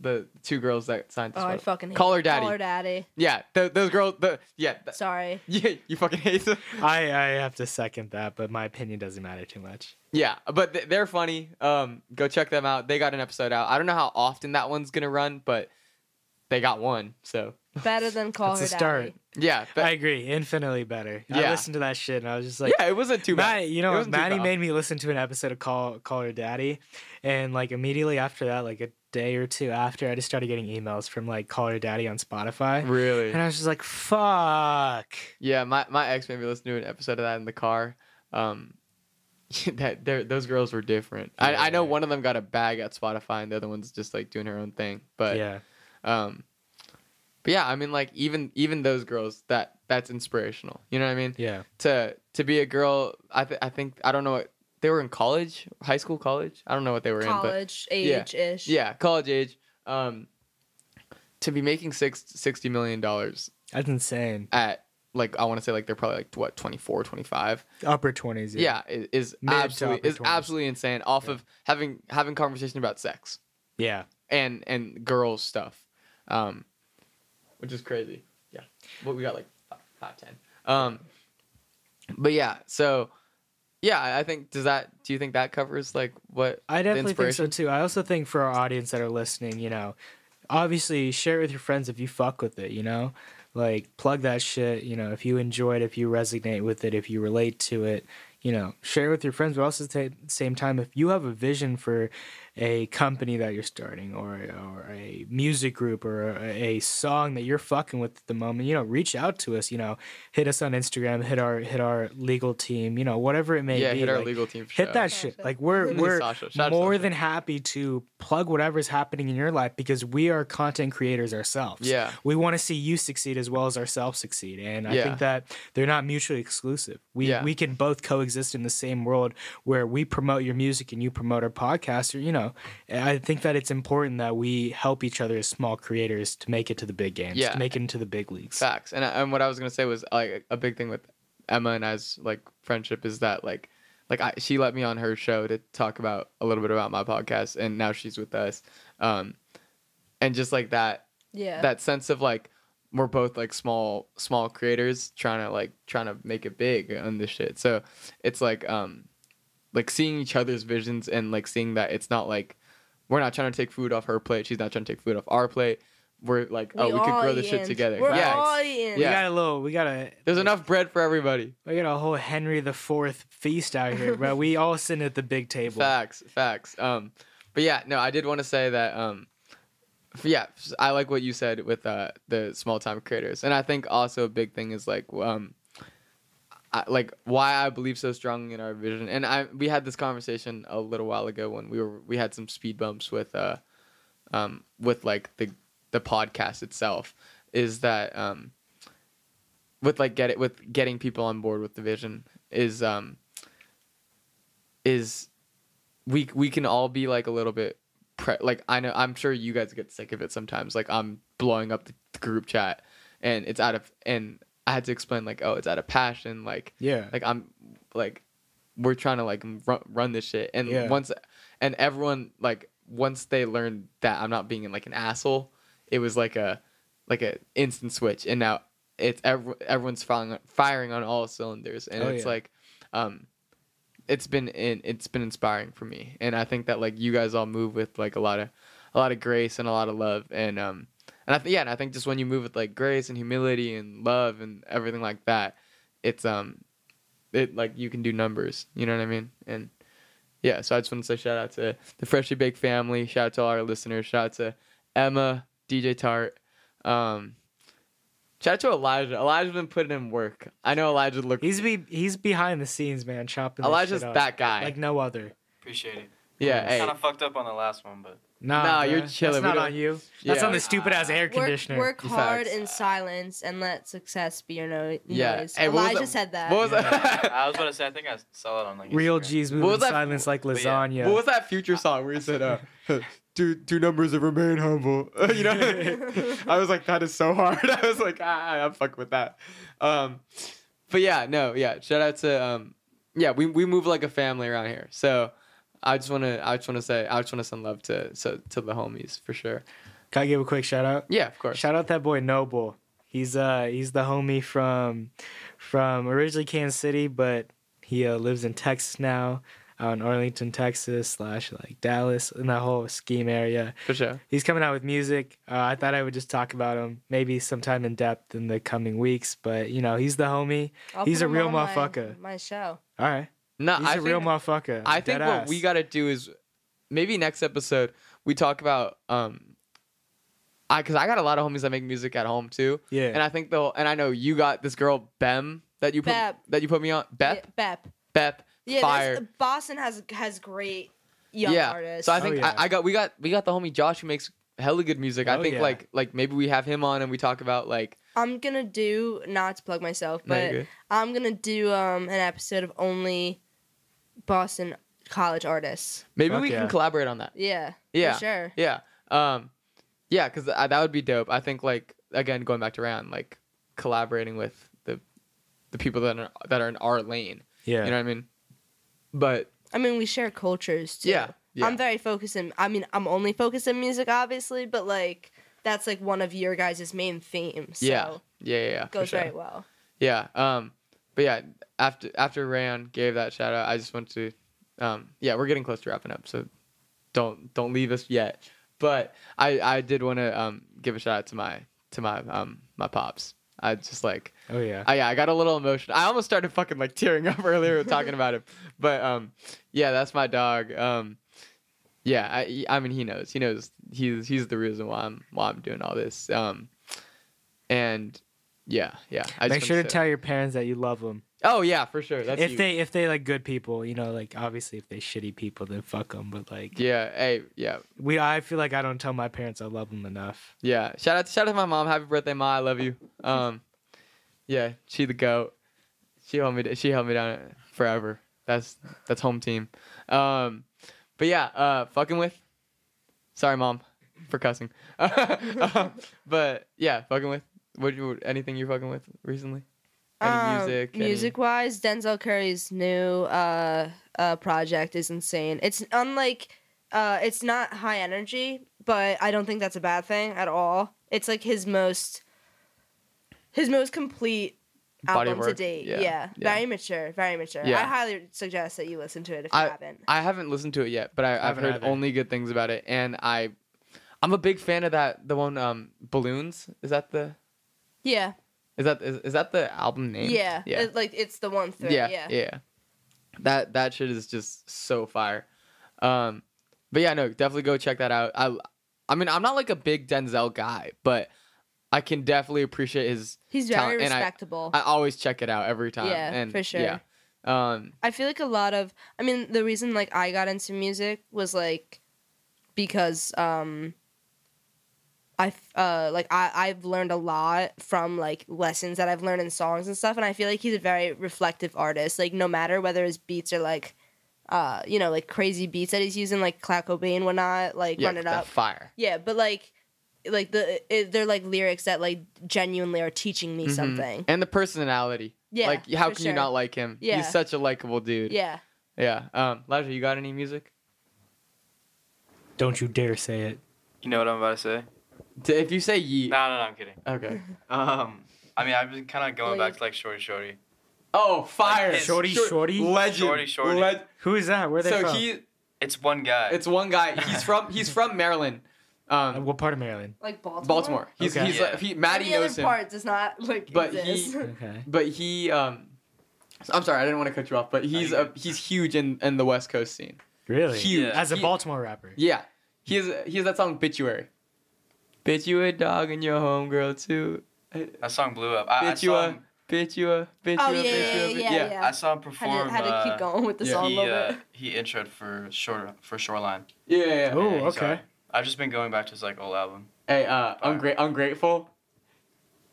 The two girls that signed this Oh, I one. fucking hate Call it. her daddy. Call her daddy. Yeah, th- those girls. The yeah, th- Sorry. yeah. You fucking hate them. I I have to second that, but my opinion doesn't matter too much. Yeah, but th- they're funny. Um, go check them out. They got an episode out. I don't know how often that one's gonna run, but they got one. So Better than call That's her a start. daddy. Yeah, but, I agree, infinitely better. I Yeah. listened to that shit and I was just like, yeah, it wasn't too bad. Matt, you know, It what? wasn't too Maddie bad. made me listen to an episode of Call Call Her Daddy, and like immediately after that, like a day or two after, I just started getting emails from like Call Her Daddy on Spotify, really. and I was just like, "Fuck!" Yeah, my, my ex made me listen to an episode of that in the car. Um, that there those girls were different. I, I know Yeah. one of them got a bag at Spotify, and the other one's just like doing her own thing. But yeah, um, but yeah, I mean, like even even those girls that that's inspirational. You know what I mean? yeah, To to be a girl, I th- I think I don't know what they were in college, high school, college. I don't know what they were in, but College age ish. yeah, college age. Um, to be making six sixty million dollars that's insane. at like I want to say like they're probably like what 24, 25 Upper twenties. yeah, i- is Mid to upper absolutely is 20s. absolutely insane off of having having conversation about sex yeah. and and girls stuff um which is crazy yeah but we got like five, five ten um but yeah so yeah i I think does that do you think that covers like what I the definitely think so inspiration? too. I also think for our audience that are listening, you know, obviously share it with your friends if you fuck with it, you know? Like plug that shit, you know, if you enjoy it, if you resonate with it, if you relate to it, you know, share it with your friends, but also ta- at the same time, if you have a vision for a company that you're starting or, or a music group or a, a song that you're fucking with at the moment, you know, reach out to us, you know, hit us on Instagram, hit our, hit our legal team, you know, whatever it may yeah be. hit our like, legal team for hit sure. that shit. Like we're Hey, we're Sasha. Shout out to more Sasha. than happy to plug whatever's happening in your life because we are content creators ourselves. Yeah. We want to see you succeed as well as ourselves succeed. And I Yeah. think that they're not mutually exclusive. We Yeah. we can both coexist in the same world where we promote your music and you promote our podcast or you know, and I think that it's important that we help each other as small creators to make it to the big games, Yeah. to make it into the big leagues. Facts. And and what I was gonna say was like a big thing with Emma and I's like friendship is that like like I, she let me on her show to talk about a little bit about my podcast, and now she's with us, um, and just like that Yeah. that sense of like we're both like small small creators trying to like trying to make it big on this shit. So it's like um like seeing each other's visions and like seeing that it's not like we're not trying to take food off her plate. She's not trying to take food off our plate. We're like, oh, we could all grow this shit in. together. We're yeah, all in. We Yeah. got a little we got a there's enough bread for everybody. we got a whole Henry the Fourth feast out here, bro. We all sitting at the big table. Facts, facts. Um, but yeah, no, I did want to say that. Um, f- yeah, s- I like what you said with uh, the small time creators, and I think also a big thing is like um, I, like why I believe so strongly in our vision. And I we had this conversation a little while ago when we were we had some speed bumps with uh, um, with like the the podcast itself is that um, with like get it with getting people on board with the vision is um is we we can all be like a little bit pre- like I know I'm sure you guys get sick of it sometimes like I'm blowing up the, the group chat and it's out of and I had to explain like oh it's out of passion like Yeah. like I'm like we're trying to like run, run this shit and Yeah. once and everyone like once they learned that I'm not being like an asshole it was like a like a instant switch and now it's every, everyone's firing firing on all cylinders and Oh, it's yeah. like um it's been in, it's been inspiring for me and i think that like you guys all move with like a lot of a lot of grace and a lot of love and um and i think yeah and i think just when you move with like grace and humility and love and everything like that it's um it like you can do numbers you know what i mean and yeah so i just want to say shout out to the freshly baked family shout out to all our listeners shout out to emma dj tart um shout out to elijah elijah's been putting in work i know elijah looked He's be he's behind the scenes, man, chopping. this elijah's shit up. that guy like no other. Appreciate it. yeah hey. Kind of fucked up on the last one, but Nah, Nah, bruh. you're chilling. That's We not don't- on you. That's Yeah. on the stupid ass air conditioner. Work, work hard Facts. in silence and let success be your no- Yeah. noise. Hey, what was Elijah that- said that. What was that? I was about to say I think I saw it on like Real Instagram. G's What moving was that- silence like But yeah. lasagna. What was that future song where he said, uh, two, two numbers that remain humble? you know? I was like, that is so hard. I was like, ah, I'm fucking with that. Um, but yeah, no, yeah. Shout out to, um, yeah, we, we move like a family around here. So I just want to, I just want to say, I just want to send love to, so, to the homies for sure. Can I give a quick shout out? Yeah, of course. Shout out that boy Noble. He's uh he's the homie from from originally Kansas City, but he uh, lives in Texas now. out in Arlington, Texas, slash like Dallas, in that whole scheme area. For sure. He's coming out with music. Uh, I thought I would just talk about him maybe sometime in depth in the coming weeks, but you know, he's the homie. I'll He's put a him real on my- motherfucker. My, show. All right. No, He's I a think, real motherfucker. I think Dead what ass. we got to do is maybe next episode we talk about um I cuz I got a lot of homies that make music at home too. Yeah. And I think they'll and I know you got this girl Bem that you put Bep. that you put me on Bep Yeah, Bep. Bep Yeah, Fire. there's- Boston has has great young yeah. artists. So I Oh, think yeah. I, I got we got we got the homie Josh who makes hella good music. I Oh, think yeah. like like maybe we have him on and we talk about like I'm gonna do not to plug myself, No, you're but good. I'm gonna do um an episode of only Boston college artists. maybe Fuck we yeah. can collaborate on that. Yeah. Yeah. For sure. Yeah. Um yeah, cuz that would be dope. I think like again going back to Ryan like collaborating with the the people that are that are in our lane. Yeah. You know what I mean? But I mean, we share cultures too. yeah. Yeah. I'm very focused in. I mean, I'm only focused in music, obviously, but like that's like one of your guys' main themes. So yeah. Yeah, yeah, yeah. for goes sure. very well. Yeah. Um but yeah, after after Rayon gave that shout out, I just want to um yeah, we're getting close to wrapping up, so don't don't leave us yet. But I I did want to um give a shout out to my to my um my pops. I just like Oh yeah. I, yeah, I got a little emotional. I almost started fucking like tearing up earlier talking about him. But um, yeah, that's my dog. Um, yeah, I, I mean he knows. He knows he's he's the reason why I'm why I'm doing all this. Um, and yeah, yeah. I just Make wanted sure to say- tell your parents that you love them. Oh yeah, for sure. That's if you. they if they like good people, you know, like obviously if they shitty people, then fuck them. But like Yeah. Hey. Yeah. we, I feel like I don't tell my parents I love them enough. Yeah. Shout out. Shout out to my mom. Happy birthday, ma. I love you. Um, yeah. She the goat. She held me. She held me down forever. That's that's home team. Um, but yeah. Uh, fucking with. Sorry, mom, for cussing. Um, but yeah, fucking with. What you anything you're fucking with recently? Any Um, music? any- wise, Denzel Curry's new uh, uh, project is insane. It's unlike, uh, it's not high energy, but I don't think that's a bad thing at all. It's like his most, his most complete Body of album to work? date. Yeah, Yeah, yeah. very mature, very mature. Yeah. I highly suggest that you listen to it if you haven't. I haven't listened to it yet, but I, I've haven't heard either. only good things about it, and I, I'm a big fan of that. The one, um, balloons. Is that the? yeah, Is that is, is that the album name? yeah, Yeah. It- like it's the one through. yeah. Yeah, Yeah. That that shit is just so fire. Um but yeah, no, definitely go check that out. I I mean, I'm not like a big Denzel guy, but I can definitely appreciate his he's Talent- very and I- respectable. I always check it out every time. Yeah, and for sure. Yeah. Um I feel like a lot of I mean the reason like I got into music was like because um I f- uh like I I've learned a lot from like lessons that I've learned in songs and stuff and I feel like he's a very reflective artist like no matter whether his beats are like uh you know like crazy beats that he's using like Clout Cobain whatnot like yeah, run it that up fire. yeah but like like the it, they're like lyrics that like genuinely are teaching me Mm-hmm. Mhm. something And the personality. Yeah, Like how for can you sure. not like him? Yeah. He's such a likable dude. yeah Yeah. Um Elijah, you got any music? Don't you dare say it. You know what I'm about to say? D- If you say ye No, no, no, I'm kidding. Okay. Um, I mean, I've been kind of going Well, back to like Shorty Shorty. Oh, fire. his- Shorty, shorty? Legend. Shorty, shorty. Leg- Who is that? Where are they so from? he It's one guy. It's one guy. He's from he's from Maryland, Uh, um, what part of Maryland? like Baltimore Baltimore. He's Okay. he's Yeah. like, he, Maddie Any knows other him, part does not like but exist. he Okay. but he um, I'm sorry, I didn't want to cut you off, but he's you're uh, he's huge in in the West Coast scene. Really? Huge. Yeah. As a He- Baltimore rapper. Yeah, he has he has that song Bituary. Bitch you a dog and your homegirl too. that song blew up. I, I Bitch you uh, saw a him, bitch you a bitch Oh, you a yeah, bitch you a yeah, bi- yeah, yeah. I saw him had perform. to, had to uh, keep going with the yeah. song a He little uh, bit. he introed for short for Shoreline. yeah. yeah, yeah. Ooh, Yeah, he's okay. alright. I've just been going back to his like old album. Hey, uh, ungra- ungrateful.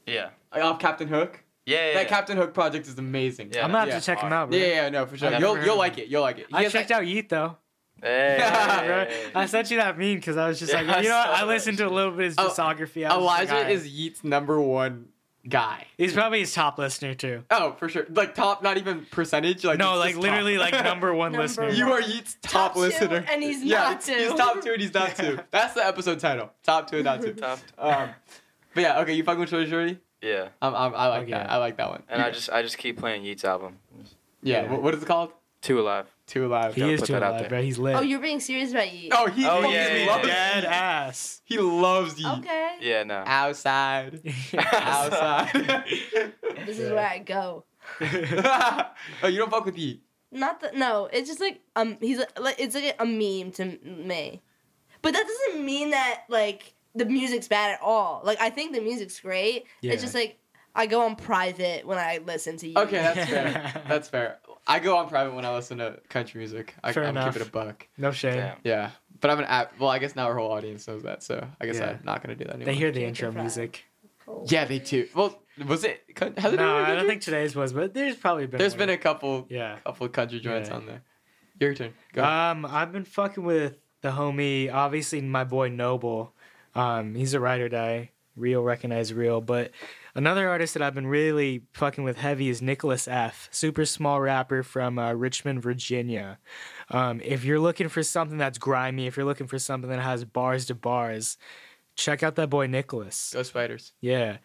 Yeah. I- Off Captain Hook. Yeah. yeah, That yeah. Captain Hook project is amazing. Yeah. I'm gonna have Yeah. to check him out, bro. Yeah, yeah, no, for sure. never You'll heard you'll of like it. You'll like it. He I has that- checked out Yeet though. Hey, Right. hey, hey. I sent you that meme because I was just Yeah, like, you know, I what? saw I that listened to a shit. little bit of his Oh, discography. I was just like, Elijah alright. is Yeet's number one guy. He's probably his top listener too. Oh, for sure. Like top, not even percentage. Like no, it's like just literally top. like number one Number listener. You are Yeet's top, Top two, listener, and he's yeah, not two. He's top two, and he's not two. That's the episode title. Top two and not two. Top- Um, but yeah, okay. You fucking with Shorty Shorty? Yeah. Um, um, I like Fuck that. yeah. I like that one. And You- I just I just keep playing Yeats album. yeah. Yeah. What, what is it called? Two alive. Too alive. He gotta is put too that out alive, there. bro. He's lit. Oh, you're being serious about Yeet. Oh, he Oh, fucking yeah, yeah, loves dead Yeet. ass. He loves Yeet. Okay. Yeah, no. Ah, Outside. Outside. This is where I go. oh, you don't fuck with Yeet. Not that. No, it's just like um, he's like, like it's like a meme to m- me, but that doesn't mean that like the music's bad at all. Like I think the music's great. Yeah. It's just like I go on private when I listen to you. Okay, that's fair. That's fair. I go on private when I listen to country music. I, Fair I'm enough. keeping it a buck. no shame. Damn. Yeah, but I'm an app. Well, I guess now our whole audience knows that, so I guess Yeah. I'm not gonna do that anymore. They hear the Keep it intro fried. music. yeah, they too. Well, was it? co- Has it No, ever been I don't country? think today's was, but there's probably been. There's one. been a couple, yeah. couple country joints Yeah. on there. Your turn. Go. ahead. Um, I've been fucking with the homie, obviously my boy Noble. Um, he's a ride or die, real recognize real. But another artist that I've been really fucking with heavy is Nicholas F, super small rapper from uh, Richmond, Virginia. Um, if you're looking for something that's grimy, if you're looking for something that has bars to bars, check out that boy Nicholas. Go Spiders. Yeah,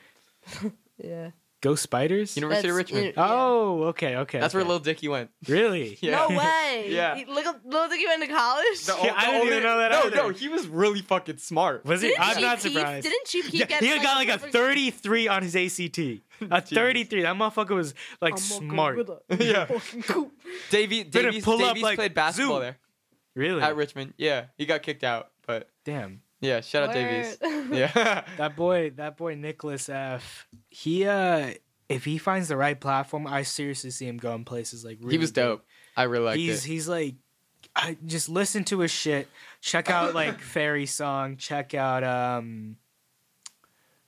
Yeah. go spiders. University of That's- Richmond. yeah. oh, okay, okay. That's where okay. Lil Dicky went. really. Yeah. No way. Yeah. He- Look, look, like you went to college. The Yeah, ol- I the didn't even only- know that No, either. no, he was really fucking smart. Was he? Didn't I'm Chief not Keef- surprised. Didn't Chief Keef Yeah, get he had got like a perfect- 33 on his ACT. A 33. That motherfucker was like I'm a smart. gorilla. yeah. Cool. Davey, Better Davies, pull up, Davies like, played basketball Zoo. there Really? at Richmond. Yeah, he got kicked out, but Damn. yeah, shout out Davies. Word. Yeah. That boy, that boy Nicholas F. He uh if he finds the right platform, I seriously see him going places like really he was big. dope. I really liked he's it. he's like I just listen to his shit. Check out like Fairy Song, check out um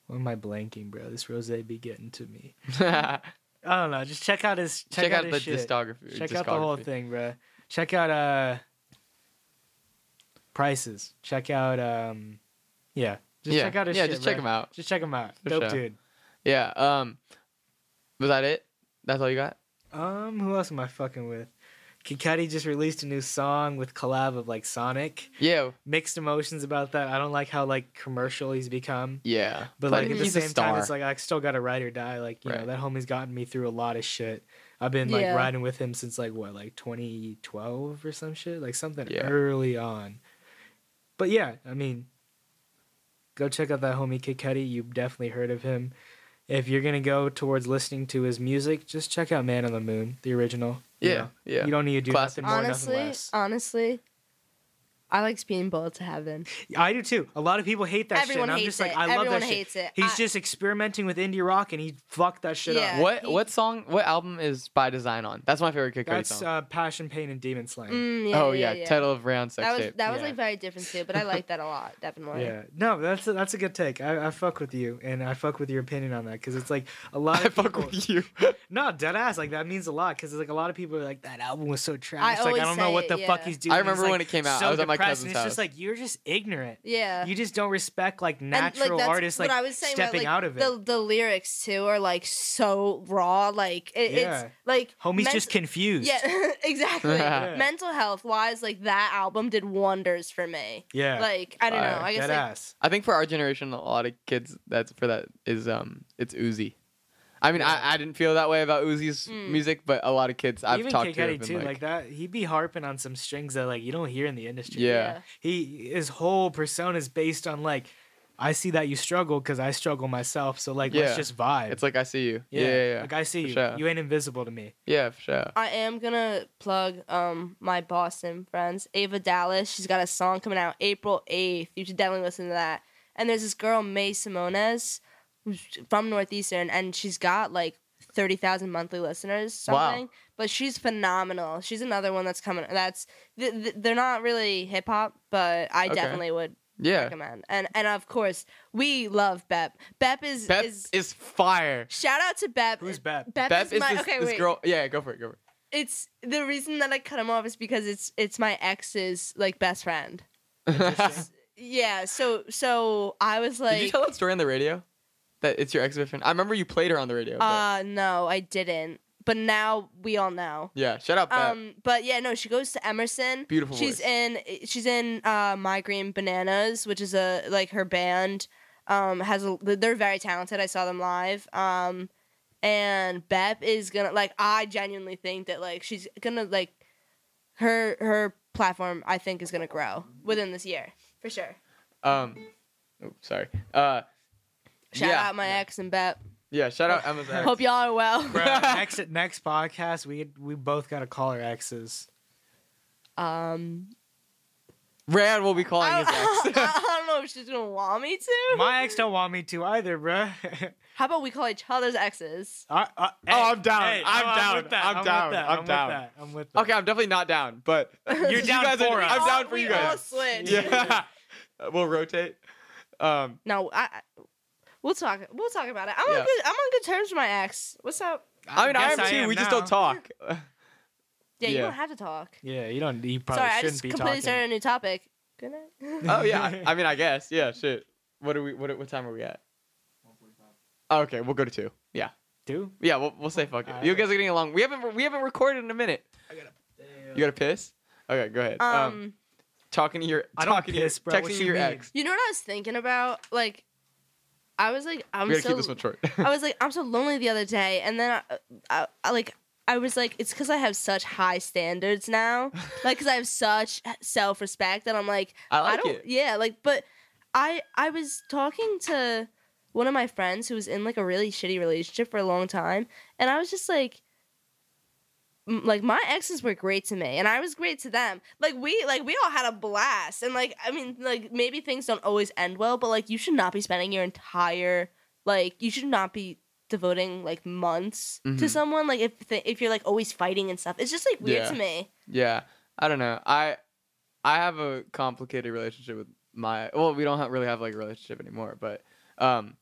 what am I blanking, bro? This rose be getting to me. check, I don't know. Just check out his check, out, his the shit. discography. Check out the whole discography. thing, bro. Check out uh prices. Check out um yeah. Just yeah, check out his yeah, shit. just check bruh. him out. Just check him out. For Dope sure. dude. Yeah. Um, was that it? That's all you got? Um who else am I fucking with? Kid Cudi just released a new song with collab of like Sonic. Yeah. Mixed emotions about that. I don't like how like commercial he's become. Yeah. But Like, like at the he's a same time, star. it's like I still gotta ride or die. Like you know Right. that homie's gotten me through a lot of shit. I've been like Yeah. riding with him since like what like 2012 or some shit, like something Yeah. early on. But yeah, I mean, go check out that homie Kid Cudi. You've definitely heard of him. If you're gonna go towards listening to his music, just check out Man on the Moon, the original. you Yeah. know. Yeah. You don't need to do Classic. nothing more, nothing honestly, less. honestly, I like speeding bullets to heaven. I do too. A lot of people hate that Everyone shit. and I'm hates just like, it. I love Everyone that shit. hates it. He's I- just experimenting with indie rock, and he fucked that shit up. Yeah, what he- what song what album is by design on? That's my favorite Kid Cudi That's song. uh, Passion, Pain, and Demon Slaying. Mm, yeah, oh yeah, yeah. title of round sex that was tape. that was Yeah. like very different too, but I like that a lot, definitely. Yeah, no, that's a, that's a good take. I, I fuck with you, and I fuck with your opinion on that because it's like a lot. Of I fuck people- with you. No, dead ass. Like that means a lot because it's like a lot of people are like that album was so trash. like always I don't know say what the it, fuck yeah. he's doing. I He's, remember like, when it came out. So I was at my depressed, and cousin's It's just house. like you're just ignorant. Yeah. You just don't respect like And, natural that's artists like what I was saying about, stepping like, out of it. The the lyrics too are like so raw, like it, Yeah. it's like Homie's ment- just confused. yeah, exactly. Yeah. Mental health wise, like that album did wonders for me. yeah. Like I don't know. Fire. I guess dead like, ass. I think for our generation, a lot of kids that's for that is um it's Uzi. I mean, I, I didn't feel that way about Uzi's Mm. music, but a lot of kids I've Even talked Kid to have Cudi been too, like, like that. He'd be harping on some strings that like you don't hear in the industry. Yeah. he his whole persona is based on like I see that you struggle because I struggle myself. So like Yeah. let's just vibe. it's like I see you. Yeah, yeah, yeah, Like I see For you. sure. You ain't invisible to me. Yeah, for sure. I am gonna plug um my Boston friends, Ava Dallas. She's got a song coming out April eighth. You should definitely listen to that. And there's this girl May Simones, who's from Northeastern, and she's got like thirty thousand monthly listeners. Wow. Something, but she's phenomenal. She's another one that's coming. That's th- th- they're not really hip hop, but I Okay. definitely would Yeah, recommend. And and of course we love Bep. Bep is Bep is. is fire. Shout out to Bep. Who's Bep? Bep, Bep is, is my this, okay. this wait, girl. Yeah, go for it. Go for it. it's the reason that I cut him off is because it's it's my ex's like best friend. Yeah, so so I was like, Did you tell that story on the radio? That it's your ex-boyfriend. I remember you played her on the radio. but- uh, no, I didn't. But now we all know. yeah, shut up. Bep. Um, but yeah, no, she goes to Emerson. Beautiful She's voice. in eh, she's in uh, My Green Bananas, which is a like her band. Um, has a, they're very talented. I saw them live. Um, and Bep is gonna like I genuinely think that like she's gonna like her her platform I think is gonna grow within this year for sure. Um, oh, sorry. Uh, Shout yeah, out my yeah. ex and Bep. Yeah, shout out Emma's ex. Hope y'all are well. Bro. next next podcast, we we both gotta call our exes. Um, Rand will be calling I his don't, ex. I don't know if she's gonna want me to. My ex don't want me to either, bruh. How about we call each other's exes? I, Oh, I, I'm down. I'm no, down. with that. I'm with down. that. I'm with down. that. I'm with that. okay, I'm definitely not down, but You're you down guys for are- us. I'm All- down for Oh, we you all guys. switch. Yeah, Uh, we'll rotate. Um, No, I. I- We'll talk. We'll talk about it. I'm Yeah. on good. I'm on good terms with my ex. What's up? I mean, I, guess am too. we just now. don't talk. Oh, Yeah, you Yeah. don't have to talk. Yeah, you don't. You probably Sorry, I shouldn't just be completely talking. started a new topic. Good night. oh yeah, I- I mean, I guess. Yeah, shit. What are we? What? are- What time are we at? Oh, okay, we'll go to two. Yeah, Do yeah. We'll, we'll say fuck it. Alright. You guys are getting along. We haven't. We haven't recorded in a minute. You gotta piss. Okay, go ahead. um, Um, talking to your. I don't talking piss, to bro. your, What Texting you your mean? ex. you know what I was thinking about? Like, I was like, I'm we gotta so. keep this one short. I was like, I'm so lonely the other day, and then I, I, I like, I was like, it's because I have such high standards now, like, because I have such self respect that I'm like, I like don't, it. yeah, like, but I, I was talking to one of my friends who was in like a really shitty relationship for a long time, and I was just like. m- Like my exes were great to me, and I was great to them. Like we, like we all had a blast, and like I mean, like maybe things don't always end well, but like you should not be spending your entire like you should not be devoting like months to Mhm. someone like if th- if you're like always fighting and stuff it's just like weird Yeah. to me Yeah, I don't know. I I have a complicated relationship with my. Well, we don't ha really have like a relationship anymore, but um,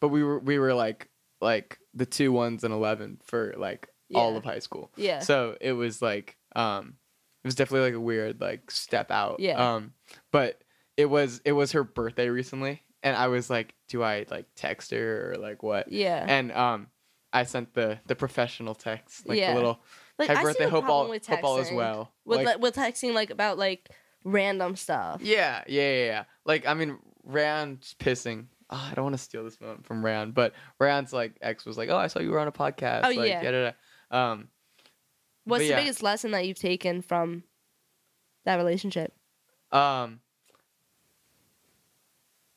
but we were we were like like the two ones and eleven for like all Yeah. of high school. yeah So it was like um, it was definitely like a weird like step out. Yeah. Um, but it was it was her birthday recently, and I was like, do I like text her or like what? yeah And um, I sent the the professional text, like Yeah. the little like happy I birthday, see no hope problem all with hope all is texting. well. with Like- like, with texting like about like random stuff Yeah, yeah, yeah, yeah. Like I mean, Rand's pissing. Ah, I don't want to steal this moment from Rand, but Rand's like ex was like, "Oh, I saw you were on a podcast." Oh, like, yeah. da, da, da. Um, But what's the yeah. biggest lesson that you've taken from that relationship um.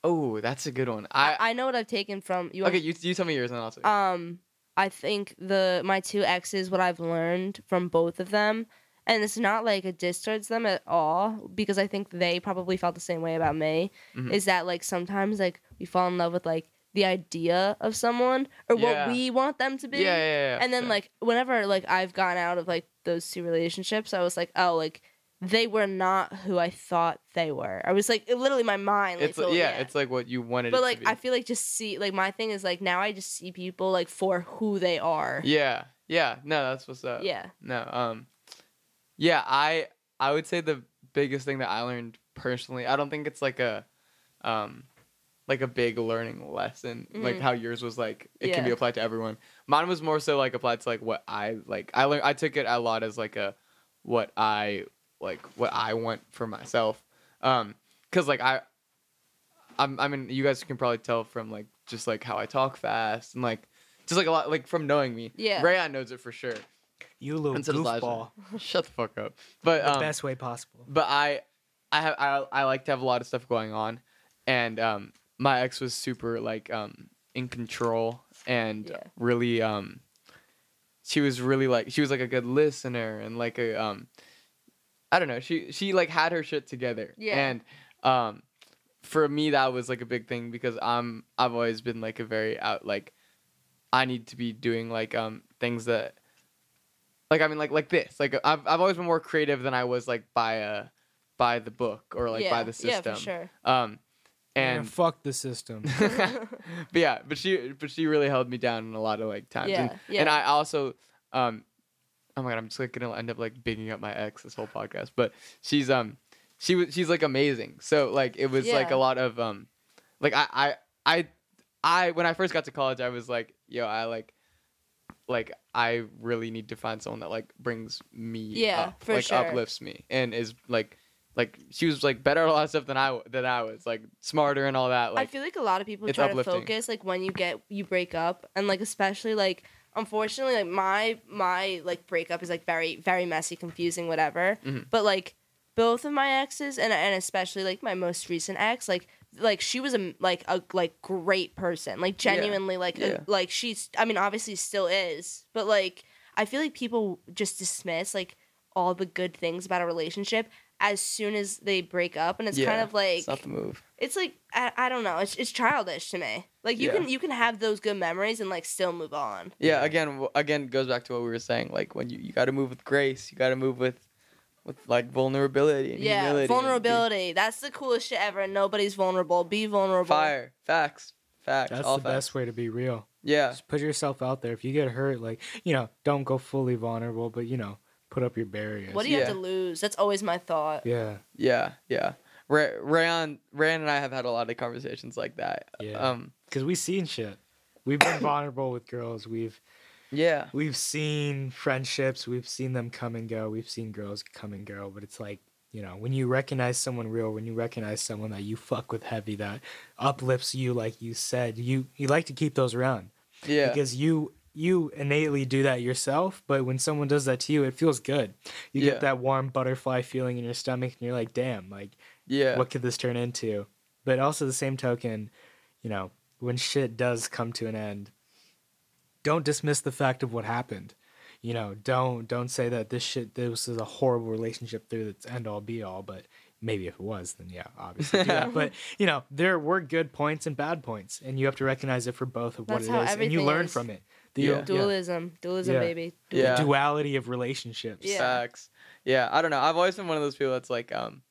Oh, that's a good one. I, I, I know what I've taken from you okay. You you tell me yours, and then I'll say. um i think the my two exes what i've learned from both of them and it's not like it diss towards them at all because i think they probably felt the same way about me Mhm. is that like sometimes like we fall in love with like the idea of someone or Yeah. what we want them to be yeah, yeah, yeah, yeah. and then yeah. like whenever like i've gone out of like those two relationships i was like oh like they were not who i thought they were i was like it- literally my mind like, it's told- yeah, it's like what you wanted. but it like to be. I feel like just see like my thing is like now I just see people like for who they are. yeah, yeah. No, that's what's up. Yeah. No. Um. Yeah, I I would say the biggest thing that I learned personally. I don't think it's like a, um, like a big learning lesson. Like Mhm. how yours was like it can be Yeah. applied to everyone. Mine was more so like applied to like what I like. I learned. I took it a lot as like a, what I like what I want for myself. Um, cause like I, I'm I mean you guys can probably tell from like just like how I talk fast and like just like a lot like from knowing me. Yeah. Rayon knows it for sure. you little Instead of Elijah. goofball Shut the fuck up. But the um, best way possible. but I, I have I, I like to have a lot of stuff going on, and um, my ex was super like um in control and Yeah. really um, she was really like she was like a good listener and like a um, I don't know she she like had her shit together. Yeah. And um, for me that was like a big thing because I'm I've always been like a very out like I need to be doing like um things that like I mean like like this like I've I've always been more creative than I was like by a by the book or like yeah. by the system. Yeah, for sure. Um and Man, fuck the system. but yeah, but she but she really held me down in a lot of like times. Yeah, and, yeah. and I also um oh my god, I'm just like gonna end up like bigging up my ex this whole podcast. But she's um she was she's like amazing. So like it was like Yeah. a lot of um like I I I I when I first got to college I was like, yo, I like like I really need to find someone that like brings me Yeah, up, for like sure. uplifts me and is like like she was like better at a lot of stuff than I than I was like smarter and all that like I feel like a lot of people it's try uplifting. to focus like when you get you break up and like especially like unfortunately, like my my like breakup is like very very messy, confusing, whatever. Mhm. But like both of my exes, and and especially like my most recent ex, like like she was a like a like great person, like Yeah. genuinely like a- Yeah. like she's. I mean, obviously, still is, but like I feel like people just dismiss like all the good things about a relationship as soon as they break up, and it's kind Yeah. of like it's not the move. it's like I, I don't know. It's it's childish to me. Like you Yeah. can you can have those good memories and like still move on. Yeah, again, w- again goes back to what we were saying. Like when you, you got to move with grace, you got to move with, with like vulnerability and yeah, humility. and be- vulnerability. That's the coolest shit ever. and Nobody's vulnerable. Be vulnerable. Fire facts, facts, That's all the facts. best way to be real. Yeah, Just put yourself out there. If you get hurt, like you know, don't go fully vulnerable, but you know, put up your barriers. What do you Yeah. have to lose? That's always my thought. yeah, yeah, yeah. Ray, Rayon, Rayon, and I have had a lot of conversations like that. yeah. Um, Because we've seen shit. We've been vulnerable with girls. We've yeah. we've seen friendships. We've seen them come and go. We've seen girls come and go. But it's like you know, when you recognize someone real, when you recognize someone that you fuck with heavy, that uplifts you, like you said, you you like to keep those around. Yeah. because you you innately do that yourself but when someone does that to you it feels good you Yeah. get that warm butterfly feeling in your stomach and you're like damn like yeah. what could this turn into but also the same token you know when shit does come to an end don't dismiss the fact of what happened you know don't don't say that this shit this is a horrible relationship through its end all be all but maybe if it was then yeah obviously do that. but you know there were good points and bad points and you have to recognize it for both of what That's it how is and you everything learn is. from it the, Yeah. Dualism, dualism, Yeah. baby. the yeah. duality of relationships Yeah. Facts. Yeah, I don't know. I've always been one of those people that's like, um,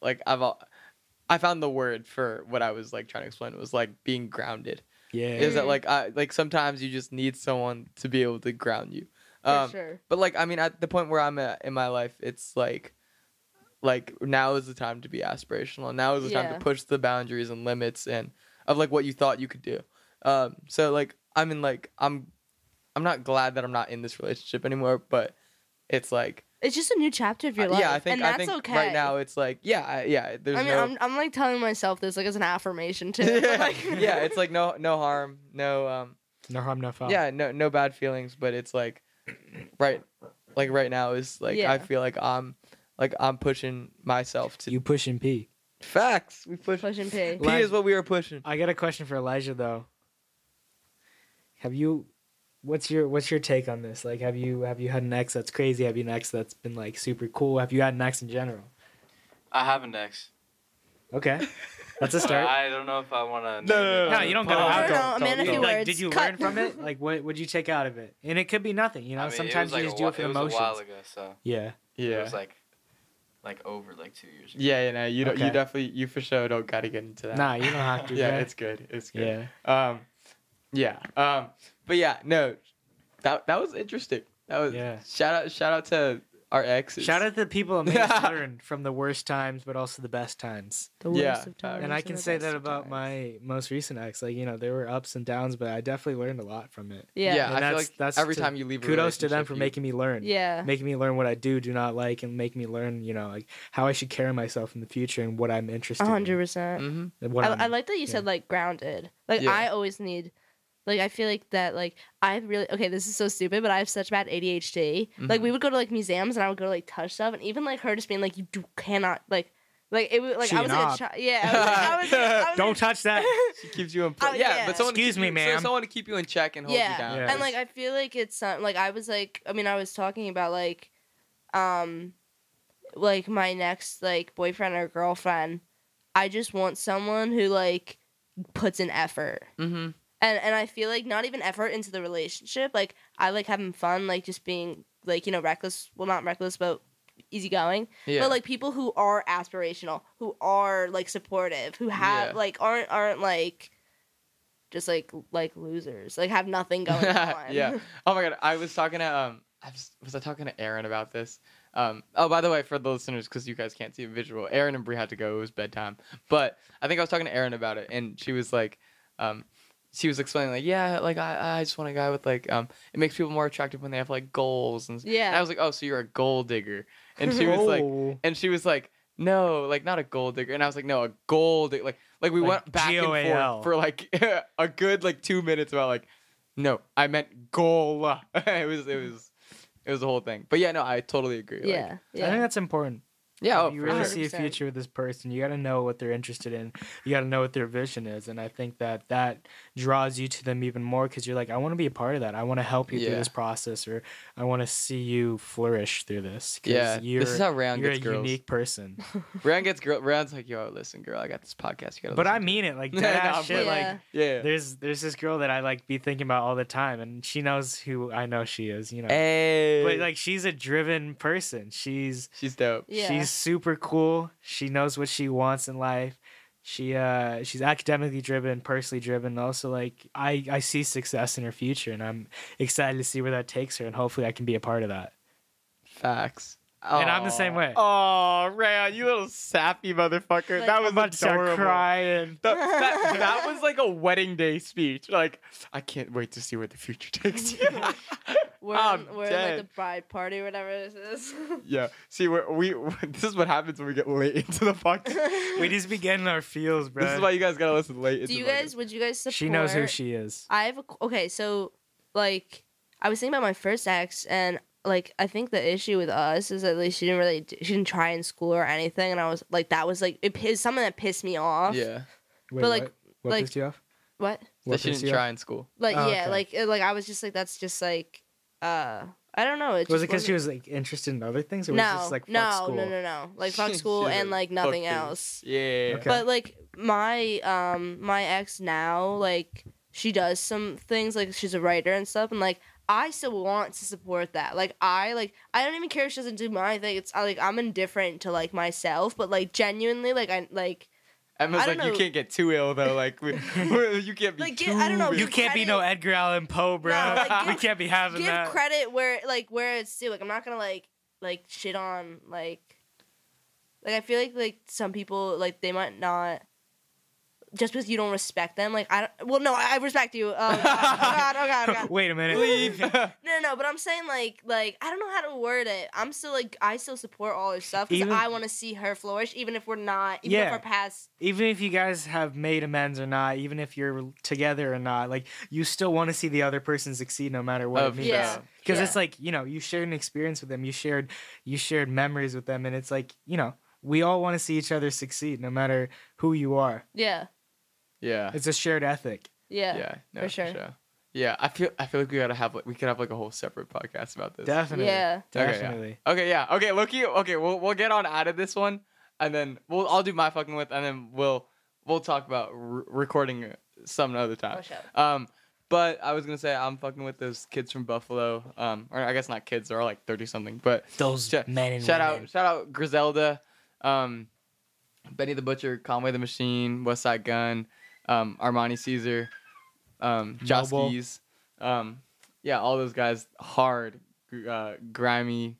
like I've, al- I found the word for what I was like trying to explain was like being grounded. yeah Is Mm. that like I like sometimes you just need someone to be able to ground you. Um, For sure. But like I mean, at the point where I'm at in my life, it's like, like now is the time to be aspirational. Now is the time Yeah. to push the boundaries and limits and of like what you thought you could do. Um, so like I mean, like I'm, I'm not glad that I'm not in this relationship anymore, but it's like It's just a new chapter of your uh, life. Yeah, I think and that's I think okay. right now it's like yeah, I- yeah. There's I mean, no I'm, I'm like telling myself this like as an affirmation too. yeah, Like- yeah, it's like no no harm, no um no harm no foul yeah, no no bad feelings, but it's like right like right now is like I Yeah. feel like I'm like I'm pushing myself to you push and pee facts. We push push and pay. P is what we were pushing. I got a question for Elijah though. Have you what's your what's your take on this? Like have you have you had an ex that's crazy? Have you an ex that's been like super cool? Have you had an ex in general? I have an ex. Okay. That's a but start. I don't know if I want to. no, No, you don't No, gotta no, have no, to. a man of few Like words. did you Cut. learn from it? Like what would you take out of it? And it could be nothing, you know? I mean, Sometimes it was like you a just do whi- it for was emotions. a while ago, so Yeah. it Yeah. was like, like over like two years. ago. yeah, you know, you don't you Okay. definitely you for sure don't gotta get into that. Nah, you don't have to. yeah, okay? it's good. It's good. yeah. Um, yeah. Um, but yeah, no, that that was interesting. That was Yeah. shout out shout out to our exes. Shout out to the people that made us learn from the worst times but also the best times. The Yeah, worst of uh, times. and I can the say best that of about times. my most recent ex. Like, you know, there were ups and downs, but I definitely learned a lot from it. Yeah. Yeah, I And feel that's- like that's every to- time you leave. a Kudos to them relationship, for you- making me learn. Yeah. Making me learn what I do, do not like, and make me learn, you know, like how I should carry myself in the future and what I'm interested A hundred in. percent. Mhm. and What I, I I'm- like that you said like grounded. Like Yeah. I always need, like I feel like that like I really okay. This is so stupid, but I have such bad ADHD. Like Mm-hmm. we would go to like museums and I would go to like touch stuff, and even like her just being like you do cannot like like it would like She I was an like a op. child. Yeah, I was, like, I was, I was, Don't touch that. She keeps you in. pl- Oh, yeah, yeah. but someone to Excuse keep me, you, ma'am. So someone to keep you in check and hold Yeah. you down. Yeah. and like I feel like it's not like I was like I mean I was talking about like, um, like my next like boyfriend or girlfriend. I just want someone who like puts an effort. mm-hmm. and and I feel like not even effort into the relationship. Like I like having fun, like just being like you know reckless. Well, not reckless, but easygoing. Yeah. But like people who are aspirational, who are like supportive, who have Yeah. like aren't aren't like just like like losers, like have nothing going on. yeah. Oh my god, I was talking to um, I was, was I talking to Aaron about this? Um, oh by the way, for the listeners, because you guys can't see a visual, Aaron and Brie had to go. It was bedtime, but I think I was talking to Aaron about it, and she was like, um, she was explaining like, yeah, like I, I just want a guy with like, um, it makes people more attractive when they have like goals, and, Yeah. and I was like, oh, so you're a goal digger, and she was like, Oh, and she was like no like not a gold digger and i was like no a gold dig-. like like we Like went back and G O A L. forth for like a good like two minutes about like No, I meant goal. it was it was it was the whole thing. But yeah, no, I totally agree. like- yeah, I think yeah. that's important. yeah. Oh, If you for really sure. see a 100%. future with this person, you got to know what they're interested in. You got to know what their vision is, and I think that that draws you to them even more because you're like, I want to be a part of that. I want to help you Yeah. through this process, or I want to see you flourish through this. 'cause Yeah, you're, this is how Round you're gets a girls. unique person. Round gets girl. Round's like, yo, listen, girl, I got this podcast. You gotta. But I listen to mean it, like No, dead ass no, but- shit. Like Yeah. it." yeah. there's there's this girl that I like be thinking about all the time, and she knows who I know she is. You know, Hey, but like she's a driven person. She's she's dope. Yeah. She's super cool. She knows what she wants in life. She uh she's academically driven, personally driven. and Also like I I see success in her future and I'm excited to see where that takes her and hopefully I can be a part of that. Facts. And I'm the same way. Oh, Round, you little sappy motherfucker. Like, that I'm was about to start adorable. crying. That, that, that was like a wedding day speech. Like, I can't wait to see where the future takes you. We're, I'm in, we're in like dead. the bride party, or whatever this is. yeah. See, we're, we this is what happens when we get late into the podcast. We just be getting our feels, bro. This is why you guys gotta listen late. into Do you the podcast. guys? Would you guys support? she knows who she is. I have a, qu- okay, so like I was thinking about my first ex, and like I think the issue with us is at least she didn't really d- she didn't try in school or anything, and I was like that was like it is something that pissed me off. Yeah. Wait, but, like- what? What like- pissed you off? What? That What she pissed didn't you off? try in school. Like Oh, yeah, okay. like it, like I was just like that's just like uh I don't know. It Was it just because she wasn't- was like interested in other things, or was it no just like fuck no school? no no no like fuck She school was and like fuck nothing things. else. Yeah. Okay. But like my um my ex now, like she does some things like she's a writer and stuff and like I still want to support that. Like I like I don't even care if she doesn't do my thing. It's I, like I'm indifferent to like myself, but like genuinely like I like Emma's I like, don't you know. can't get too ill though. Like, we- we- you can't be Like, too. get- I don't know, busy. You can't be credit- no Edgar Allan Poe, bro. No, like, we give- can't be having give that. credit where like where it's due. Like I'm not gonna like like shit on like like I feel like like some people like they might not just because you don't respect them. Like I don't well no I, I respect you. Oh god oh god oh god. Oh, god. Wait a minute. No, no, no, but I'm saying like, like I don't know how to word it. I'm still like, I still support all her stuff because Even- I want to see her flourish, even if we're not, even Yeah. if our past. even if you guys have made amends or not, even if you're together or not, like you still want to see the other person succeed no matter what Of it means. Yeah. Because yeah. it's like, you know, you shared an experience with them, you shared you shared memories with them, and it's like, you know, we all want to see each other succeed no matter who you are. Yeah, Yeah. It's a shared ethic. yeah, Yeah. No, for sure. Yeah, I feel I feel like we gotta have like we could have like a whole separate podcast about this. Definitely. yeah. Okay, yeah. Definitely. Okay, yeah. Okay, Loki. Okay, we'll we'll get on out of this one, and then we'll I'll do my fucking with, and then we'll we'll talk about re- recording some other time. For sure. Um, but I was gonna say I'm fucking with those kids from Buffalo. Um, or I guess not kids; they're all like thirty something. But Those Shout- men and shout women. out, shout out Griselda, um, Benny the Butcher, Conway the Machine, West Side Gun, um, Armani Caesar, um, Noble. Joskies, um, yeah, all those guys, hard, gr- uh, grimy,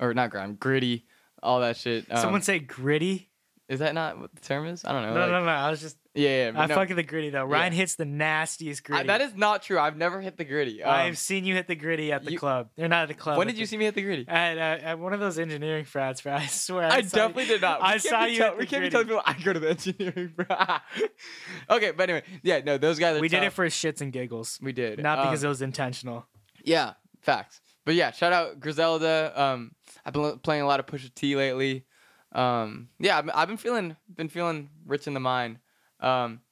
or not grime, gritty, all that shit. Um, Someone say gritty. is that not what the term is? I don't know. No, like- no, no. I was just Yeah, yeah. but I no. fucking the gritty though. Ryan hits the nastiest I- gritty. that is not true. I've never hit the gritty. Um, I've seen you hit the gritty at the you- club. Or not at the club. when at did you the- see me hit the gritty? At, at, at one of those engineering frats, bro. I swear. I, saw you- definitely did not. I can't saw be you Tell, at we the can't be telling people I go to the engineering, bro. okay, but anyway, yeah, no, those guys. Are We did it tough. for shits and giggles, We did. not because it um, was intentional. Yeah, facts. But yeah, shout out Griselda. Um, I've been l- playing a lot of Pusha T lately. Um, yeah, I've, been- I've been feeling been feeling rich in the mind. Um,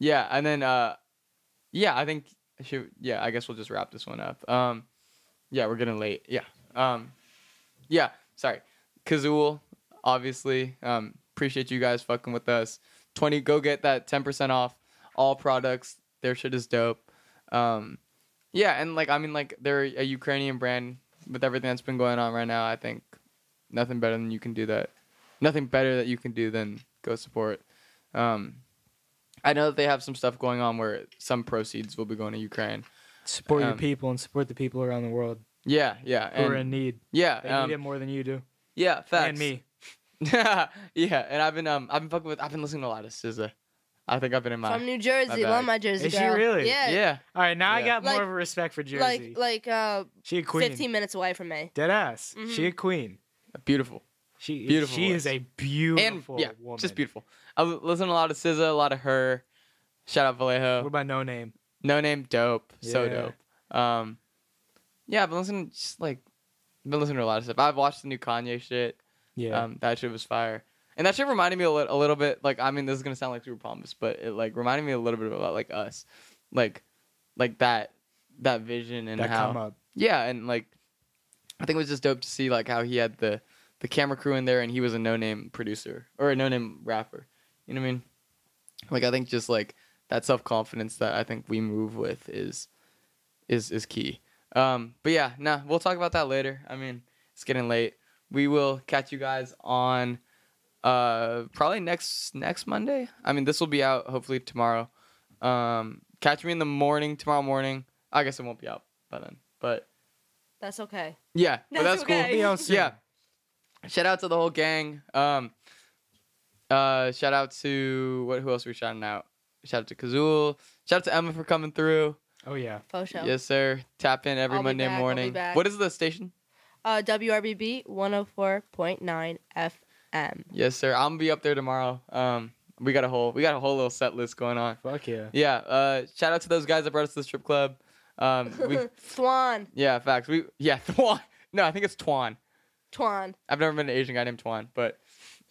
yeah, and then uh, yeah, I think I should yeah, I guess we'll just wrap this one up. Um, yeah, we're getting late. Yeah. Um, yeah. Sorry, Kazool. Obviously, um, appreciate you guys fucking with us. Twenty, go get that ten percent off all products. Their shit is dope. Um, yeah, and like I mean, like they're a Ukrainian brand with everything that's been going on right now. I think nothing better than you can do that. Nothing better that you can do than go support. Um, I know that they have some stuff going on where some proceeds will be going to Ukraine. Support your um, people and support the people around the world Yeah, yeah, who are and in need. yeah, They um, need it more than you do. yeah, facts. And me. yeah, and I've been um, I've been fucking with, I've been listening to a lot of SZA. I think I've been in my From New Jersey, bad. love my Jersey Ah, Is she girl. really? Yeah, yeah, All right, now I Yeah. got more Like- of a respect for Like Jersey. like uh, she a queen. fifteen minutes away from me. Dead ass. Mhm. She a queen. beautiful. She Beautiful She voice. is a beautiful and yeah, woman. just beautiful. I listen to a lot of SZA, a lot of her. Shout out Vallejo. What about No Name? No name, dope, so Yeah. dope. Um, yeah, I've been listening just like been listening to a lot of stuff. I've watched the new Kanye shit. Yeah. Um, that shit was fire. And that shit reminded me a, lit- a little bit, like, I mean, this is going to sound like super pompous, but it, like, reminded me a little bit about, like, us. Like, like that, that vision and that how. come up. Yeah, and, like, I think it was just dope to see, like, how he had the, the camera crew in there and he was a no-name producer or a no-name rapper. You know what I mean? Like, I think just, like, that self-confidence that I think we move with is, is, is key. Um, but yeah, nah, we'll talk about that later. I mean, it's getting late we will catch you guys on uh probably next next monday i mean this will be out hopefully tomorrow um catch me in the morning tomorrow morning i guess it won't be out by then but That's okay. yeah but that's That's okay. cool Be out yeah shout out to the whole gang um uh shout out to what who else are we shouting out shout out to kazool shout out to emma for coming through Oh yeah. Faux show. yes sir tap in every I'll be monday back, I'll be morning back. what is the station Uh, WRBB 104.9 FM. Yes, sir. I'm gonna be up there tomorrow. Um, we got a whole we got a whole little set list going on. Fuck yeah. Yeah. Uh, shout out to those guys that brought us to the strip club. Um, we Swan. yeah, facts. We yeah, Thwan. No, I think it's Twan. Twan. I've never met an Asian guy named Twan, but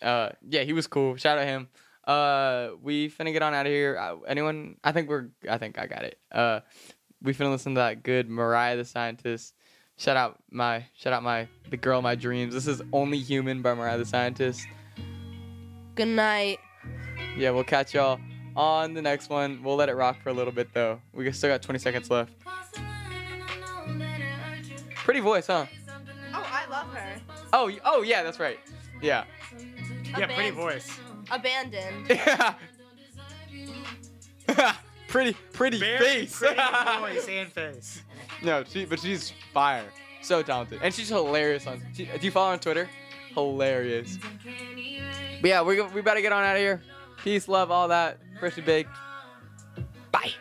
uh, yeah, he was cool. Shout out him. Uh, we finna get on out of here. Uh, anyone? I think we're. I think I got it. Uh, we finna listen to that good Mariah the Scientist. Shout out my. Shout out my. The girl of my dreams. This is Only Human by Mariah the Scientist. Good night. Yeah, we'll catch y'all on the next one. We'll let it rock for a little bit though. We still got 20 seconds left. Pretty voice, huh? Oh, I love her. Oh, y- oh yeah, that's right. Yeah. Yeah, pretty voice. Abandoned. Yeah. pretty, pretty face. voice and face. no, she, but she's fire. So talented, and she's hilarious on. She, do you follow her on Twitter? Hilarious. But yeah, we we better get on out of here. Peace, love, all that. Freshly baked. Bye.